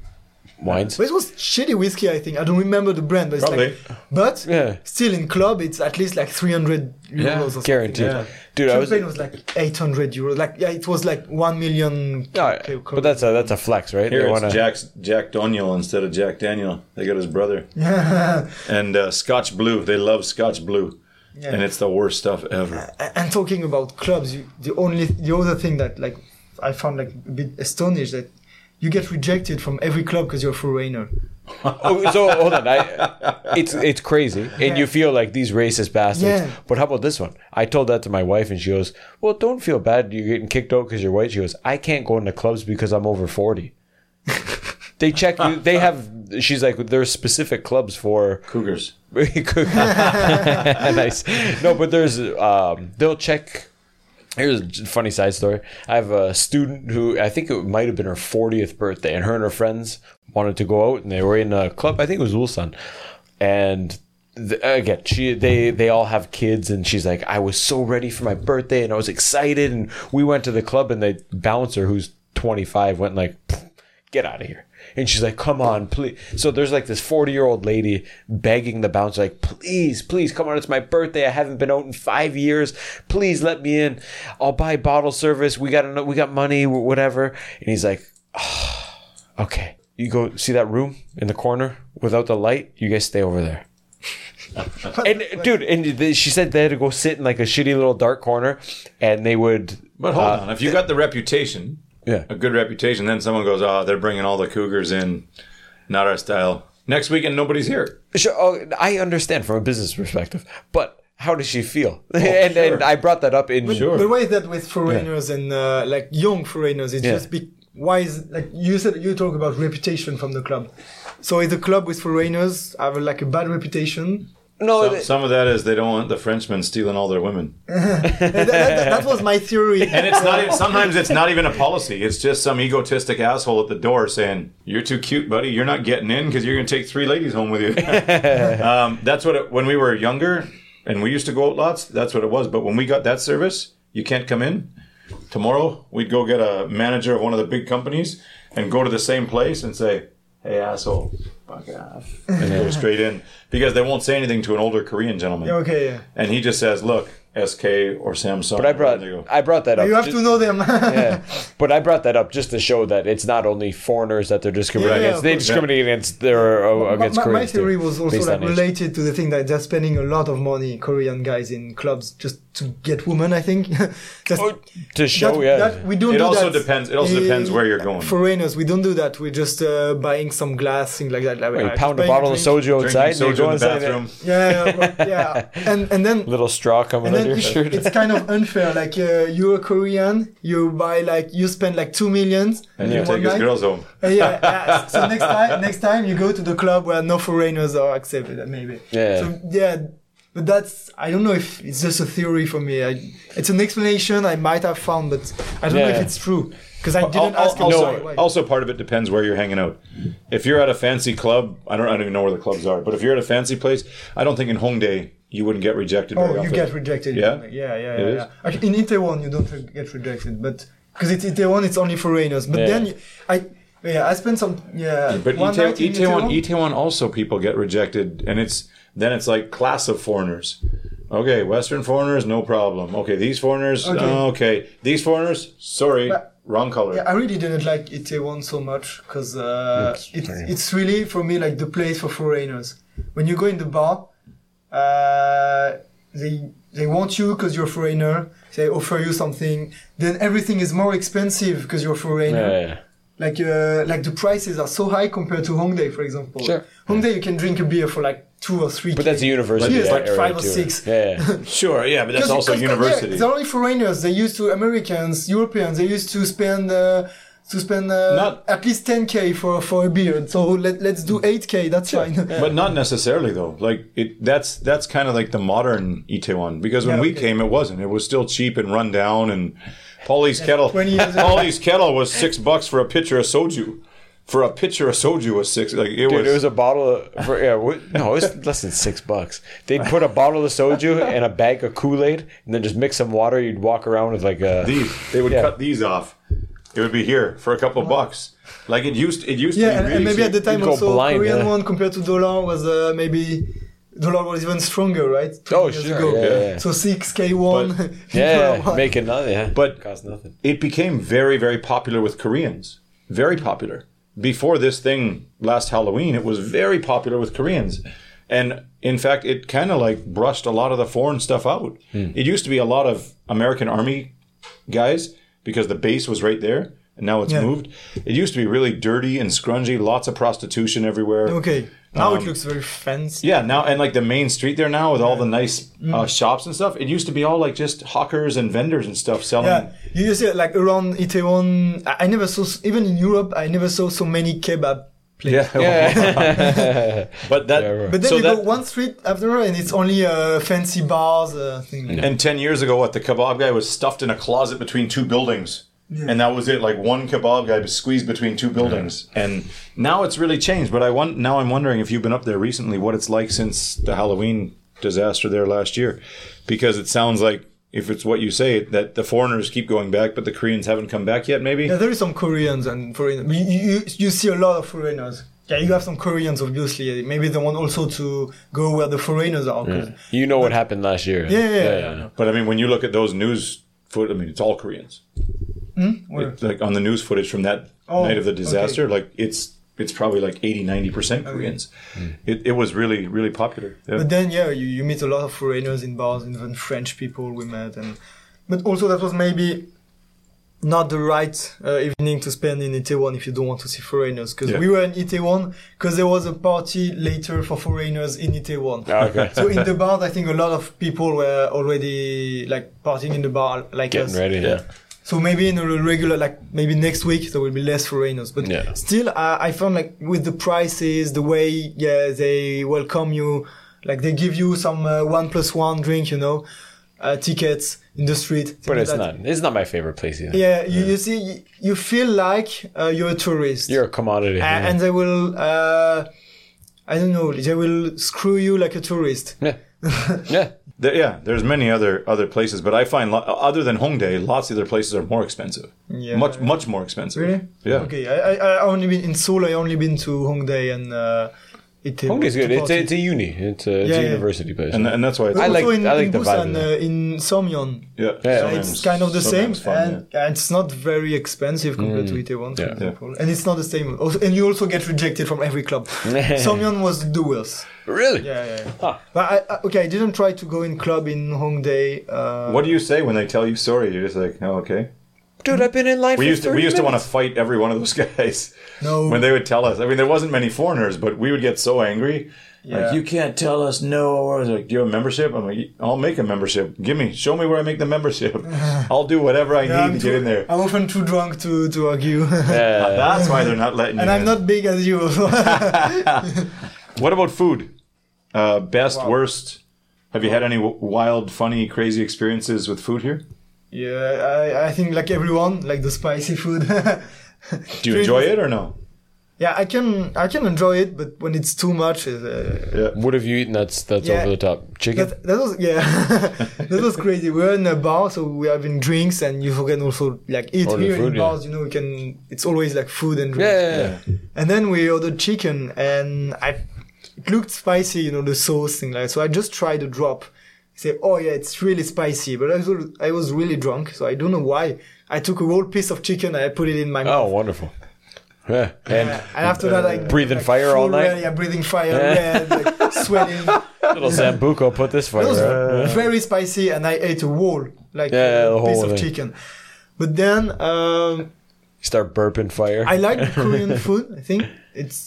S2: Wines.
S3: but it was shitty whiskey. I think I don't remember the brand, but it's like, but
S2: Yeah.
S3: still in club, it's at least like three hundred euros or something.
S2: Guaranteed.
S4: Yeah.
S2: Dude, I was.
S3: Champagne was like 800 euros. Like, yeah, it was like 1 million.
S2: All right,
S3: co- co-
S2: but that's a that's a flex, right?
S4: Here
S2: They
S4: it's
S2: wanna-
S4: Jack's, Jack Daniel instead of Jack Daniel. They got his [LAUGHS] brother. and uh, Scotch Blue. They love Scotch Blue.
S3: Yeah.
S4: And it's the worst stuff ever.
S3: A- and talking about clubs you, the only the other thing that like i found like a bit astonished that you get rejected from every club because you're a foreigner
S2: oh, so hold on,
S4: [LAUGHS]
S2: I, it's it's crazy, and you feel like these racist bastards.
S3: Yeah.
S2: But how about this one? I told that to my wife, and she goes, "Well, don't feel bad. You're getting kicked out because you're white." She goes, "I can't go into clubs because I'm over 40. they check you. They have. She's like, there's specific clubs for
S4: Cougars.
S2: [LAUGHS] nice. No, but there's um, they'll check. Here's a funny side story. I have a student who I think it might have been her 40th birthday, and her and her friends wanted to go out, and they were in a club. I think it was Ulsan, and. th again, she they they all have kids, and she's like, I was so ready for my birthday, and I was excited, and we went to the club, and the bouncer who's 25 went like, get out of here. And she's like, come on, please. So there's like this 40 year old lady begging the bouncer, like, please, please, come on. It's my birthday. I haven't been out in five years. Please let me in. I'll buy bottle service. We got, enough, we got money, wh- whatever. And he's like, "Ah, okay. You go see that room in the corner without the light. You guys stay over there. and dude, and th- she said they had to go sit in like a shitty little dark corner, and they would.
S4: But hold
S2: uh,
S4: on. If you got the reputation,
S2: Yeah.
S4: a good reputation, then someone goes, oh, they're bringing all the Cougars in. Not our style. Next weekend, nobody's here.
S2: Sure, oh, I understand from a business perspective, but how does she feel? [LAUGHS] and and I brought that up in
S4: Sure.
S3: Oh, but why is that with foreigners and uh, like young foreigners it's
S2: Yeah.
S3: just be why is like you said you talk about reputation [LAUGHS] from the club so if the club with foreigners have like a bad reputation
S2: No,
S4: Some,
S2: it-
S4: some of that is Oh, they don't want the Frenchmen stealing all their women.
S3: that, that- that was my theory.
S4: And it's not. even- Sometimes it's not even a policy. It's just some egotistic asshole at the door saying, "You're too cute, buddy. You're not getting in because you're going to take three ladies home
S2: [LAUGHS]
S4: with you." um, that's what it, when we were younger and we used to go out lots. That's what it was. But when we got that service, you can't come in. Tomorrow we'd go get a manager of one of the big companies and go to the same place and say, "Hey, asshole, fuck off," and go straight in because they won't say anything to an older Korean gentleman.
S3: okay, yeah.
S4: And he just says, "Look, SK or Samsung."
S2: but I brought
S4: They go,
S2: I brought that up.
S3: You have
S2: just-
S3: to know them.
S2: yeah. But I brought that up just to show that it's not only foreigners that they're discriminating
S3: Yeah,
S2: against.
S3: of
S2: They
S3: course.
S2: discriminate against their uh,
S3: My,
S2: against
S3: my- my
S2: Koreans. too,
S3: theory was also
S2: based
S3: like
S2: on age.
S3: related to the thing that they're spending a lot of money, Korean guys in clubs, just to get women. I think. [LAUGHS] Just-
S2: Oh, to show,
S3: that-
S2: yeah.
S3: that- we don't.
S4: It
S3: do
S4: also
S3: that.
S4: depends- it also
S3: Uh,
S4: depends where you're going.
S3: Foreigners, we don't do that. We're just uh, buying some glass, thing like that. Like,
S2: Like,
S3: uh,
S2: pound a
S3: buying
S2: bottle of
S3: drink.
S2: soju outside,
S4: drinking
S2: and you
S4: soju
S2: go
S4: in the
S2: inside.
S4: bathroom.
S3: Yeah, yeah,
S2: [LAUGHS]
S3: well, yeah. And and then
S2: Little straw coming
S3: And
S2: under
S3: then
S2: your
S3: it's-
S2: shirt.
S3: it's kind of unfair. Like uh, you're a Korean, you buy like you spend like two millions
S4: And you
S3: in
S4: take
S3: one
S4: his
S3: night.
S4: girls home.
S3: Uh, yeah, yeah. So next time, next time you go to the club where no foreigners are accepted, uh, maybe.
S2: Yeah.
S3: So yeah, but that's I don't know if it's just a theory for me. I, it's an explanation I might have found, but I don't know
S2: Yeah.
S3: if it's true because I didn't
S4: Al- al-
S3: ask. him, sorry,
S4: Also,
S3: why.
S4: also, part of it depends where you're hanging out. If you're at a fancy club, I don't, I don't even know where the clubs are, but if you're at a fancy place, I don't think in Hongdae you wouldn't get rejected. very
S3: Oh, you
S4: often.
S3: get rejected.
S4: Yeah?
S3: yeah, yeah,
S4: It
S3: yeah.
S4: is?
S3: yeah. Actually, in Itaewon, you don't re- get rejected, but because it's Itaewon, it's only foreigners. But
S2: Yeah.
S3: then you, I, yeah, I spent some yeah.
S4: But
S3: one
S4: Itaewon,
S3: night in
S4: Itaewon, Itaewon also people get rejected, and it's then it's like class of foreigners. Okay, Western foreigners, no problem. Okay, these foreigners,
S3: Okay.
S4: okay, these foreigners, sorry,
S3: But-
S4: wrong color.
S3: Yeah, I really didn't like Itaewon so much because uh, it's it's really for me like the place for foreigners. When you go in the bar, uh, they they want you because you're a foreigner. They offer you something. Then everything is more expensive because you're a foreigner.
S2: [LAUGHS] yeah, yeah.
S3: Like uh, like the prices are so high compared to Hongdae, for example.
S2: Sure.
S3: Hongdae, you can drink a beer for like two or three.
S2: But that's a university.
S3: Here it's like
S2: area,
S3: five or
S2: too.
S3: six.
S2: Yeah,
S3: [LAUGHS]
S2: yeah.
S4: sure, yeah, but that's also university.
S3: they're only foreigners. They used to Americans, Europeans. They used to spend uh, to spend uh,
S4: Not-
S3: at least 10k for for a beer. So let let's do 8k. That's fine. [LAUGHS]
S4: But not necessarily though. Like it, that's that's kind of like the modern Itaewon because when
S3: Yeah,
S4: we
S3: okay.
S4: came, it wasn't. It was still cheap and run down. And Paulie's kettle,
S3: 20 years ago.
S4: Paulie's kettle was six bucks for a pitcher of soju. For a pitcher of soju was six. Like it
S2: Dude,
S4: was.
S2: it was a bottle of for, yeah, what, no, it was less than six bucks. They'd put a bottle of soju and a bag of Kool Aid, and then just mix some water. You'd walk around with like a
S4: these they would
S2: Yeah.
S4: cut these off. It would be here for a couple bucks. Like it used. It used
S3: yeah,
S4: to be
S3: and,
S4: really
S3: and maybe at the
S4: cheap.
S3: time
S2: go
S3: also
S2: blind,
S3: Korean
S2: yeah.
S3: one compared to dollar was uh, maybe. Dollar was even stronger, right? 20
S2: Oh,
S3: years
S2: sure,
S3: ago.
S2: yeah, yeah, yeah.
S3: So six k one. [LAUGHS]
S4: But-
S2: yeah, make it nothing. Yeah,
S4: But-
S2: cost nothing. [LAUGHS]
S4: it became very, very popular with Koreans. Very popular. Before this thing last Halloween, it was very popular with Koreans. And in fact, it kind of like brushed a lot of the foreign stuff out. It used to be a lot of American Army guys because the base was right there. And now it's
S3: Yeah.
S4: moved. It used to be really dirty and scrungy, lots of prostitution everywhere.
S3: okay. Now
S2: Um,
S3: it looks very fancy.
S4: Yeah, now and like the main street there now with all the nice uh, shops and stuff. It used to be all like just hawkers and vendors and stuff selling.
S3: Yeah, you see, like around Itaewon, I, I never saw s- even in Europe. I never saw so many kebab
S4: Yeah. but that,
S2: Yeah, right.
S3: But then
S4: so
S3: you
S4: that,
S3: go one street after and it's only uh, fancy bars uh, thing.
S4: and 10 years ago, what the kebab guy was stuffed in a closet between two buildings. And that was it. Like one kebab guy was squeezed between two buildings. And now it's really changed. But I want, now I'm wondering if you've been up there recently, what it's like since the Halloween disaster there last year. Because it sounds like, if it's what you say, that the foreigners keep going back, but the Koreans haven't come back yet, maybe?
S3: Yeah, there is some Koreans and foreigners. You, you, you see a lot of foreigners. Yeah, you have some Koreans obviously. Maybe they want also to go where the foreigners are. 'cause-
S4: Mm.
S2: You know what happened last year.
S3: Yeah, yeah, yeah.
S4: But I mean, when you look at those news foot, I mean, it's all Koreans.
S3: Hmm? Where?
S4: It- like on the news footage from that
S3: Oh,
S4: night of the
S3: okay. Oh,
S4: disaster, like it's it's probably like 80, 90 percent Koreans. It, it was really really popular. Yeah.
S3: But then yeah, you, you meet a lot of foreigners in bars, even French people we met, and but also that was maybe not the right uh, evening to spend in Itaewon if you don't want to see foreigners because
S4: Yeah.
S3: we were in Itaewon because there was a party later for foreigners in Itaewon.
S2: Ah, Okay.
S3: so in the bar, I think a lot of people were already like partying in the bar like us.
S2: Getting ready. Yeah.
S3: So maybe in a regular, like maybe next week, there will be less foreigners. But
S2: Yeah.
S3: still, I I found like with the prices, the way yeah they welcome you, Like they give you some uh, one plus one drink, you know, uh, tickets in the street.
S2: But it's
S3: that.
S2: not. It's not my favorite place either.
S3: Yeah, You, you see, you- you feel like uh, you're a tourist.
S2: You're a commodity.
S3: A- and they will uh, i don't know they will screw you like a tourist
S2: yeah.
S3: [LAUGHS]
S2: yeah.
S4: There, yeah, there's many other other places, but I find lo- other than Hongdae, lots of other places are more expensive.
S3: Yeah.
S4: much much more expensive.
S3: really
S4: Yeah.
S3: okay i i, I only been in seoul i only been to hongdae and uh it
S2: Hongdae's good. It's a, it's a uni. It's a, it's
S3: Yeah,
S2: a
S3: yeah.
S2: university place.
S4: And and that's why it's,
S2: I like-
S3: in,
S2: I like
S3: in
S2: the vibe
S3: Busan,
S2: of
S3: uh, in Somyeon.
S4: yeah,
S2: Yeah.
S4: sometimes-
S3: It's kind of the same,
S4: sometimes fun, Mm.
S3: and, and it's not very expensive compared to Itaewon, for
S2: Yeah.
S3: example. And it's not the same. Also, and you also get rejected from every
S4: [LAUGHS]
S3: club. Somyeon was the worst.
S2: really?
S3: Yeah, yeah. yeah.
S2: Huh.
S3: But I, I, okay, I didn't try to go in club in Hongdae. Uh,
S4: yeah. What do you say when they tell you sorry? You're just like, oh, okay.
S2: Dude, I've been in life.
S4: We
S2: for
S4: used to, we
S2: 30
S4: used to want to
S2: minutes.
S4: fight every one of those [LAUGHS] guys.
S3: No.
S4: When they would tell us, I mean, there wasn't many foreigners, but we would get so angry.
S3: Yeah.
S4: Like you can't tell us no. Or they're like, do you have a membership? I'm like, I'll make a membership. Give me, show me where I make the
S3: [LAUGHS]
S4: membership. I'll do whatever I
S3: Yeah,
S4: need to
S3: too,
S4: get in
S3: [LAUGHS]
S4: there.
S3: I'm often too drunk to, to
S4: [LAUGHS]
S3: argue.
S2: Yeah.
S3: uh,
S4: That's why they're not letting you.
S3: and I'm
S4: in.
S3: not big as you. [LAUGHS]
S4: What about food? Uh, best,
S3: Wow.
S4: worst. Have you had any w- wild, funny, crazy experiences with food here?
S3: yeah, I, I think like everyone, like the spicy food. [LAUGHS]
S4: Do you enjoy it or no?
S3: yeah, I can I can enjoy it, but when it's too much, uh,
S2: What have you eaten that's that's
S3: Yeah.
S2: over the top? Chicken?
S3: that, that was yeah, [LAUGHS] that was crazy. We're in a bar, so we are having drinks, and you can also like eat
S2: Order
S3: here in
S2: food, yeah.
S3: bars. You know, you can. It's always like food and drinks.
S2: yeah, yeah, yeah.
S3: And then we ordered chicken, and I it looked spicy, you know, the sauce thing like. So I just tried a drop. Say, oh yeah, it's really spicy, but I was I was really drunk, so I don't know why. I took a whole piece of chicken and I put it in my
S2: Oh,
S3: mouth.
S2: wonderful. Yeah. And
S3: Yeah, and after that, I
S2: breathing
S3: like,
S2: fire all
S3: full red,
S2: night?
S3: Yeah, breathing fire, red, like, sweating.
S2: [LAUGHS]
S3: It
S2: little Zambuco put this fire.
S3: was
S2: out.
S3: very spicy, and I ate a whole like
S2: Yeah, yeah, the
S3: a piece
S2: whole
S3: of
S2: thing.
S3: chicken. But then um,
S2: Start burping fire.
S3: I like
S2: [LAUGHS]
S3: Korean food. I think it's,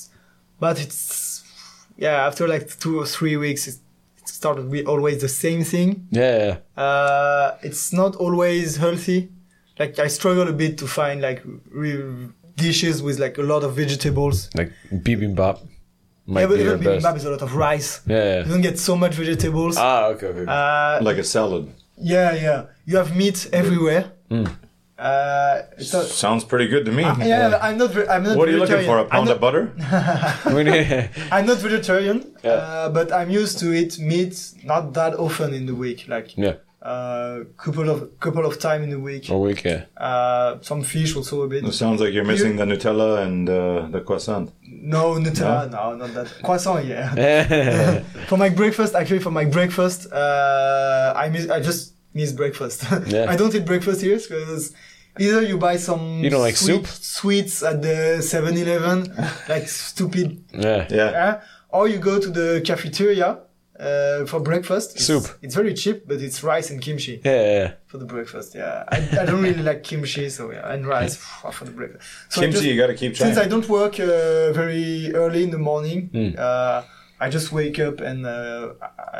S3: but it's, yeah. After like two or three weeks, it, it started with always the same thing.
S2: yeah, yeah.
S3: Uh, it's not always healthy. Like I struggle a bit to find like real dishes with like a lot of vegetables.
S2: Like bibimbap might
S3: Yeah, but
S2: be your
S3: even
S2: best.
S3: bibimbap is a lot of rice.
S2: Yeah,
S3: You
S2: yeah.
S3: don't get so much vegetables.
S2: Ah, okay. okay.
S3: Uh,
S4: Like a salad.
S3: yeah, yeah. You have meat everywhere.
S4: Mm.
S3: Uh, it's not-
S4: Sounds pretty good to me.
S3: Uh, yeah, I'm not. ve- I'm not.
S4: What are you looking
S3: vegetarian.
S4: for? A
S3: I'm
S4: pound
S3: not-
S4: of butter?
S2: [LAUGHS] We need-
S3: I'm not vegetarian,
S2: Yeah.
S3: uh, but I'm used to eat meat not that often in the week, like
S2: yeah, Oh,
S3: uh, couple of couple of time in the week.
S2: a
S4: Oh.
S2: week. Yeah.
S3: Uh, some fish also a bit.
S4: It sounds like you're missing the Nutella and uh, the croissant.
S3: No Nutella, no, not that. Croissant,
S2: [LAUGHS]
S3: yeah.
S2: yeah,
S3: for my breakfast, actually, for my breakfast, uh, I miss. I just miss breakfast. [LAUGHS]
S2: Yeah.
S3: I don't eat breakfast here because. Either you buy some
S2: You don't like
S3: sweet-
S2: soup?
S3: sweets at the
S2: [LAUGHS]
S3: 7-Eleven, like stupid
S2: yeah.
S4: Yeah.
S3: Yeah. Or you go to the cafeteria uh, for breakfast. It's-
S2: Soup.
S3: It's very cheap, but it's rice and kimchi
S2: yeah.
S3: for the breakfast. Yeah, I, I don't really like kimchi, so yeah, and rice for the breakfast. So I
S4: Kimchi,
S3: just-
S4: you gotta keep trying.
S3: Since I don't work uh, very early in the morning,
S2: Hmm.
S3: uh, I just wake up and uh,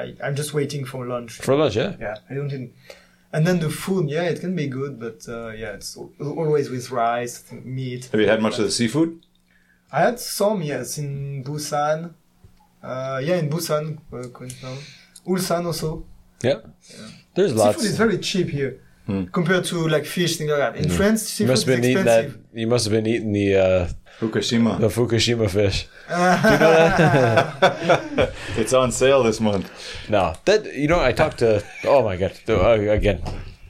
S3: I, I'm just waiting for lunch.
S2: For lunch, yeah.
S3: Yeah, I don't. Even, and then the food, yeah, it can be good, but uh, yeah, it's al- always with rice, meat.
S4: Have you had much of the seafood?
S3: I had some, yes, in Busan. Uh, yeah, in Busan, uh, Queenstown. Ulsan also.
S2: Yeah. There's
S3: Seafood is
S2: lots.
S3: very cheap here compared to like fish, things like that. In France,
S2: You
S3: seafood
S2: Hmm. must
S3: is
S2: have been eating
S3: expensive.
S2: that. You must have been eating the uh,
S4: Fukushima.
S2: the Fukushima fish.
S4: It's on sale this month.
S2: No, that you know, I talked to. Oh my god! Uh, Again,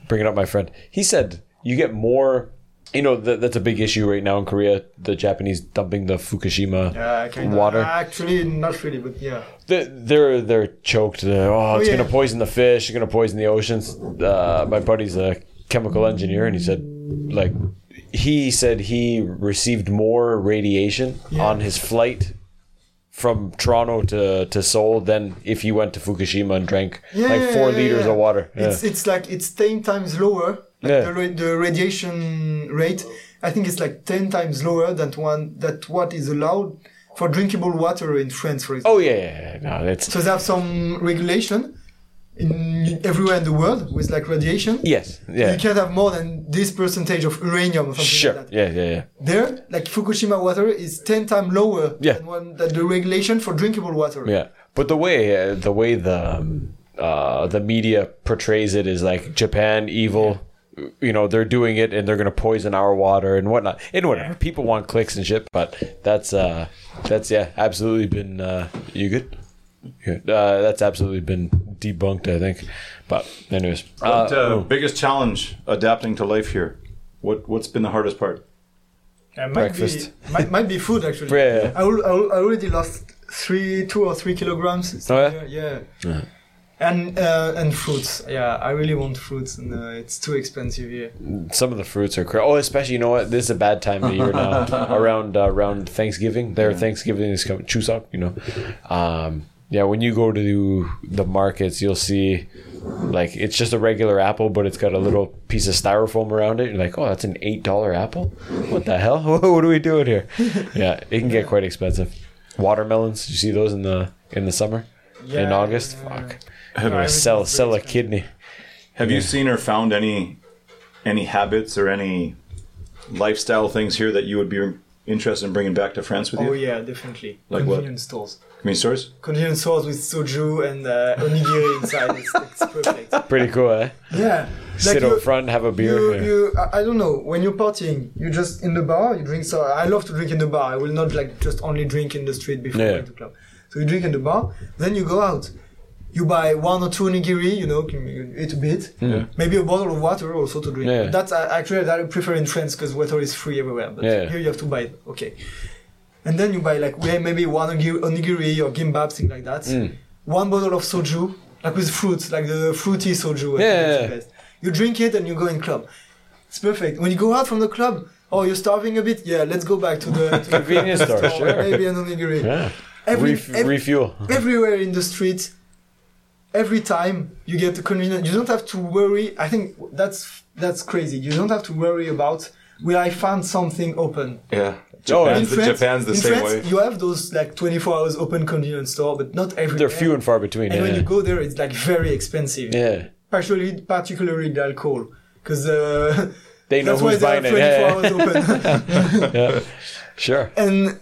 S2: bringing up my friend. He said you get more. You know that that's a big issue right now in Korea. The Japanese dumping the Fukushima
S3: Yeah, kind of.
S2: water.
S3: Actually, not really, but yeah.
S2: They- They're they're choked. They're, oh, it's
S3: yeah.
S2: gonna poison the fish. It's gonna poison the oceans. Uh, my buddy's a chemical engineer, and he said, like, he said he received more radiation on his flight from Toronto to, to Seoul than if he went to Fukushima and drank
S3: yeah
S2: like
S3: yeah,
S2: four
S3: yeah,
S2: liters
S3: yeah.
S2: of water. Yeah.
S3: It's it's like it's ten times lower. Like
S2: Yeah.
S3: the, ra- the radiation rate, I think it's like ten times lower than one that what is allowed for drinkable water in France, for example.
S2: oh yeah, yeah, yeah. no, that's
S3: So they have some regulation in everywhere in the world with like radiation.
S2: yes, yeah,
S3: You can't have more than this percentage of uranium or something
S2: sure,
S3: like that.
S2: yeah, yeah, yeah.
S3: There, like Fukushima water is 10 times lower
S2: Yeah.
S3: than, one, than the regulation for drinkable water.
S2: Yeah. But the way uh, the way the um, uh, the media portrays it is like Japan evil. You know they're doing it and they're gonna poison our water and whatnot. And whatever people want clicks and shit, but that's uh that's yeah absolutely been uh, you good. Good. Uh, that's absolutely been debunked, I think. But anyways, uh,
S4: What, uh, biggest challenge adapting to life here? What what's been the hardest part?
S3: Uh, might
S2: Breakfast.
S3: Be, might, might be food actually.
S2: Yeah.
S3: I, al- I al- I already lost three, two or three kilograms. this
S2: Oh, yeah?
S3: year, yeah. And uh, and fruits. Yeah, I really want fruits, and uh, it's too expensive here.
S2: some of the fruits are crazy. Oh, especially you know what? This is a bad time of year
S3: [LAUGHS]
S2: now. around uh, around Thanksgiving, their Thanksgiving is coming. Chuseok, you know. Um, yeah, when you go to the markets, you'll see like it's just a regular apple, but it's got a little piece of styrofoam around it. You're like, oh, that's an eight dollar apple. What the hell? [LAUGHS] what are we doing here?
S3: [LAUGHS]
S2: Yeah, it can get quite expensive. Watermelons, you see those in the in the summer, in
S3: Yeah,
S2: August.
S3: yeah.
S2: Fuck,
S3: No, everything's
S2: sell
S3: very
S2: sell a
S3: expensive.
S2: kidney.
S4: Have you seen or found any any habits or any lifestyle things here that you would be interested in bringing back to France with you?
S3: Oh yeah, definitely.
S4: Like what?
S3: convenience stores.
S4: Convenience stores?
S3: Convenience stores with soju and uh, onigiri inside. It's, it's
S2: [LAUGHS]
S3: perfect.
S2: Pretty cool, eh?
S3: Yeah.
S2: Sit
S3: you-
S2: out front, have a beer.
S3: You,
S2: yeah.
S3: you, I- I don't know. When you're partying, you just in the bar. You drink. So I love to drink in the bar. I will not like just only drink in the street before
S2: Yeah.
S3: going to club. So you drink in the bar. Then you go out. You buy one or two nigiri. You know, can- you eat a bit. Maybe a bottle of water also to drink.
S2: Yeah.
S3: That's I- actually that I prefer in France because water is free everywhere. But
S2: Yeah.
S3: here you have to buy. it. Okay. And then you buy like yeah, maybe one onigiri- onigiri or gimbap thing like that.
S2: Mm.
S3: One bottle of soju, like with fruits, like the fruity soju. I think
S2: Yeah,
S3: it's
S2: yeah,
S3: the
S2: yeah.
S3: best. You drink it and you go in club. It's perfect. When you go out from the club, oh, you're starving a bit. Yeah, let's go back to the
S2: [LAUGHS]
S3: to the [LAUGHS]
S2: Convenience store, sure.
S3: Maybe an onigiri.
S2: Yeah.
S3: Every,
S2: Ref-
S3: ev-
S2: refuel.
S3: everywhere in the street, every time you get the convenience, you don't have to worry. I think that's that's crazy. You don't have to worry about will I find something open.
S4: Yeah.
S2: Oh, in
S4: Japan's, the, Japan's the
S3: in
S4: same
S3: France,
S4: way.
S3: You have those like 24 hours open convenience store, but not everywhere.
S2: They're few and far between.
S3: And
S2: yeah.
S3: when you go there, it's like very expensive.
S2: yeah.
S3: Particularly, particularly the alcohol, because uh,
S2: They know
S3: that's why
S2: who's
S3: they
S2: buying
S3: have
S2: it. Yeah,
S3: 24 hours
S2: [LAUGHS]
S3: open.
S2: yeah. Sure.
S3: and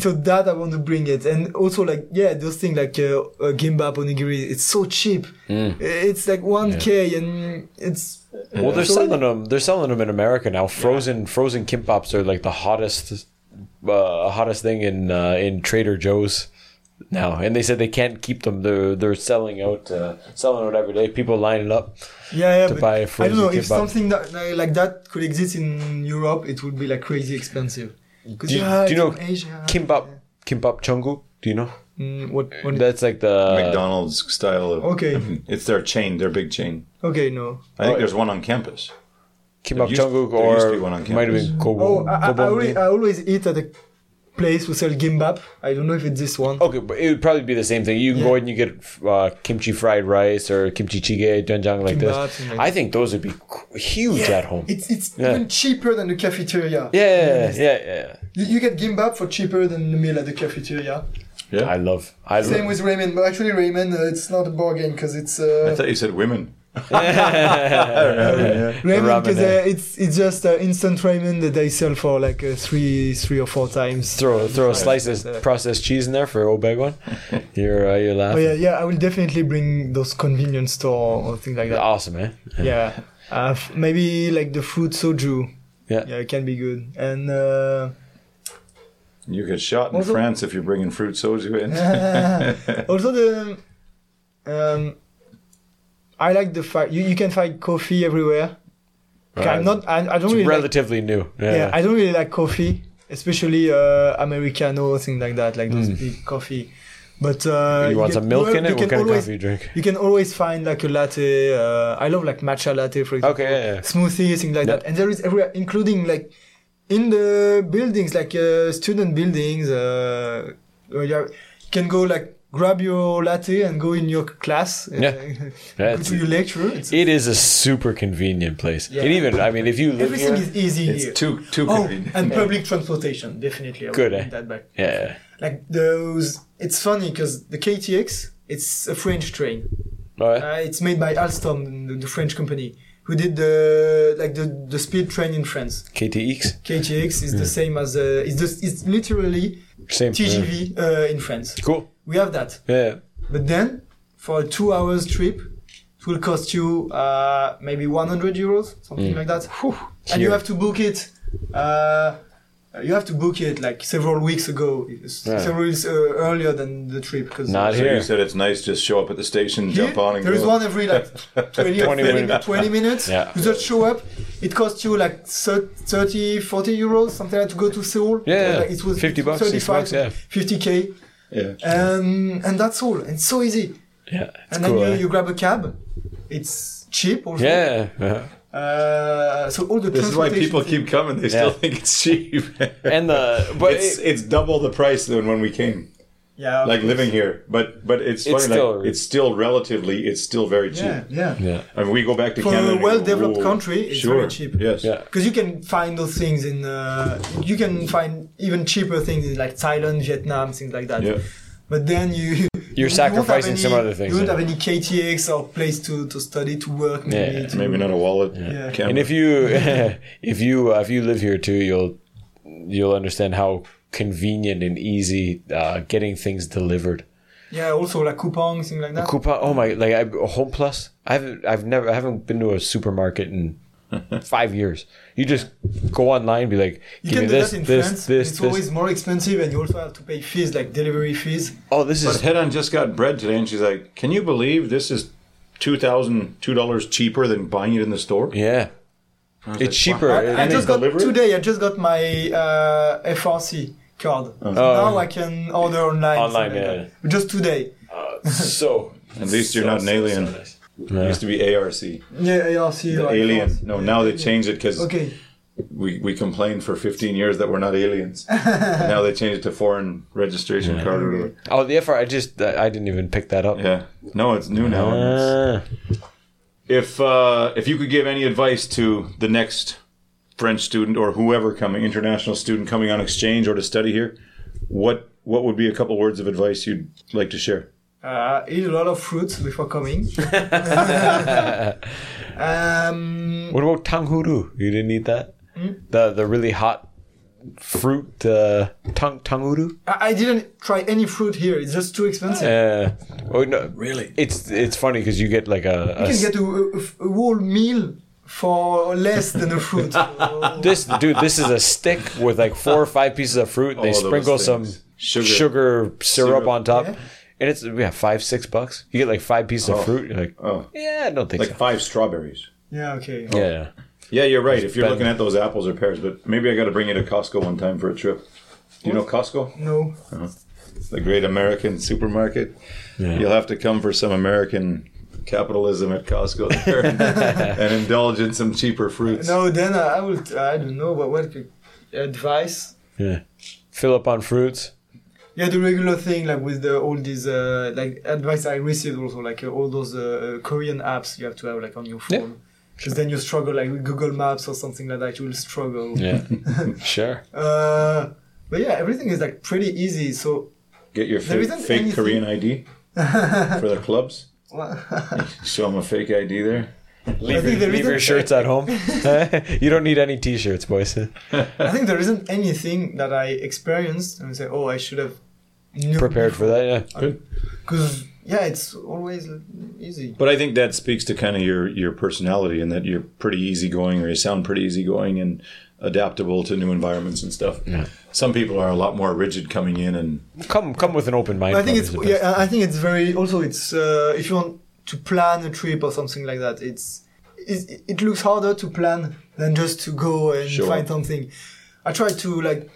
S3: so that I want to bring it, and also like yeah, those things like uh, uh, gimbap onigiri, it's so cheap. It's like one k, and it's
S2: Mm. Well, they're
S3: so-
S2: selling them. They're selling them in America now. Frozen frozen kimbaps are like the hottest uh, hottest thing in uh, in Trader Joe's now. And they said they can't keep them. They're they're selling out uh, selling out every day. People lining up.
S3: Yeah, yeah
S2: to
S3: but
S2: buy
S3: I
S2: frozen
S3: don't know if
S2: kimbap.
S3: something that like, like that could exist in Europe, it would be like crazy expensive. 'Cause,
S2: Do you,
S3: yeah,
S2: do you
S3: it's
S2: know
S3: from Asia.
S2: kimbap kimbap chungu? Do you know?
S3: Mm, what? what
S2: That's like the
S4: McDonald's style of
S3: Okay.
S4: [LAUGHS] It's their chain, their big chain.
S3: okay, no.
S4: I think there's one on campus.
S2: kimbap
S4: used-
S2: chungu,
S4: there used to be
S2: or
S4: one on
S2: might have
S4: campus.
S2: been kobo.
S3: Oh, I, I, I,
S2: Kobo-
S3: always, I always eat at a place who sell gimbap. I don't know if it's this one.
S2: Okay, but it would probably be the same thing. You can go and you get uh, kimchi fried rice or kimchi jjigae, doenjang like
S3: Kimbap,
S2: this.
S3: something like
S2: I think those would be c- huge at home.
S3: It's it's
S2: Yeah.
S3: even cheaper than the cafeteria.
S2: yeah, yeah, yeah,
S3: You, you get gimbap for cheaper than the meal at the cafeteria.
S2: yeah. I love. I love.
S3: Same with ramen, but actually ramen, uh, it's not a bargain because it's
S4: I
S3: uh,
S4: thought you said women.
S3: ramen because
S2: ramen,
S3: uh, it's it's just uh, instant ramen that they sell for like uh, three three or four times.
S2: throw throw a slice of processed cheese in there for Obeg
S3: [LAUGHS]
S2: one. You're uh, you're
S3: Oh
S2: laughing.
S3: yeah, yeah. I will definitely bring those convenience store or things like that.
S2: Awesome, man.
S3: Yeah, uh, f- maybe like the fruit soju.
S2: Yeah.
S3: yeah, it can be good. And uh,
S4: You get shot in
S3: Also-
S4: France if you're bringing fruit soju in.
S3: [LAUGHS] also the um, I like the fact you, you can find coffee everywhere. Okay, I'm not. I, I don't
S2: It's
S3: really. like-
S2: relatively new. Yeah.
S3: yeah, I don't really like coffee, especially uh, Americano, things like that, like those big coffee. But uh,
S2: Hmm. you want
S3: get-
S2: some milk
S3: well,
S2: in it? What
S3: can
S2: kind
S3: always,
S2: of coffee you drink?
S3: You can always find like a latte. Uh, I love like matcha latte, for example.
S2: Okay, yeah, yeah.
S3: Smoothie, things like
S2: Yeah.
S3: that. And there is everywhere, including like in the buildings, like uh, student buildings. Uh, where you have- you can go like grab your latte and go in your class.
S2: Yeah. Yeah,
S3: [LAUGHS] go
S2: it's-
S3: to your lecture. It's,
S2: It is a super convenient place.
S3: Yeah.
S2: And even I mean, if you live
S3: everything
S2: here,
S3: is easy here.
S4: It's too too
S3: Oh,
S4: convenient.
S3: and public transportation, definitely. I would
S2: Good,
S3: bring
S2: eh?
S3: That back.
S2: yeah.
S3: Like those, it's funny because the KTX, it's a French train.
S2: All right.
S3: Uh, it's made by Alstom, the, the French company, who did the like the, the speed train in France.
S2: KTX,
S3: KTX is the same as uh, it's the, it's literally
S2: same.
S3: TGV uh, in France.
S2: Cool.
S3: We have that.
S2: Yeah.
S3: But then, for a two hours trip, it will cost you uh, maybe 100 euros, something like that. And you
S2: Here.
S3: have to book it. Uh, you have to book it like several weeks ago, s-
S2: Yeah.
S3: several weeks uh, earlier than the trip. Cause
S2: Not
S4: So
S2: Here.
S4: you said it's nice. Just show up at the station,
S3: here,
S4: jump on, and
S3: there
S4: go.
S3: is one every
S4: [LAUGHS]
S3: like 20,
S2: 20
S3: 20,
S2: minutes.
S3: minutes. 20 minutes.
S2: Yeah.
S3: You just show up. It costs you like thir- 30, 40 euros, something like to go to Seoul.
S2: Yeah, yeah.
S3: Like, it was
S2: 50 bucks, 60 bucks, yeah.
S3: 50k.
S4: Yeah.
S3: Um, and that's all. It's so easy.
S2: Yeah, it's
S3: and
S2: cool.
S3: then
S2: eh?
S3: you, you grab a cab. It's cheap also.
S2: yeah, yeah.
S3: Uh, so all the
S4: This is why
S3: transportation
S4: people
S3: fee-
S4: keep coming. They still
S2: Yeah.
S4: think it's cheap.
S2: [LAUGHS] and the but
S4: it's
S2: it-
S4: it's double the price than when we came.
S3: yeah
S4: Like living here, but but it's
S2: It's
S4: funny.
S2: still-
S4: like, it's still relatively. It's still very cheap.
S3: yeah yeah
S2: yeah,
S4: I mean, we go back to
S3: For a
S4: Canada. and go,
S3: well-developed
S4: "Whoa."
S3: country, it's
S4: sure.
S3: very cheap.
S4: Yes.
S2: yeah,
S3: because you can find those things in uh, you can find even cheaper things in like Thailand, Vietnam, things like that.
S4: Yeah.
S3: But then you [LAUGHS]
S2: You're
S3: you won't have
S2: sacrificing
S3: any-
S2: some other things,
S3: You don't
S2: yeah.
S3: have any KTX or place to, to study to work. Maybe
S2: Yeah,
S3: to,
S4: Maybe not a wallet.
S3: Yeah.
S4: camera.
S2: And if you [LAUGHS] if you uh, if you live here too, you'll you'll understand how convenient and easy uh, getting things delivered.
S3: Yeah, also like coupon, things like that.
S2: Coupon. Oh my! Like I, Home Plus. I haven't. I've never. I haven't been to a supermarket
S3: [LAUGHS]
S2: in five years. You just go online, be like,
S3: you
S2: give
S3: can
S2: me
S3: do
S2: this,
S3: that in
S2: this,
S3: France.
S2: this,
S3: it's
S2: this.
S3: always more expensive, and you also have to pay fees like delivery fees.
S2: oh, this
S4: But
S2: is.
S4: Head On just got bread today, and she's like, "Can you believe this is two thousand two dollars cheaper than buying it in the store?"
S2: Yeah, it's
S4: like,
S2: cheaper.
S4: wow.
S2: It-
S3: I just got
S4: delivery?
S3: today. I just got my uh, FRC card. So now I can order online.
S2: Oh. Online,
S3: something like
S2: yeah.
S3: that. Just today.
S2: [LAUGHS] so.
S4: At least you're
S2: so,
S4: not
S2: so,
S4: an
S2: so
S4: alien.
S2: nice.
S4: It used to be ARC,
S3: Yeah, ARC. or
S4: alien.
S3: FRC.
S4: No, now they changed it because
S3: Okay.
S4: we, we complained for 15 years that we're not aliens. And now they changed it to foreign registration card or whatever.
S2: Oh, the FR. I just. I didn't even pick that up.
S4: Yeah. No, it's new now. and
S2: Ah.
S4: it's- If uh, if you could give any advice to the next French student or whoever coming, international student coming on exchange or to study here, what what would be a couple words of advice you'd like to share?
S3: Uh, eat a lot of fruits before coming. [LAUGHS] um,
S2: What about tanghuru? You didn't eat that? The the really hot fruit uh, tang tanghuru?
S3: I I didn't try any fruit here. It's just too expensive.
S2: Uh, oh no! Really? It's it's funny because you get like a, a
S3: You can
S2: s-
S3: get a, a- a whole meal for less than a
S2: [LAUGHS]
S3: fruit. So-
S2: this dude. This is a stick with like four or five pieces of fruit. And they
S4: All those
S2: sprinkle some
S4: things.
S2: sugar,
S4: Sugar.
S2: syrup,
S4: Syrup.
S2: on top,
S3: Yeah.
S2: and it's yeah five six bucks. You get like five pieces of fruit. You're like,
S4: Oh.
S2: yeah, I don't think
S4: Like
S2: so.
S4: five strawberries.
S3: yeah, okay.
S2: Yeah,
S4: Yeah, you're right. If you're
S2: better.
S4: looking at those apples or pears, but maybe I got to bring you to Costco one time for a trip. Do you know Costco?
S3: No.
S4: the great American supermarket.
S2: Yeah.
S4: You'll have to come for some American capitalism at Costco
S2: [LAUGHS]
S4: there and indulge in some cheaper fruits.
S3: No, then I, I will. I don't know. But what advice?
S2: yeah. Fill up on fruits.
S3: Yeah, the regular thing, like with the, all these, uh, like advice I received also, like uh, all those uh, uh, Korean apps you have to have like on your
S2: Yeah.
S3: phone, because then you struggle like with Google Maps or something like that. You will struggle.
S4: [LAUGHS]
S2: Yeah, sure.
S3: Uh, but yeah, everything is like pretty easy. So
S4: Get your
S3: There
S4: fake,
S3: isn't
S4: fake
S3: anything-
S4: Korean ID
S3: [LAUGHS]
S4: for the clubs.
S3: I
S4: Show them a fake ID there.
S2: Leave,
S3: think
S2: your,
S3: there
S2: leave your
S3: isn't-
S2: shirts at
S3: [LAUGHS]
S2: home. [LAUGHS] you don't need any t-shirts, boys. [LAUGHS]
S3: think there isn't anything that I experienced and say, oh, I should have knew
S2: Prepared for that, yeah.
S3: Because yeah, it's always uh, easy.
S4: But I think that speaks to kind of your your personality and that you're pretty easygoing or you sound pretty easygoing and adaptable to new environments and stuff. Some people are a lot more rigid coming in and
S2: Come, come with an open mind.
S3: I think
S2: probably
S3: it's
S2: is the best.
S3: yeah. I think it's very also it's uh, if you want to plan a trip or something like that, it's it, it looks harder to plan than just to go and
S4: Sure.
S3: find something. I tried to like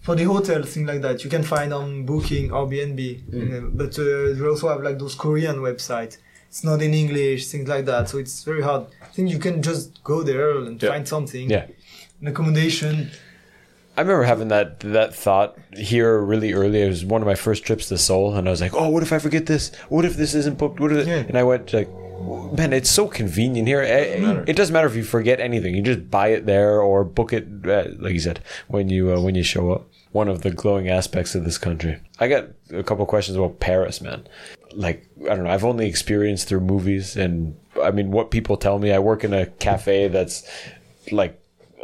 S3: for the hotel thing like that. You can find on Booking or BNB,
S2: Mm.
S3: but uh, they also have like those Korean websites. It's not in English, things like that. So it's very hard. I think you can just go there and
S4: Yeah.
S3: find something.
S2: Yeah.
S3: An accommodation.
S2: I remember having that that thought here really early. It was one of my first trips to Seoul, and I was like, "Oh, what if I forget this? What if this isn't booked? What if?" it-"
S3: Yeah.
S2: And I went like, "Man, it's so convenient here. It
S4: matter.
S2: it doesn't matter if you forget anything. You just buy it there or book it, uh, like you said, when you uh, when you show up." One of the glowing aspects of this country. I got a couple questions about Paris, man. Like I don't know. I've only experienced through movies, and I mean, what people tell me. I work in a cafe that's like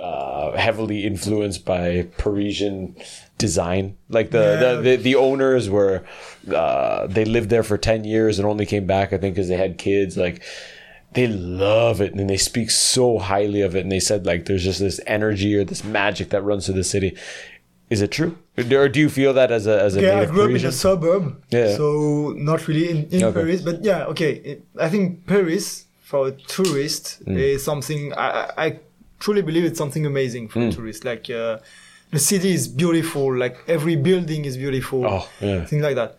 S2: uh, heavily influenced by Parisian design. Like the
S3: Yeah.
S2: the, the, the owners were uh, they lived there for ten years and only came back I think because they had kids. Like they love it and they speak so highly of it. And they said like there's just this energy or this magic that runs through the city. Is it true? Or do you feel that as a as a
S3: Yeah, I
S2: native
S3: grew up in
S2: Parisian?
S3: a suburb,
S2: Yeah.
S3: so not really in, in
S2: Okay.
S3: Paris. But yeah, okay. It, I think Paris for a tourist
S2: Mm.
S3: is something I, I- I truly believe it's something amazing for
S2: Mm.
S3: a tourist. Like uh, the city is beautiful, like every building is beautiful,
S2: Oh, yeah.
S3: things like that.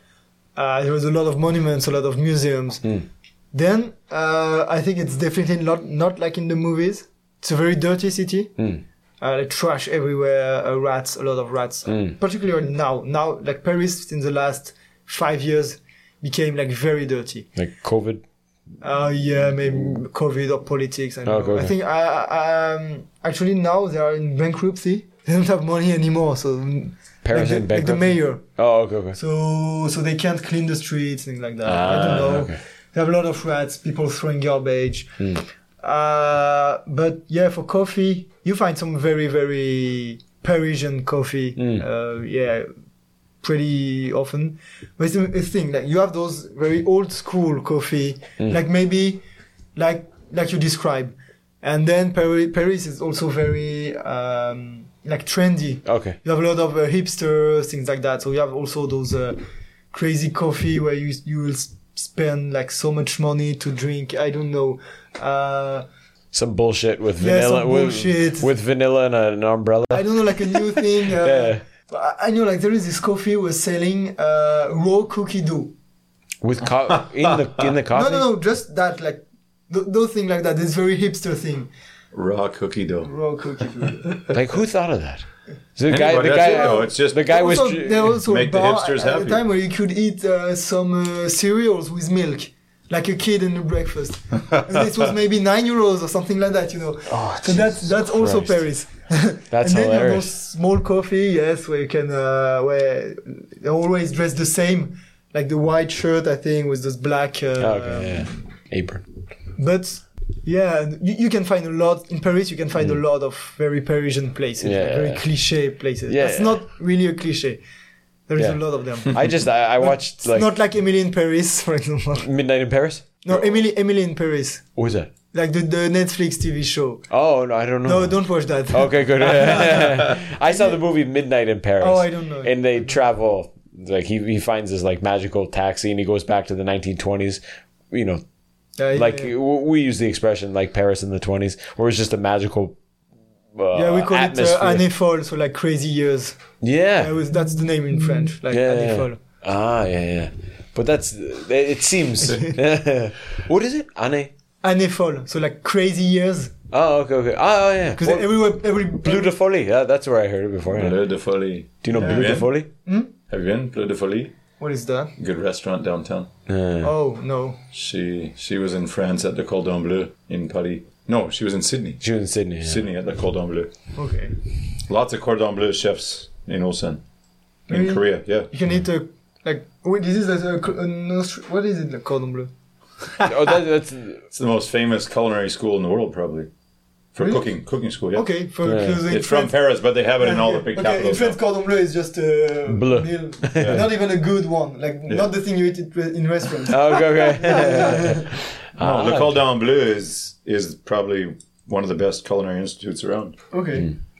S3: Uh, there was a lot of monuments, a lot of museums.
S2: Hmm.
S3: Then uh, I think it's definitely not not like in the movies. It's a very dirty city.
S2: Hmm.
S3: Uh, like trash everywhere, uh, rats, a lot of rats.
S2: Hmm.
S3: Particularly now, now like Paris in the last five years became like very dirty.
S2: like COVID?
S3: Uh, yeah, maybe COVID or politics. I don't
S2: Okay,
S3: know. I
S2: okay.
S3: think I, I, um, actually now they are in bankruptcy. [LAUGHS] They don't have money anymore. So
S2: Paris
S3: like
S2: in
S3: the, like the
S2: bankruptcy?
S3: mayor.
S2: Oh, okay, okay.
S3: So so they can't clean the streets, things like that. I
S2: Ah,
S3: don't know.
S2: okay. Hmm.
S3: They have a lot of rats, people throwing garbage. Uh, but yeah, for coffee, you find some very very Parisian coffee.
S2: Hmm.
S3: Uh, yeah, pretty often. But it's a a thing like you have those very old school coffee,
S2: Hmm.
S3: like maybe like like you describe, and then Paris Paris is also very um, like trendy.
S2: Okay.
S3: You have a lot of uh, hipsters, things like that. So you have also those uh, crazy coffee where you you will s- spend like so much money to drink. I don't know. Uh,
S2: Some bullshit with
S3: Yeah,
S2: vanilla
S3: some
S2: with,
S3: bullshit.
S2: with vanilla and an umbrella.
S3: I don't know, like a new thing. Uh,
S2: Yeah.
S3: I- I know, like there is this coffee was selling uh, raw cookie dough.
S2: With co- in the in the coffee.
S3: [LAUGHS] No, no, no, just that, like th- those thing like that. This very hipster thing,
S4: Raw cookie dough.
S3: raw cookie dough.
S2: Like who thought of that? So the guy,
S4: Anybody,
S2: the
S4: that's
S2: guy,
S4: it, though. It's just-
S2: the guy was.
S3: also, there was also
S4: Make
S3: a
S4: the
S3: bar
S4: hipsters
S3: at a
S4: happy.
S3: time where you could eat uh, some uh, cereals with milk, like a kid in the
S4: [LAUGHS]
S3: breakfast. and this was maybe nine euros or something like that, you know.
S2: Oh,
S3: so that's
S2: Jesus
S3: that's also
S2: Christ.
S3: Paris. [LAUGHS]
S2: That's
S3: and then you have
S2: hilarious.
S3: those small coffee, yes, where you can uh, where they always dress the same, like the white shirt, I think, with this black. Uh,
S2: okay, yeah. apron.
S3: But yeah, you, you can find a lot in Paris. You can find a lot of very Parisian places,
S2: Yeah,
S3: like
S2: Mm. yeah,
S3: very
S2: yeah.
S3: cliche places.
S2: Yeah,
S3: That's
S2: yeah.
S3: not really a cliche. There is
S2: Yeah.
S3: a lot
S2: [LAUGHS]
S3: of them.
S2: I just I, I watched
S3: [LAUGHS] It's
S2: like,
S3: not like Emily in Paris, [LAUGHS] for example.
S2: Midnight in Paris.
S3: No, Emily, Emily in Paris,
S2: What was that?
S3: like the, the Netflix TV show.
S2: Oh no, I don't know.
S3: No, don't watch that.
S2: Okay, good. [LAUGHS] I saw the movie Midnight in Paris.
S3: Oh, I don't know.
S2: And they travel like he he finds this like magical taxi and he goes back to the 1920s. You know,
S3: [LAUGHS] Yeah, yeah,
S2: like
S3: yeah.
S2: w we use the expression like Paris in the 20s, where it's just a magical. Uh,
S3: yeah, we call
S2: atmosphere.
S3: it uh, Année Folle, so like crazy years.
S2: Yeah.
S3: That was, that's the name in French, like
S2: Mm. Yeah,
S3: Année
S2: yeah.
S3: Folle.
S2: Ah, yeah, yeah. But that's it seems. [LAUGHS] what is it, Anne?
S3: Année Folle, so like crazy years.
S2: Oh, okay, okay. Oh, yeah.
S3: Because
S2: Well,
S3: everywhere, every
S2: Bleu de Folie. Yeah, that's where I heard it before. yeah.
S4: Bleu de Folie.
S2: Do you know Bleu de
S4: Yeah.
S2: Folie?
S4: Have you been? Bleu de Folie?
S3: What is that?
S4: Good restaurant downtown.
S3: Oh no.
S4: She she was in France at the Cordon Bleu in Paris. No, she was in Sydney.
S2: She was in Sydney. yeah.
S4: Sydney at the Cordon Bleu.
S3: Okay.
S4: Lots of Cordon Bleu chefs in Ulsan. In
S3: Really?
S4: Korea, yeah.
S3: You can eat a like. Wait, this is a, a, Aust- what is it? Like cordon bleu.
S2: Oh, that, that's
S4: It's the most famous culinary school in the world, probably. For
S3: Really?
S4: cooking, cooking school, yeah.
S3: Okay, for
S2: Yeah.
S3: closing.
S4: It's from
S3: French-
S4: Paris, but they have it in all the big
S3: okay, In
S4: capitals.
S3: French,
S4: now.
S3: cordon bleu is just a
S2: Bleu.
S3: meal. Not even a good one. Like not the thing you eat it in restaurants.
S2: oh, okay, okay. [LAUGHS] Ah,
S4: No, Le Cordon Bleu is is probably one of the best culinary institutes around.
S3: okay.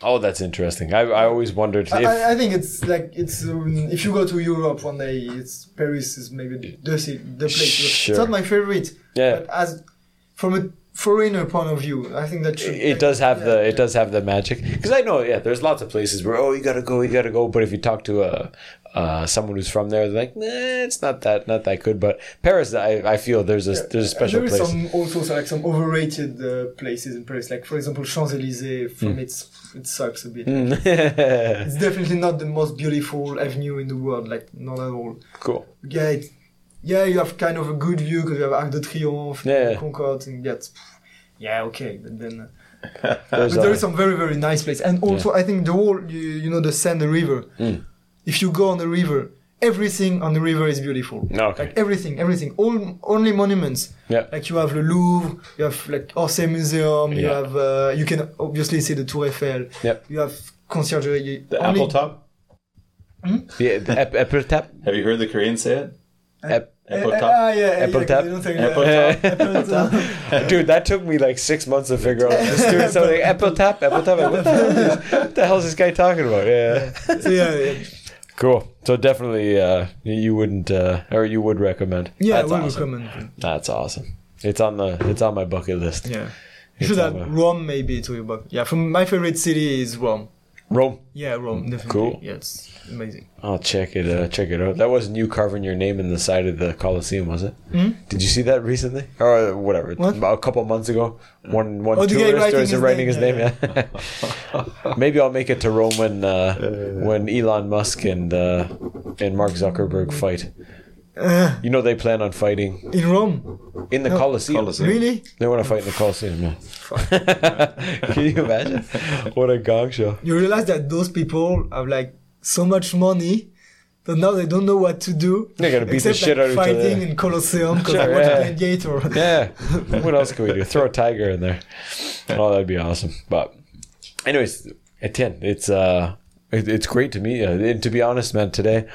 S2: oh, that's interesting. I, I always wondered if
S3: I, I- I think it's like it's um, if you go to Europe one day, it's Paris is maybe the ci- the place.
S2: Sure.
S3: It's not my favorite.
S2: Yeah.
S3: But as from a foreigner point of view, I think that should,
S2: it does have the it does have the magic because I know yeah there's lots of places where oh you gotta go you gotta go but if you talk to a uh, someone who's from there they're like nah it's not that not that good but Paris I, I feel there's a there's a special
S3: there is
S2: place
S3: some also so, like some overrated uh, places in Paris, like for example Champs Elysees.
S2: Hmm.
S3: From its it sucks a bit. It's definitely not the most beautiful avenue in the world, like not at all.
S2: [LAUGHS] cool
S3: Yeah, it, yeah, you have kind of a good view because you have Arc de Triomphe,
S2: Yeah.
S3: Concorde, and that's yeah okay. But then uh,
S2: there's
S3: but there
S2: a-
S3: is some very very
S2: Mm.
S3: nice place, and also I think the whole you, you know the Seine river. If you go on the river, everything on the river is beautiful.
S2: Okay.
S3: Like everything, everything. All only monuments.
S2: Yeah.
S3: Like you have the Louvre, you have like Orsay Museum, you
S2: Yeah.
S3: have uh, you can obviously see the Tour Eiffel.
S2: Yep.
S3: You have conciergerie. you-
S5: The
S3: only-
S5: apple top.
S2: Yeah, the ep- Apple tap.
S5: Have you heard the Koreans say it?
S2: Ep-
S5: Apple
S3: Eh, eh,
S5: top.
S3: Ah, yeah, yeah,
S2: Apple
S3: yeah,
S2: tap.
S3: I don't think-
S5: Apple
S3: yeah.
S2: tap.
S3: Apple
S2: [LAUGHS]
S3: tap.
S2: Dude, that took me like six months to figure out. Just doing something. Apple tap, Apple tap. What the hell, is,
S3: [LAUGHS]
S2: what the hell is this guy talking about? Yeah.
S3: So, yeah, yeah.
S2: Cool. So definitely, uh, you wouldn't, uh, or you would recommend.
S3: Yeah,
S2: That's
S3: well
S2: awesome.
S3: recommend.
S2: That's awesome. It's on the, it's on my bucket list.
S3: Yeah.
S2: It's
S3: You should
S2: over.
S3: have Rome maybe to your book. Yeah, from my favorite city is Rome.
S2: Rome.
S3: Yeah, Rome, definitely.
S2: Mm, Cool.
S3: Yeah, it's amazing.
S2: I'll check it. Uh, check it out. That wasn't you carving your name in the side of the Colosseum, was it? Mm? Did you see that recently, or uh, whatever?
S3: What?
S2: About a couple months ago, one one
S3: Oh, the guy
S2: tourist or is it writing
S3: writing
S2: his
S3: his
S2: name? Yeah. [LAUGHS] Maybe I'll make it to Rome when uh, when Elon Musk and uh, and Mark Zuckerberg fight. You know they plan on fighting
S3: Uh, In Rome?
S2: in the Colosseum.
S5: Colosseum.
S3: Really?
S2: They want to fight in the Colosseum. Yeah. [LAUGHS] Can you imagine? What a gong show!
S3: You realize that those people have like so much money that now they don't know what to do.
S2: They're gonna beat the
S3: except,
S2: shit out
S3: like,
S2: of each
S3: fighting
S2: other.
S3: Fighting in Colosseum
S2: [LAUGHS]
S3: because
S2: Sure,
S3: I watched
S2: yeah. [LAUGHS]
S3: Gladiator.
S2: Yeah. what else can we do? Throw a tiger in there. Oh, that'd be awesome. But, anyways, at ten, it's uh, it, it's great to meet you. And to be honest, man, today,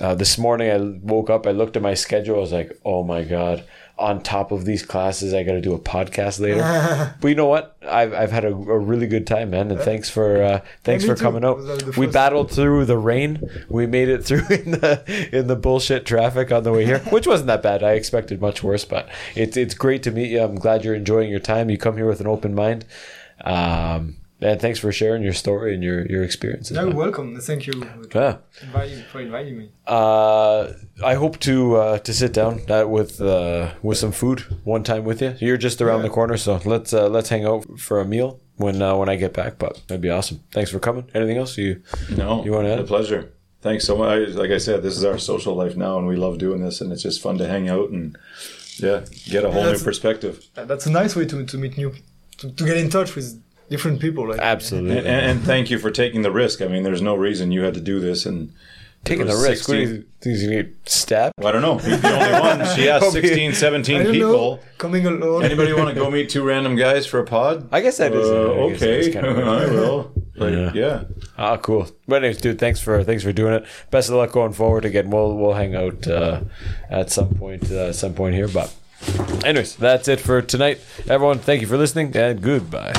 S2: uh, this morning I woke up, I looked at my schedule, I was like, oh my god. On top of these classes, I got to do a podcast
S3: [LAUGHS]
S2: later. but you know what? I've, I've had a, a really good time, man. And thanks for uh, thanks
S3: me
S2: for
S3: too.
S2: coming out.
S3: It was the
S2: We
S3: first-
S2: battled through the rain. We made it through [LAUGHS] in the in the bullshit traffic on the way here, which wasn't that bad. I expected much worse, but it's it's great to meet you. I'm glad you're enjoying your time. You come here with an open mind, um, and thanks for sharing your story and your your experiences.
S3: [LAUGHS] You're
S2: man.
S3: welcome. Thank you
S2: Yeah.
S3: inviting- for inviting me.
S2: Uh, I hope to uh, to sit down uh, with uh, with some food one time with you. You're just around the corner, so let's uh, let's hang out for a meal when uh, when I get back. But that'd be awesome. Thanks for coming. Anything else you?
S4: No,
S2: You wanna add?
S4: A pleasure. Thanks so much. Like I said, this is our social life now, and we love doing this, and it's just fun to hang out and yeah, get a whole new
S3: That's-
S4: perspective.
S3: That- That's a nice way to, to meet new, to, to get in touch with different people.
S2: Uh,
S3: Like,
S2: Absolutely.
S4: And, and thank you for taking the risk. I mean, there's no reason you had to do this, and
S2: Taking the
S4: There was
S2: risk. What do
S4: 16.
S2: you think you get stabbed?
S4: well, I don't know. He's the only one. She
S3: [LAUGHS]
S4: asked 16,
S3: I
S4: 17
S3: don't
S4: people.
S3: know. Coming alone.
S4: Anybody want to go meet two random guys for a pod?
S2: I guess that is-
S4: Uh,
S2: I guess that
S4: okay,
S2: is kind
S4: [LAUGHS]
S2: of-
S4: I will. Like,
S2: Yeah.
S4: yeah.
S2: Ah, cool. But anyways, dude, thanks for thanks for doing it. Best of luck going forward. Again, we'll we'll hang out uh, at some point uh, some point here. But anyways, that's it for tonight. Everyone, thank you for listening and goodbye.